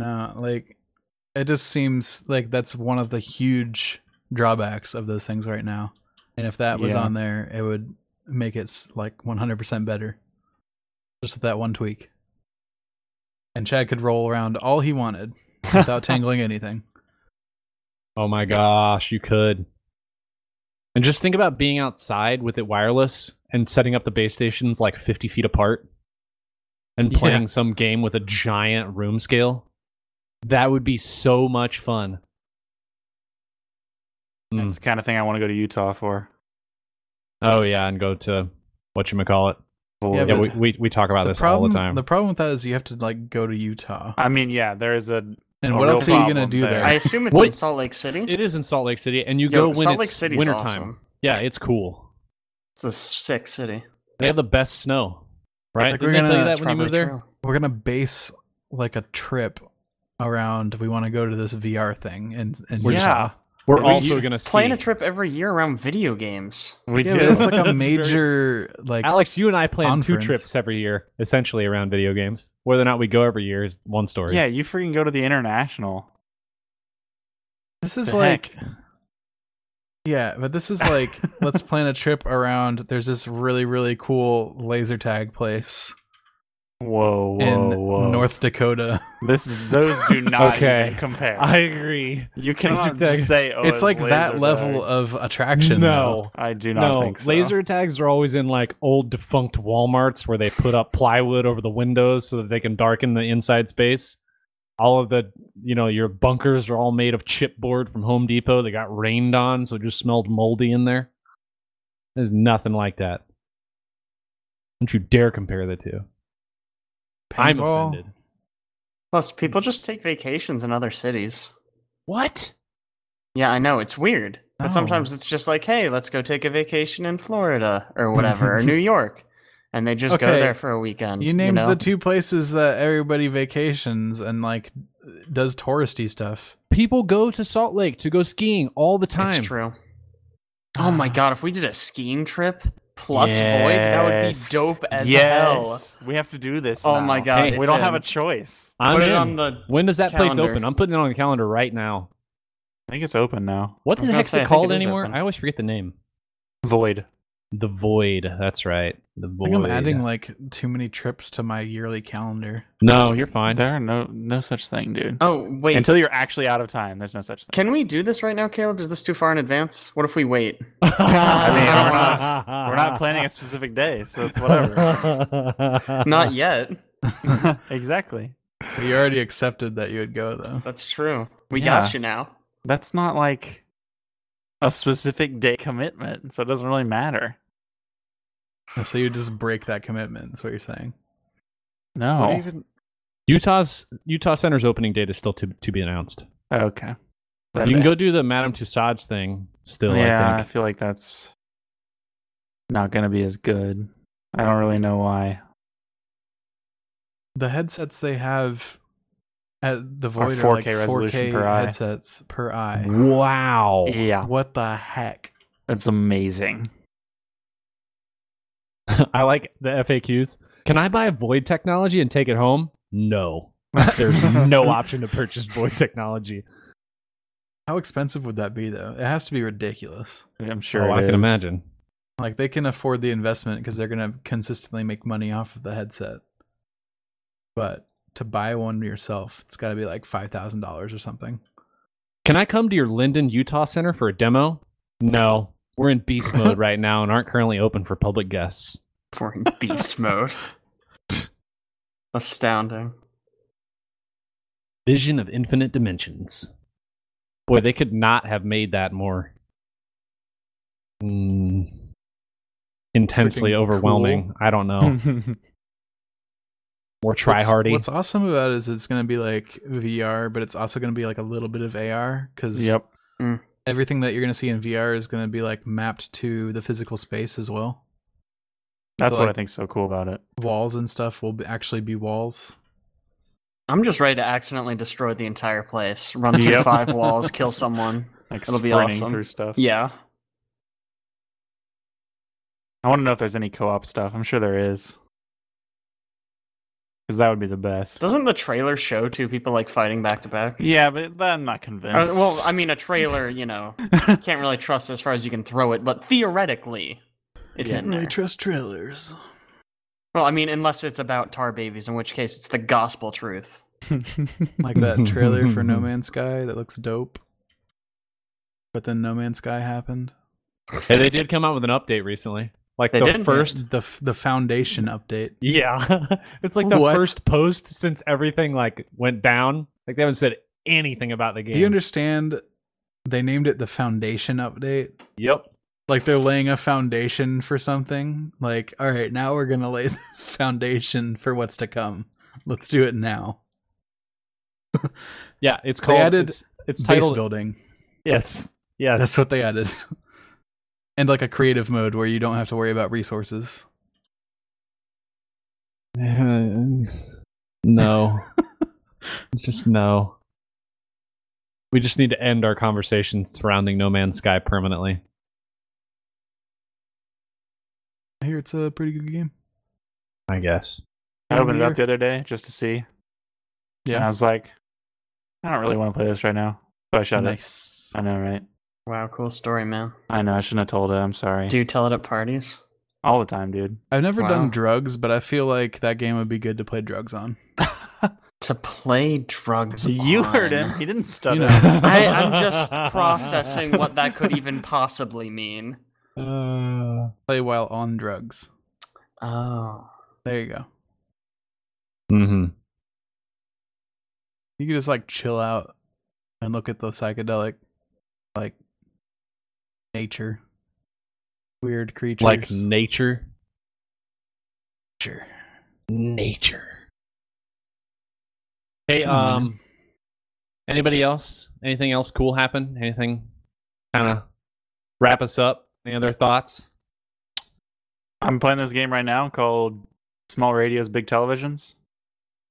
Speaker 1: No, like it just seems like that's one of the huge drawbacks of those things right now. And if that was
Speaker 4: Yeah.
Speaker 1: on there, it would make it s- like 100% better. Just with that one tweak. And Chad could roll around all he wanted without tangling anything.
Speaker 3: Oh my gosh, you could. And just think about being outside with it wireless and setting up the base stations like 50 feet apart and
Speaker 1: Yeah.
Speaker 3: playing some game with a giant room scale. That would be so much fun. Hmm.
Speaker 4: That's the kind of thing I want to go to Utah for.
Speaker 3: Oh, yeah. And go to whatchamacallit.
Speaker 1: Yeah,
Speaker 3: Yeah,
Speaker 1: but
Speaker 3: we, we, we talk about
Speaker 1: the
Speaker 3: this
Speaker 1: problem,
Speaker 3: all the time.
Speaker 1: problem with that is you have to like go to Utah.
Speaker 4: I mean, yeah, there is a
Speaker 1: and
Speaker 4: a
Speaker 1: what
Speaker 4: real
Speaker 1: else are you gonna
Speaker 4: problem
Speaker 1: do
Speaker 4: there.
Speaker 1: there?
Speaker 2: I assume it's
Speaker 3: What-
Speaker 2: in Salt Lake City.
Speaker 3: it is in Salt Lake City, and you
Speaker 2: Yo,
Speaker 3: go when
Speaker 2: Salt Lake
Speaker 3: it's
Speaker 2: City's
Speaker 3: wintertime.
Speaker 2: awesome.
Speaker 3: Yeah, it's cool.
Speaker 2: It's a sick city.
Speaker 3: They have the best snow, right?
Speaker 1: Like,
Speaker 3: Did
Speaker 1: we're
Speaker 3: they tell
Speaker 1: gonna-
Speaker 3: you that
Speaker 1: it's
Speaker 3: when you
Speaker 2: Probably
Speaker 3: moved there?
Speaker 2: true.
Speaker 1: we're gonna base like a trip around we want to go to this VR thing and and
Speaker 3: We're
Speaker 1: just-
Speaker 4: yeah,
Speaker 3: We're
Speaker 4: We
Speaker 3: also
Speaker 4: s-
Speaker 3: going to
Speaker 2: Plan a trip every year around video games.
Speaker 4: we
Speaker 1: Yeah,
Speaker 4: do.
Speaker 1: it's like
Speaker 4: That's
Speaker 1: a
Speaker 4: very-
Speaker 1: major like
Speaker 3: Alex, you and I plan two
Speaker 1: Conference.
Speaker 3: trips every year, essentially around video games. Whether or not we go every year is one story.
Speaker 4: Yeah, you freaking go to the international.
Speaker 1: this is
Speaker 4: the
Speaker 1: like
Speaker 4: heck?
Speaker 1: yeah, but this is like let's plan a trip around there's this really really cool laser tag place
Speaker 4: Whoa, whoa,
Speaker 1: in
Speaker 4: whoa! Oh,
Speaker 1: North Dakota.
Speaker 4: This is those do not
Speaker 3: Okay.
Speaker 4: even compare.
Speaker 3: I agree.
Speaker 4: you cannot
Speaker 3: tag-
Speaker 4: just say oh,
Speaker 1: it's like that
Speaker 4: laser
Speaker 1: level
Speaker 4: tag.
Speaker 1: of attraction.
Speaker 3: no.
Speaker 4: I do not
Speaker 3: No,
Speaker 4: think so.
Speaker 3: laser tags are always in like old defunct Walmarts where they put up plywood over the windows so that they can darken the inside space. All of the, you know, your bunkers are all made of chipboard from Home Depot. They got rained on, so it just smelled moldy in there. There's nothing like that. Don't you dare compare the two.
Speaker 1: though.
Speaker 3: I'm
Speaker 1: Paintball?
Speaker 3: offended.
Speaker 2: Plus, people just take vacations in other cities.
Speaker 3: What? Oh.
Speaker 2: Yeah, I know it's weird. But
Speaker 1: No.
Speaker 2: sometimes it's just like, hey, let's go take a vacation in Florida or whatever, or New York, and they just go
Speaker 1: Okay.
Speaker 2: there for a weekend.
Speaker 1: You named
Speaker 2: know?
Speaker 1: the two places that everybody vacations and like does touristy stuff.
Speaker 3: People go to Salt Lake to go skiing all the time.
Speaker 2: It's true. Oh my
Speaker 4: Ah.
Speaker 2: god, if we did a skiing trip plus Void, that would be
Speaker 4: Yes.
Speaker 2: dope as hell.
Speaker 4: yes, we have to do this.
Speaker 2: Oh my
Speaker 4: now.
Speaker 2: God,
Speaker 4: we
Speaker 2: it's
Speaker 4: don't have
Speaker 2: in.
Speaker 4: a choice.
Speaker 3: I'm
Speaker 2: Put
Speaker 3: in.
Speaker 2: it on the.
Speaker 3: when does that place
Speaker 2: calendar.
Speaker 3: open? I'm putting it on the calendar right now.
Speaker 4: I think it's open now.
Speaker 3: What
Speaker 2: I was
Speaker 3: the
Speaker 2: gonna
Speaker 3: heck's
Speaker 2: say, I
Speaker 3: it
Speaker 2: think
Speaker 3: called
Speaker 2: it is
Speaker 3: anymore?
Speaker 2: open.
Speaker 3: I always forget the name.
Speaker 4: Void.
Speaker 3: The Void. That's right. The
Speaker 1: I
Speaker 3: Void.
Speaker 1: think I'm adding like too many trips to my yearly calendar.
Speaker 3: no, you're fine.
Speaker 4: There are no no such thing, dude.
Speaker 2: Oh wait,
Speaker 4: Until you're actually out of time, there's no such thing.
Speaker 2: can we do this right now, Caleb? Is this too far in advance? What if we wait?
Speaker 4: I We're not planning a specific day, so it's whatever.
Speaker 3: whatever.
Speaker 4: Uh-huh.
Speaker 2: Not yet.
Speaker 4: exactly.
Speaker 1: You already accepted that you would go though.
Speaker 2: That's true. We
Speaker 4: Yeah.
Speaker 2: got you now.
Speaker 4: That's not like a specific day commitment, so it doesn't really matter.
Speaker 1: So you just break that commitment. Is what you're saying?
Speaker 5: But
Speaker 3: oh.
Speaker 4: No.
Speaker 5: even-
Speaker 3: Utah's Utah Center's opening date is still to to be announced.
Speaker 4: Okay. That
Speaker 3: you can
Speaker 4: day.
Speaker 3: go do the Madame Tussauds thing still.
Speaker 4: yeah,
Speaker 3: I
Speaker 4: I,
Speaker 3: think.
Speaker 4: feel like that's not gonna be as good. I don't really know why.
Speaker 1: The headsets they have at the
Speaker 4: Are
Speaker 1: Void are like
Speaker 4: 4K
Speaker 1: 4K
Speaker 4: resolution per eye.
Speaker 1: headsets per eye.
Speaker 3: Wow.
Speaker 4: Yeah,
Speaker 1: What the heck?
Speaker 4: that's amazing.
Speaker 3: I like the FAQs. Can I buy Void technology and take it home? No. There's no option to purchase Void technology.
Speaker 1: How expensive would that be though? It has to be ridiculous.
Speaker 4: I'm sure.
Speaker 3: oh, I
Speaker 4: it
Speaker 3: can
Speaker 4: is.
Speaker 3: imagine.
Speaker 1: Like they can afford the investment because they're gonna consistently make money off of the headset. But to buy one yourself, it's got to be like five thousand dollars or something.
Speaker 3: Can I come to your Linden, Utah center for a demo? No. We're in beast mode right now and aren't currently open for public guests.
Speaker 2: We're in beast mode. Astounding.
Speaker 3: Vision of infinite dimensions. Boy, they could not have made that more mm, intensely
Speaker 1: Freaking
Speaker 3: overwhelming. I don't
Speaker 4: Hmm.
Speaker 3: know.
Speaker 4: Oh.
Speaker 3: More try hardy.
Speaker 1: What's awesome about it is it's going to be like VR, but it's also going to be like a little bit of AR because
Speaker 4: Yep.
Speaker 2: Mm.
Speaker 1: everything that you're going to see in VR is going to be like mapped to the physical space as well.
Speaker 4: That's what
Speaker 1: Like-
Speaker 4: I think's so cool about it.
Speaker 1: Walls and stuff will be, actually be walls.
Speaker 2: I'm just ready to accidentally destroy the entire place. Run through
Speaker 4: Yep.
Speaker 2: five walls, kill someone.
Speaker 4: Like
Speaker 2: It'll be
Speaker 4: sprinting
Speaker 2: awesome.
Speaker 4: through stuff.
Speaker 2: Yeah.
Speaker 4: I want to know if there's any co-op stuff. I'm sure there is. Because that would be the best.
Speaker 2: Doesn't the trailer show two people like fighting back to back?
Speaker 4: Yeah, but but I'm not
Speaker 2: Uh,
Speaker 4: convinced.
Speaker 2: well, I mean, a trailer, you know, can't really trust as far as you can throw it, but theoretically, it's in there.
Speaker 1: trust trailers.
Speaker 2: well, I mean, unless it's about tar babies, in which case it's the gospel truth.
Speaker 1: Like that trailer for No Man's Sky that looks dope. But then No Man's Sky happened.
Speaker 3: Hey, they did come out with an update recently. Like
Speaker 2: They
Speaker 3: the
Speaker 2: did?
Speaker 3: first
Speaker 1: The f- the foundation update.
Speaker 3: Yeah. it's like the
Speaker 1: What?
Speaker 3: first post since everything like went down. Like they haven't said anything about the game.
Speaker 1: Do you understand? They named it the foundation update.
Speaker 3: Yep.
Speaker 1: Like they're laying a foundation for something. Like, all right, now we're gonna lay the foundation for what's to come. Let's do it now.
Speaker 3: Yeah, it's called
Speaker 1: added
Speaker 3: it's, it's
Speaker 1: Base
Speaker 3: titled
Speaker 1: building.
Speaker 3: Yes. Yes.
Speaker 1: That's what they added. and like a creative mode where you don't have to worry about resources.
Speaker 3: no. just no. We just need to end our conversations surrounding No Man's Sky permanently.
Speaker 1: I hear it's a pretty good game.
Speaker 3: I guess.
Speaker 4: I opened it up the other day just to see.
Speaker 1: Yeah.
Speaker 4: And I was like, I don't really want to play this right now. So I shut
Speaker 1: nice.
Speaker 4: it. I know, right?
Speaker 2: Wow, cool story, man.
Speaker 4: I know. I shouldn't have told it. I'm sorry.
Speaker 2: Do you tell it at parties?
Speaker 4: All the time, dude.
Speaker 1: I've never done
Speaker 2: Wow.
Speaker 1: drugs, but I feel like that game would be good to play drugs on.
Speaker 2: To play drugs.
Speaker 4: You heard
Speaker 2: on.
Speaker 4: him. He didn't stutter.
Speaker 1: You know,
Speaker 2: I, I'm just processing what that could e-, even possibly mean.
Speaker 3: Uh,
Speaker 1: play while on drugs.
Speaker 2: Oh.
Speaker 1: There you go.
Speaker 3: hmm
Speaker 1: You can just like chill out and look at the psychedelic, like nature, weird creatures.
Speaker 3: Like nature.
Speaker 1: nature.
Speaker 3: nature. Hey,
Speaker 1: Come on,
Speaker 3: um, anybody else? Anything else cool happen? Anything kind of wrap us up? Any other thoughts?
Speaker 4: I'm playing this game right now called Small Radios, Big Televisions.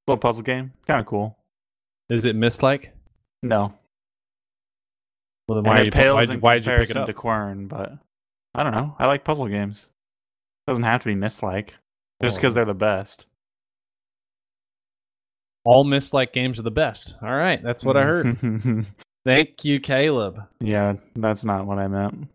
Speaker 4: Little puzzle game. Kind of cool.
Speaker 3: Is it mislike?
Speaker 4: No.
Speaker 3: Well, then
Speaker 4: And
Speaker 3: why
Speaker 4: it
Speaker 3: you,
Speaker 4: pales
Speaker 3: why'd,
Speaker 4: in
Speaker 3: why'd you pick it
Speaker 4: comparison
Speaker 3: up?
Speaker 4: to Quern, but I don't know. I like puzzle games. Doesn't have to be mislike. Just
Speaker 3: Oh.
Speaker 4: because they're the best.
Speaker 3: All mislike games are the best. All right, that's what I
Speaker 4: Mm-hmm.
Speaker 3: heard. Thank you, Caleb.
Speaker 4: yeah, that's not what I meant.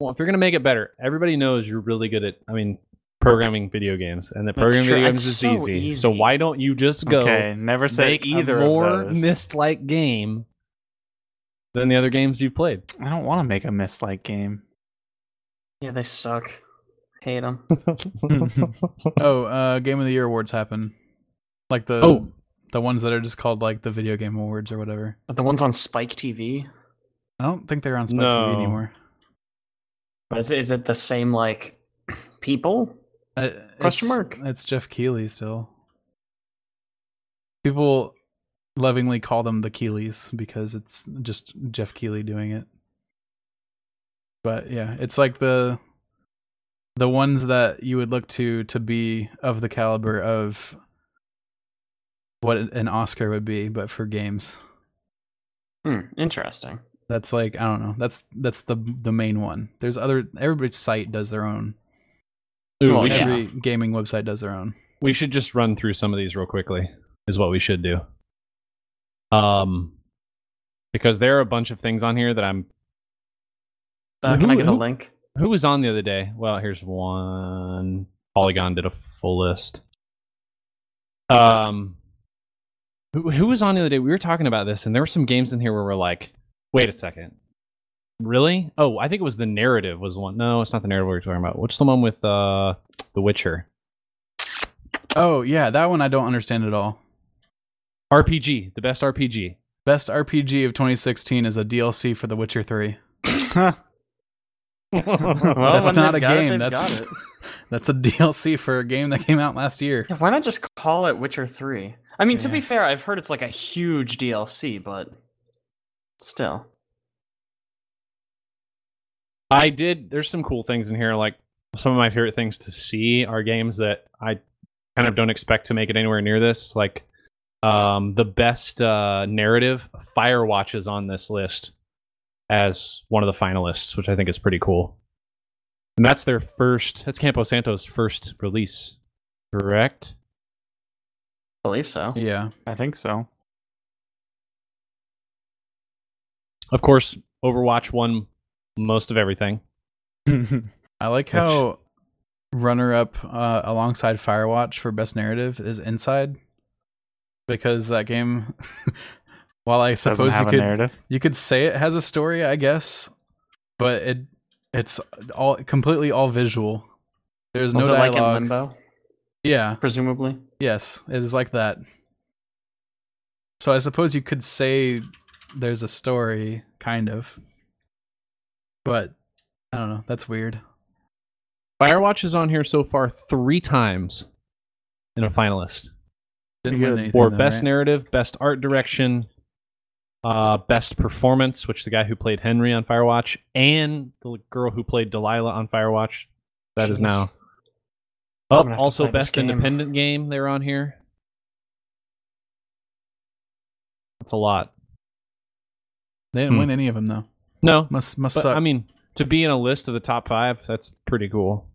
Speaker 3: Well, if you're gonna make it better, everybody knows you're really good at. I mean, programming video games, and that
Speaker 2: That's
Speaker 3: programming
Speaker 2: true.
Speaker 3: video
Speaker 2: It's
Speaker 3: games is
Speaker 2: so
Speaker 3: easy. So
Speaker 2: easy.
Speaker 3: why don't you just go?
Speaker 4: Okay, never say
Speaker 3: make
Speaker 4: either
Speaker 3: a more
Speaker 4: of those.
Speaker 3: mist-like game than the other games you've played.
Speaker 4: I don't want to make a mislike game.
Speaker 2: Yeah, they suck. Hate them.
Speaker 1: Oh, uh, game of the year awards happen, like the
Speaker 3: Oh.
Speaker 1: the ones that are just called like the video game awards or whatever.
Speaker 2: But the ones on Spike TV?
Speaker 1: I don't think they're on Spike
Speaker 3: No.
Speaker 1: TV anymore.
Speaker 2: But is, is it the same, like, people?
Speaker 1: Uh,
Speaker 2: Question
Speaker 1: it's-
Speaker 2: mark.
Speaker 1: It's Jeff Keeley still. People lovingly call them the Keeleys because it's just Jeff Keeley doing it. But yeah, it's like the the ones that you would look to to be of the caliber of what an Oscar would be, but for games.
Speaker 2: Hmm, interesting.
Speaker 1: That's like I don't know. That's that's the the main one. There's other everybody's site does their own.
Speaker 3: Ooh,
Speaker 2: Well,
Speaker 3: we,
Speaker 2: yeah.
Speaker 3: should,
Speaker 1: Every gaming website does their own.
Speaker 3: we should just run through some of these real quickly. Is what we should do. Um, because there are a bunch of things on here that I'm.
Speaker 2: Uh, can I
Speaker 3: Who-
Speaker 2: get a
Speaker 3: who-
Speaker 2: link?
Speaker 3: Who was on the other day? Well, here's one. Polygon did a full list. Um, Who, who was on the other day? We were talking about this, and there were some games in here where we're like, wait a second. Really? Oh, I think it was the narrative was one. No, it's not the narrative we were talking about. What's the one with uh, The Witcher?
Speaker 1: Oh yeah, that one I don't understand at all.
Speaker 3: RPG, the best RPG.
Speaker 1: Best RPG of 2016 is a DLC for The Witcher 3.
Speaker 2: Well,
Speaker 1: that's
Speaker 2: when
Speaker 1: not
Speaker 2: they've
Speaker 1: a
Speaker 2: got it,
Speaker 1: game.
Speaker 2: they've
Speaker 1: that's
Speaker 2: got it.
Speaker 1: that's a DLC for a game that came out last year.
Speaker 2: Yeah, Why not just call it Witcher 3? I mean, to be
Speaker 1: Yeah.
Speaker 2: fair, I've heard it's like a huge DLC, but still.
Speaker 3: I did. There's some cool things in here. Like some of my favorite things to see are games that I kind of don't expect to make it anywhere near this. Like um, the best uh, narrative, Firewatch is on this list as one of the finalists, which I think is pretty cool. And that's their first. That's Campo Santo's first release, correct?
Speaker 2: believe so.
Speaker 1: Yeah.
Speaker 4: I think so.
Speaker 3: Of course, Overwatch won most of everything.
Speaker 1: I like how runner up uh, alongside Firewatch for best narrative is Inside because that game while I
Speaker 4: Doesn't
Speaker 1: suppose you
Speaker 4: have a
Speaker 1: could
Speaker 4: narrative.
Speaker 1: you could say it has a story, I guess, but it it's all completely all visual. There's
Speaker 2: Was
Speaker 1: no
Speaker 2: it like
Speaker 1: dialogue.
Speaker 2: in Limbo,
Speaker 1: Yeah.
Speaker 2: presumably?
Speaker 1: Yes, it is like that. So I suppose you could say there's a story, kind of. But I don't know. That's weird.
Speaker 3: Firewatch is on here so far three times in a finalist.
Speaker 1: Didn't win
Speaker 4: Pretty good.
Speaker 1: anything,
Speaker 3: for
Speaker 1: though,
Speaker 3: best
Speaker 1: right?
Speaker 3: narrative, best art direction, uh, best performance, which the guy who played Henry on Firewatch and the girl who played Delilah on Firewatch, that is
Speaker 2: Jeez.
Speaker 3: now
Speaker 2: I'm
Speaker 3: up.
Speaker 2: gonna have to
Speaker 3: Also,
Speaker 2: play this
Speaker 3: best
Speaker 2: game.
Speaker 3: independent game they're on here. That's a lot.
Speaker 1: They didn't
Speaker 3: Hmm.
Speaker 1: win any of them though.
Speaker 3: No,
Speaker 1: Must must
Speaker 3: but
Speaker 1: suck.
Speaker 3: I mean to be in a list of the top five, that's pretty cool.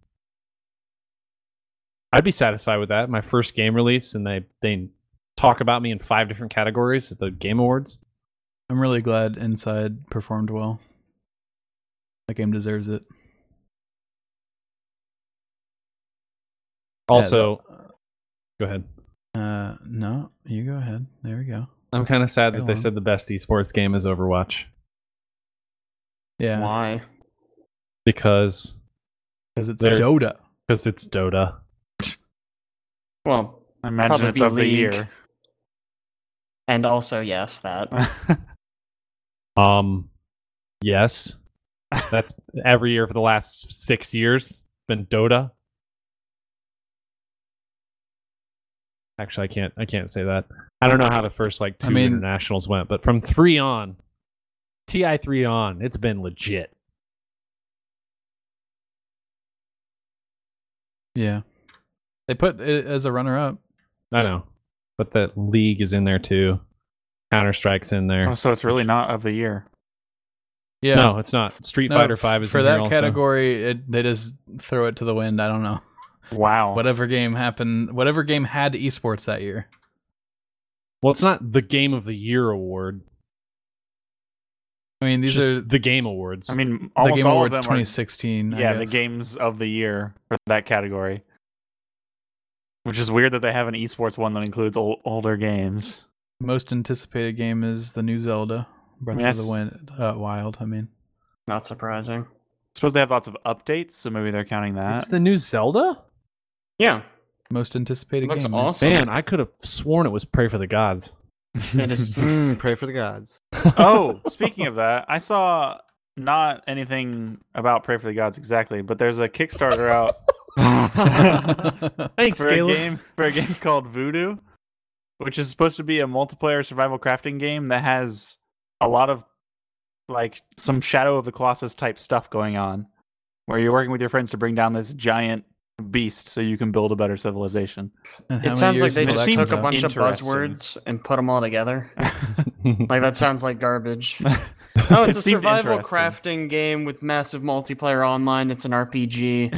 Speaker 3: I'd be satisfied with that. My first game release, and they they talk about me in five different categories at the Game Awards.
Speaker 1: I'm really glad Inside performed well. That game deserves it.
Speaker 3: Also, go ahead.
Speaker 1: Uh, no, you go ahead. There we go.
Speaker 3: I'm kind of sad that
Speaker 1: Go
Speaker 3: they
Speaker 1: on.
Speaker 3: said the best esports game is Overwatch
Speaker 1: Yeah,
Speaker 2: Why?
Speaker 3: because
Speaker 1: because it's
Speaker 3: There-
Speaker 1: Dota.
Speaker 3: because it's Dota.
Speaker 2: Well,
Speaker 4: I imagine
Speaker 2: Probably
Speaker 4: it's of
Speaker 2: League.
Speaker 4: the year.
Speaker 2: and also, yes, that.
Speaker 3: Um, yes, that's every year for the last six years been Dota. Actually, I can't. I can't say that. I don't know how the first like two
Speaker 1: I mean-
Speaker 3: internationals went, but from three on, Ti three on, it's been legit.
Speaker 1: Yeah, they put it as a runner-up.
Speaker 3: I know, but the league is in there too. Counter Strike's in there.
Speaker 4: Oh, so it's really not of the year.
Speaker 1: Yeah,
Speaker 3: No, it's not. Street
Speaker 1: No,
Speaker 3: Fighter Five is
Speaker 1: for
Speaker 3: in
Speaker 1: that
Speaker 3: here also.
Speaker 1: category. It, they just throw it to the wind. I don't know.
Speaker 4: Wow.
Speaker 1: Whatever game happened, whatever game had esports that year.
Speaker 3: Well, it's not the Game of the Year award.
Speaker 1: I mean, these
Speaker 3: These just
Speaker 1: are
Speaker 3: are the Game Awards.
Speaker 4: I mean,
Speaker 1: the
Speaker 4: almost
Speaker 1: Game
Speaker 4: all
Speaker 1: Awards
Speaker 4: of them
Speaker 1: 2016.
Speaker 4: are.
Speaker 1: I
Speaker 4: Yeah, the
Speaker 1: guess.
Speaker 4: games of the year for that category. Which is weird that they have an esports one that includes ol- older games.
Speaker 1: most anticipated game is the new Zelda Breath of
Speaker 4: Yes.
Speaker 1: the Wind uh, Wild. I mean,
Speaker 2: Not surprising.
Speaker 4: suppose they have lots of updates, so maybe they're counting that.
Speaker 3: it's the new Zelda.
Speaker 2: Yeah,
Speaker 1: most anticipated
Speaker 2: looks
Speaker 1: game. right?
Speaker 2: awesome.
Speaker 3: Man, I could have sworn it was Pray for the Gods.
Speaker 2: It is
Speaker 5: Hmm, pray for the gods.
Speaker 4: oh, speaking of that, I saw not anything about Pray for the Gods exactly, but there's a Kickstarter out
Speaker 3: Thanks,
Speaker 4: for a
Speaker 3: Caleb.
Speaker 4: game for a game called Voodoo, which is supposed to be a multiplayer survival crafting game that has a lot of like some Shadow of the Colossus type stuff going on, where you're working with your friends to bring down this giant beast so you can build a better civilization.
Speaker 1: And how many
Speaker 2: It sounds like
Speaker 1: years
Speaker 2: they
Speaker 1: until
Speaker 2: just
Speaker 1: that
Speaker 2: took
Speaker 1: comes
Speaker 2: a
Speaker 1: out?
Speaker 2: bunch of
Speaker 4: Interesting.
Speaker 2: buzzwords and put them all together. Like that sounds like garbage. Oh, it's
Speaker 4: It
Speaker 2: a
Speaker 4: seemed
Speaker 2: survival
Speaker 4: interesting.
Speaker 2: crafting game with massive multiplayer online. It's an RPG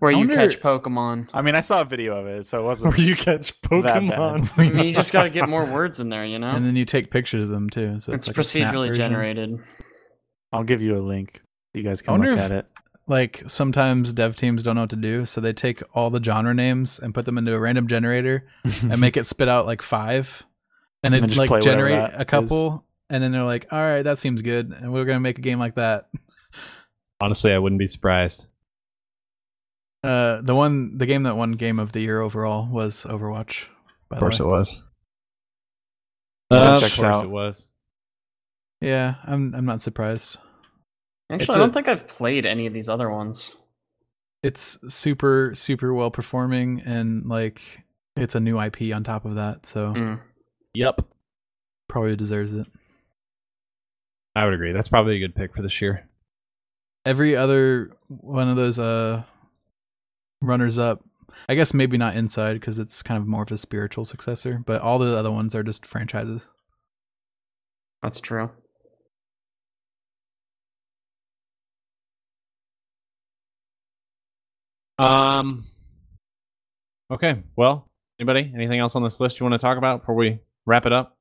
Speaker 2: where
Speaker 1: I
Speaker 2: you
Speaker 1: wonder-
Speaker 2: catch Pokemon.
Speaker 4: I mean, I saw a video of it, so it wasn't.
Speaker 3: Where you catch Pokemon.
Speaker 2: I mean, you just got to get more words in there, you know?
Speaker 1: And then you take pictures of them too. So it's,
Speaker 2: it's
Speaker 1: like a snap
Speaker 2: procedurally
Speaker 1: version.
Speaker 2: generated.
Speaker 4: I'll give you a link. You guys
Speaker 1: I
Speaker 4: can
Speaker 1: wonder
Speaker 4: look
Speaker 1: if-
Speaker 4: at it.
Speaker 1: Like sometimes dev teams don't know what to do, so they take all the genre names and put them into a random generator and make it spit out like five, and
Speaker 4: And
Speaker 1: then
Speaker 4: then just play
Speaker 1: like
Speaker 4: whatever
Speaker 1: generate
Speaker 4: that
Speaker 1: a couple, and then they're like, "All right, that seems good," and we're gonna make a game like that.
Speaker 3: Honestly, I wouldn't be surprised.
Speaker 1: Uh, the one, the game that won Game of the Year overall was Overwatch. By
Speaker 3: Of course
Speaker 1: the
Speaker 3: it
Speaker 1: way.
Speaker 3: was. Uh,
Speaker 4: Yeah, it
Speaker 3: of
Speaker 4: checks
Speaker 3: course
Speaker 4: out.
Speaker 3: it was.
Speaker 1: Yeah, I'm I'm not surprised.
Speaker 2: Actually,
Speaker 1: It's
Speaker 2: I don't
Speaker 1: a-
Speaker 2: think I've played any of these other ones.
Speaker 1: It's super super well performing, and like it's a new IP on top of that, so
Speaker 2: Mm.
Speaker 3: Yep.
Speaker 1: probably deserves it.
Speaker 3: I would agree. That's probably a good pick for this year.
Speaker 1: every other one of those uh runners up i guess maybe not inside because it's kind of more of a spiritual successor but all the other ones are just franchises
Speaker 2: That's true.
Speaker 3: Um. Okay. Well, anybody? Anything else on this list you want to talk about before we wrap it up?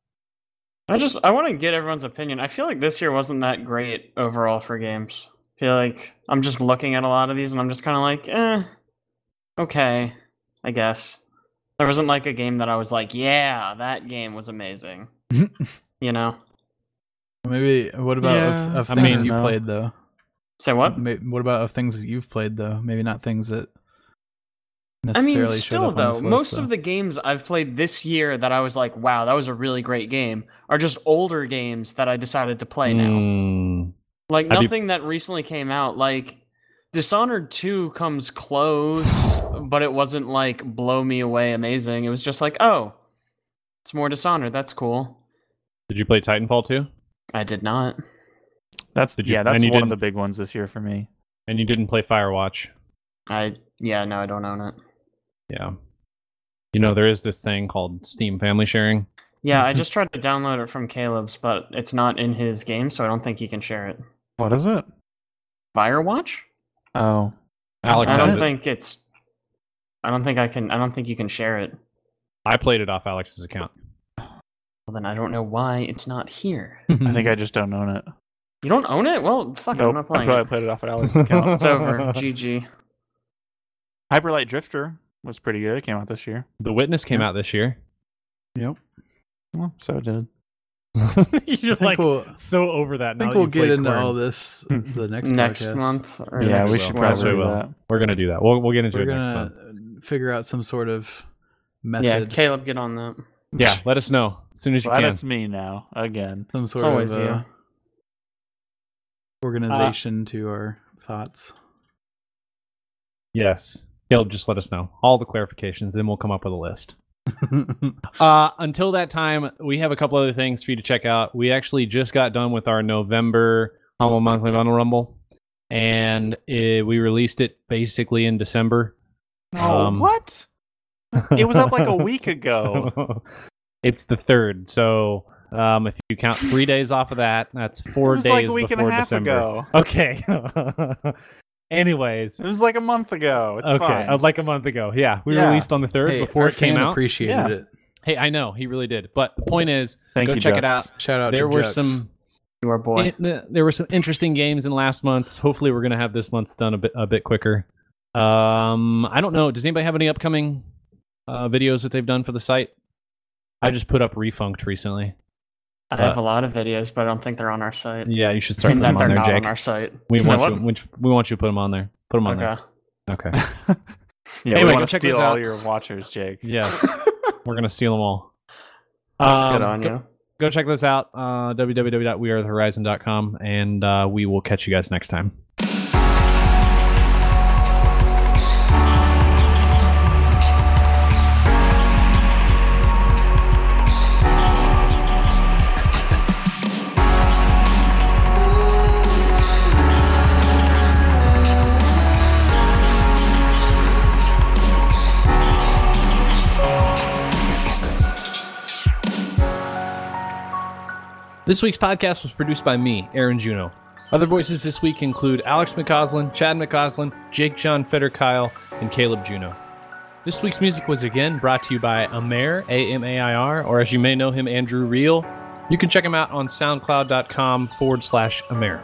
Speaker 2: I just I want to get everyone's opinion. I feel like this year wasn't that great overall for games. I feel like I'm just looking at a lot of these and I'm just kind of like, eh, okay, I guess. There wasn't like a game that I was like, yeah, that game was amazing. you know?
Speaker 1: maybe what about
Speaker 4: Yeah,
Speaker 1: of, of
Speaker 3: I
Speaker 1: things
Speaker 3: mean,
Speaker 1: you
Speaker 4: no.
Speaker 1: played though
Speaker 2: Say what?
Speaker 1: May- what about of things that you've played though maybe not things that
Speaker 2: I
Speaker 1: necessarily showed
Speaker 2: mean, still
Speaker 1: up on
Speaker 2: though,
Speaker 1: this list,
Speaker 2: most
Speaker 1: though.
Speaker 2: of the games I've played this year that I was like, wow, that was a really great game, are just older games that I decided to play now.
Speaker 3: Mm.
Speaker 2: Like
Speaker 3: Have you-
Speaker 2: nothing that recently came out. Like Dishonored 2 comes close, but it wasn't like blow me away amazing. It was just like, oh, it's more Dishonored. That's cool.
Speaker 3: Did you play Titanfall 2?
Speaker 2: I did not.
Speaker 4: That's
Speaker 3: Did you-
Speaker 4: yeah, that's
Speaker 3: and
Speaker 4: one
Speaker 3: you
Speaker 4: of
Speaker 3: didn't-
Speaker 4: the big ones this year for me.
Speaker 3: And you didn't play Firewatch?
Speaker 2: I yeah, no, I don't own it.
Speaker 3: Yeah. You know there is this thing called Steam family sharing.
Speaker 2: Yeah, I just tried to download it from Caleb's, but it's not in his game, so I don't think he can share it.
Speaker 4: What is it?
Speaker 2: Firewatch?
Speaker 4: Oh,
Speaker 3: Alex
Speaker 2: I
Speaker 3: has
Speaker 2: don't
Speaker 3: it.
Speaker 2: think it's I don't think I can I don't think you can share it.
Speaker 3: I played it off Alex's account.
Speaker 2: Well then I don't know why it's not here.
Speaker 4: I think I just don't own it.
Speaker 2: You don't own it? Well fuck it, I'm not
Speaker 4: Nope, I
Speaker 2: playing
Speaker 4: probably
Speaker 2: it.
Speaker 4: played it off at Alex's account.
Speaker 2: It's over. GG.
Speaker 4: Hyperlight Drifter was pretty good. It came out this year.
Speaker 3: The Witness came out this year.
Speaker 1: yep
Speaker 4: Well, so it did.
Speaker 3: You're
Speaker 1: i think we'll,
Speaker 3: so over that.
Speaker 1: I think we'll get into all this the next
Speaker 2: next
Speaker 1: podcast.
Speaker 2: month. Or
Speaker 3: Yeah,
Speaker 4: Yeah,
Speaker 3: we
Speaker 4: we
Speaker 3: will.
Speaker 4: should
Speaker 3: Yes, we
Speaker 4: probably do
Speaker 3: will.
Speaker 4: that.
Speaker 3: We're gonna do that. We'll we'll get into
Speaker 1: we're
Speaker 3: it next
Speaker 1: gonna
Speaker 3: month.
Speaker 1: figure out some sort of
Speaker 2: Yeah,
Speaker 1: method
Speaker 2: Caleb, get on that.
Speaker 3: Yeah, let us know as soon as you
Speaker 4: Glad
Speaker 3: can.
Speaker 4: it's me now again.
Speaker 1: some sort
Speaker 2: It's always
Speaker 1: of uh,
Speaker 2: you.
Speaker 1: organization to our thoughts.
Speaker 3: Yes. Caleb, just let us know all the clarifications, then we'll come up with a list. Uh, until that time, we have a couple other things for you to check out. We actually just got done with our November Humble Monthly Bundle Rumble, and eh, we released it basically in December.
Speaker 4: Oh,
Speaker 3: Um,
Speaker 4: what? It was up like a week ago.
Speaker 3: it's the third, so um, if you count three days off of that, that's
Speaker 4: it
Speaker 3: four
Speaker 4: was
Speaker 3: days
Speaker 4: like a week
Speaker 3: before
Speaker 4: and a half
Speaker 3: December.
Speaker 4: ago.
Speaker 3: Okay. Anyways,
Speaker 4: It was like a month ago. It's
Speaker 3: okay,
Speaker 4: fine.
Speaker 3: uh, like a month ago. Yeah, we
Speaker 4: Yeah.
Speaker 3: released on the third
Speaker 1: Hey,
Speaker 3: before
Speaker 1: our
Speaker 3: it came
Speaker 1: fan
Speaker 3: out.
Speaker 1: Appreciated
Speaker 4: Yeah.
Speaker 1: it.
Speaker 3: hey, I know he really did, but the point is,
Speaker 4: Thank
Speaker 3: go
Speaker 4: you,
Speaker 3: check it
Speaker 4: Jux.
Speaker 3: out.
Speaker 1: Shout out.
Speaker 3: there
Speaker 1: to
Speaker 3: were
Speaker 1: Jux.
Speaker 3: some
Speaker 2: Your boy.
Speaker 3: it- th- uh, there were some interesting games in last month's. Hopefully, we're going to have this month's done a bit a bit quicker. Um, I don't know. Does anybody have any upcoming uh, videos that they've done for the site? I just put up Refunked recently.
Speaker 2: I
Speaker 3: uh,
Speaker 2: have a lot of videos, but I don't think they're on our site.
Speaker 3: Yeah, you should start
Speaker 2: and
Speaker 3: putting
Speaker 2: that
Speaker 3: them
Speaker 2: they're
Speaker 3: on there,
Speaker 2: not
Speaker 3: Jake.
Speaker 2: on our site.
Speaker 3: we
Speaker 2: Is
Speaker 3: want
Speaker 2: that
Speaker 3: you.
Speaker 2: what?
Speaker 3: Which we want you to put them on there. Put them on
Speaker 2: Okay.
Speaker 3: there. Okay.
Speaker 4: yeah,
Speaker 3: Anyway,
Speaker 4: we
Speaker 3: go
Speaker 4: want to
Speaker 3: check those
Speaker 4: steal all
Speaker 3: out.
Speaker 4: your watchers, Jake.
Speaker 3: Yeah, we're gonna steal them all. Um,
Speaker 2: Good on
Speaker 3: go,
Speaker 2: you.
Speaker 3: go check this out. Uh, www.wearethehorizon.com, and uh, we will catch you guys next time. This week's podcast was produced by me, Aaron Juno. Other voices this week include Alex McCausland, Chad McCausland, Jake John Fetter Kyle, and Caleb Juno. This week's music was again brought to you by Amer, A M A I R, or as you may know him, Andrew Reel. You can check him out on soundcloud.com forward slash Amer.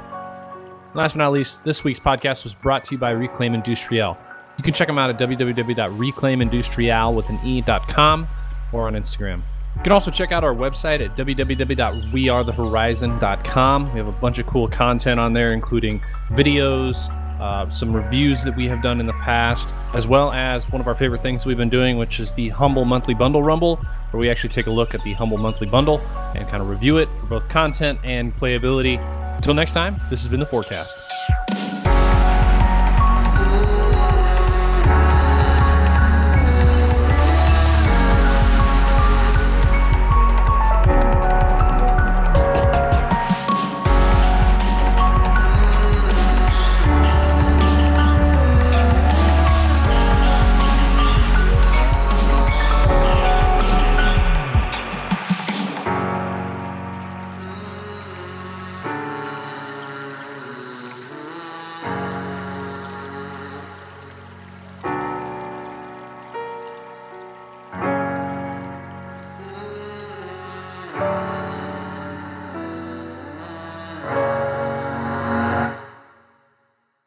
Speaker 3: Last but not least, this week's podcast was brought to you by Reclaim Industrial. You can check them out at www.reclaimindustrial with an e.com E or on Instagram. You can also check out our website at www.wearethehorizon.com. We have a bunch of cool content on there, including videos, uh, some reviews that we have done in the past, as well as one of our favorite things we've been doing, which is the Humble Monthly Bundle Rumble, where we actually take a look at the Humble Monthly Bundle and kind of review it for both content and playability. Until next time, this has been The Forecast.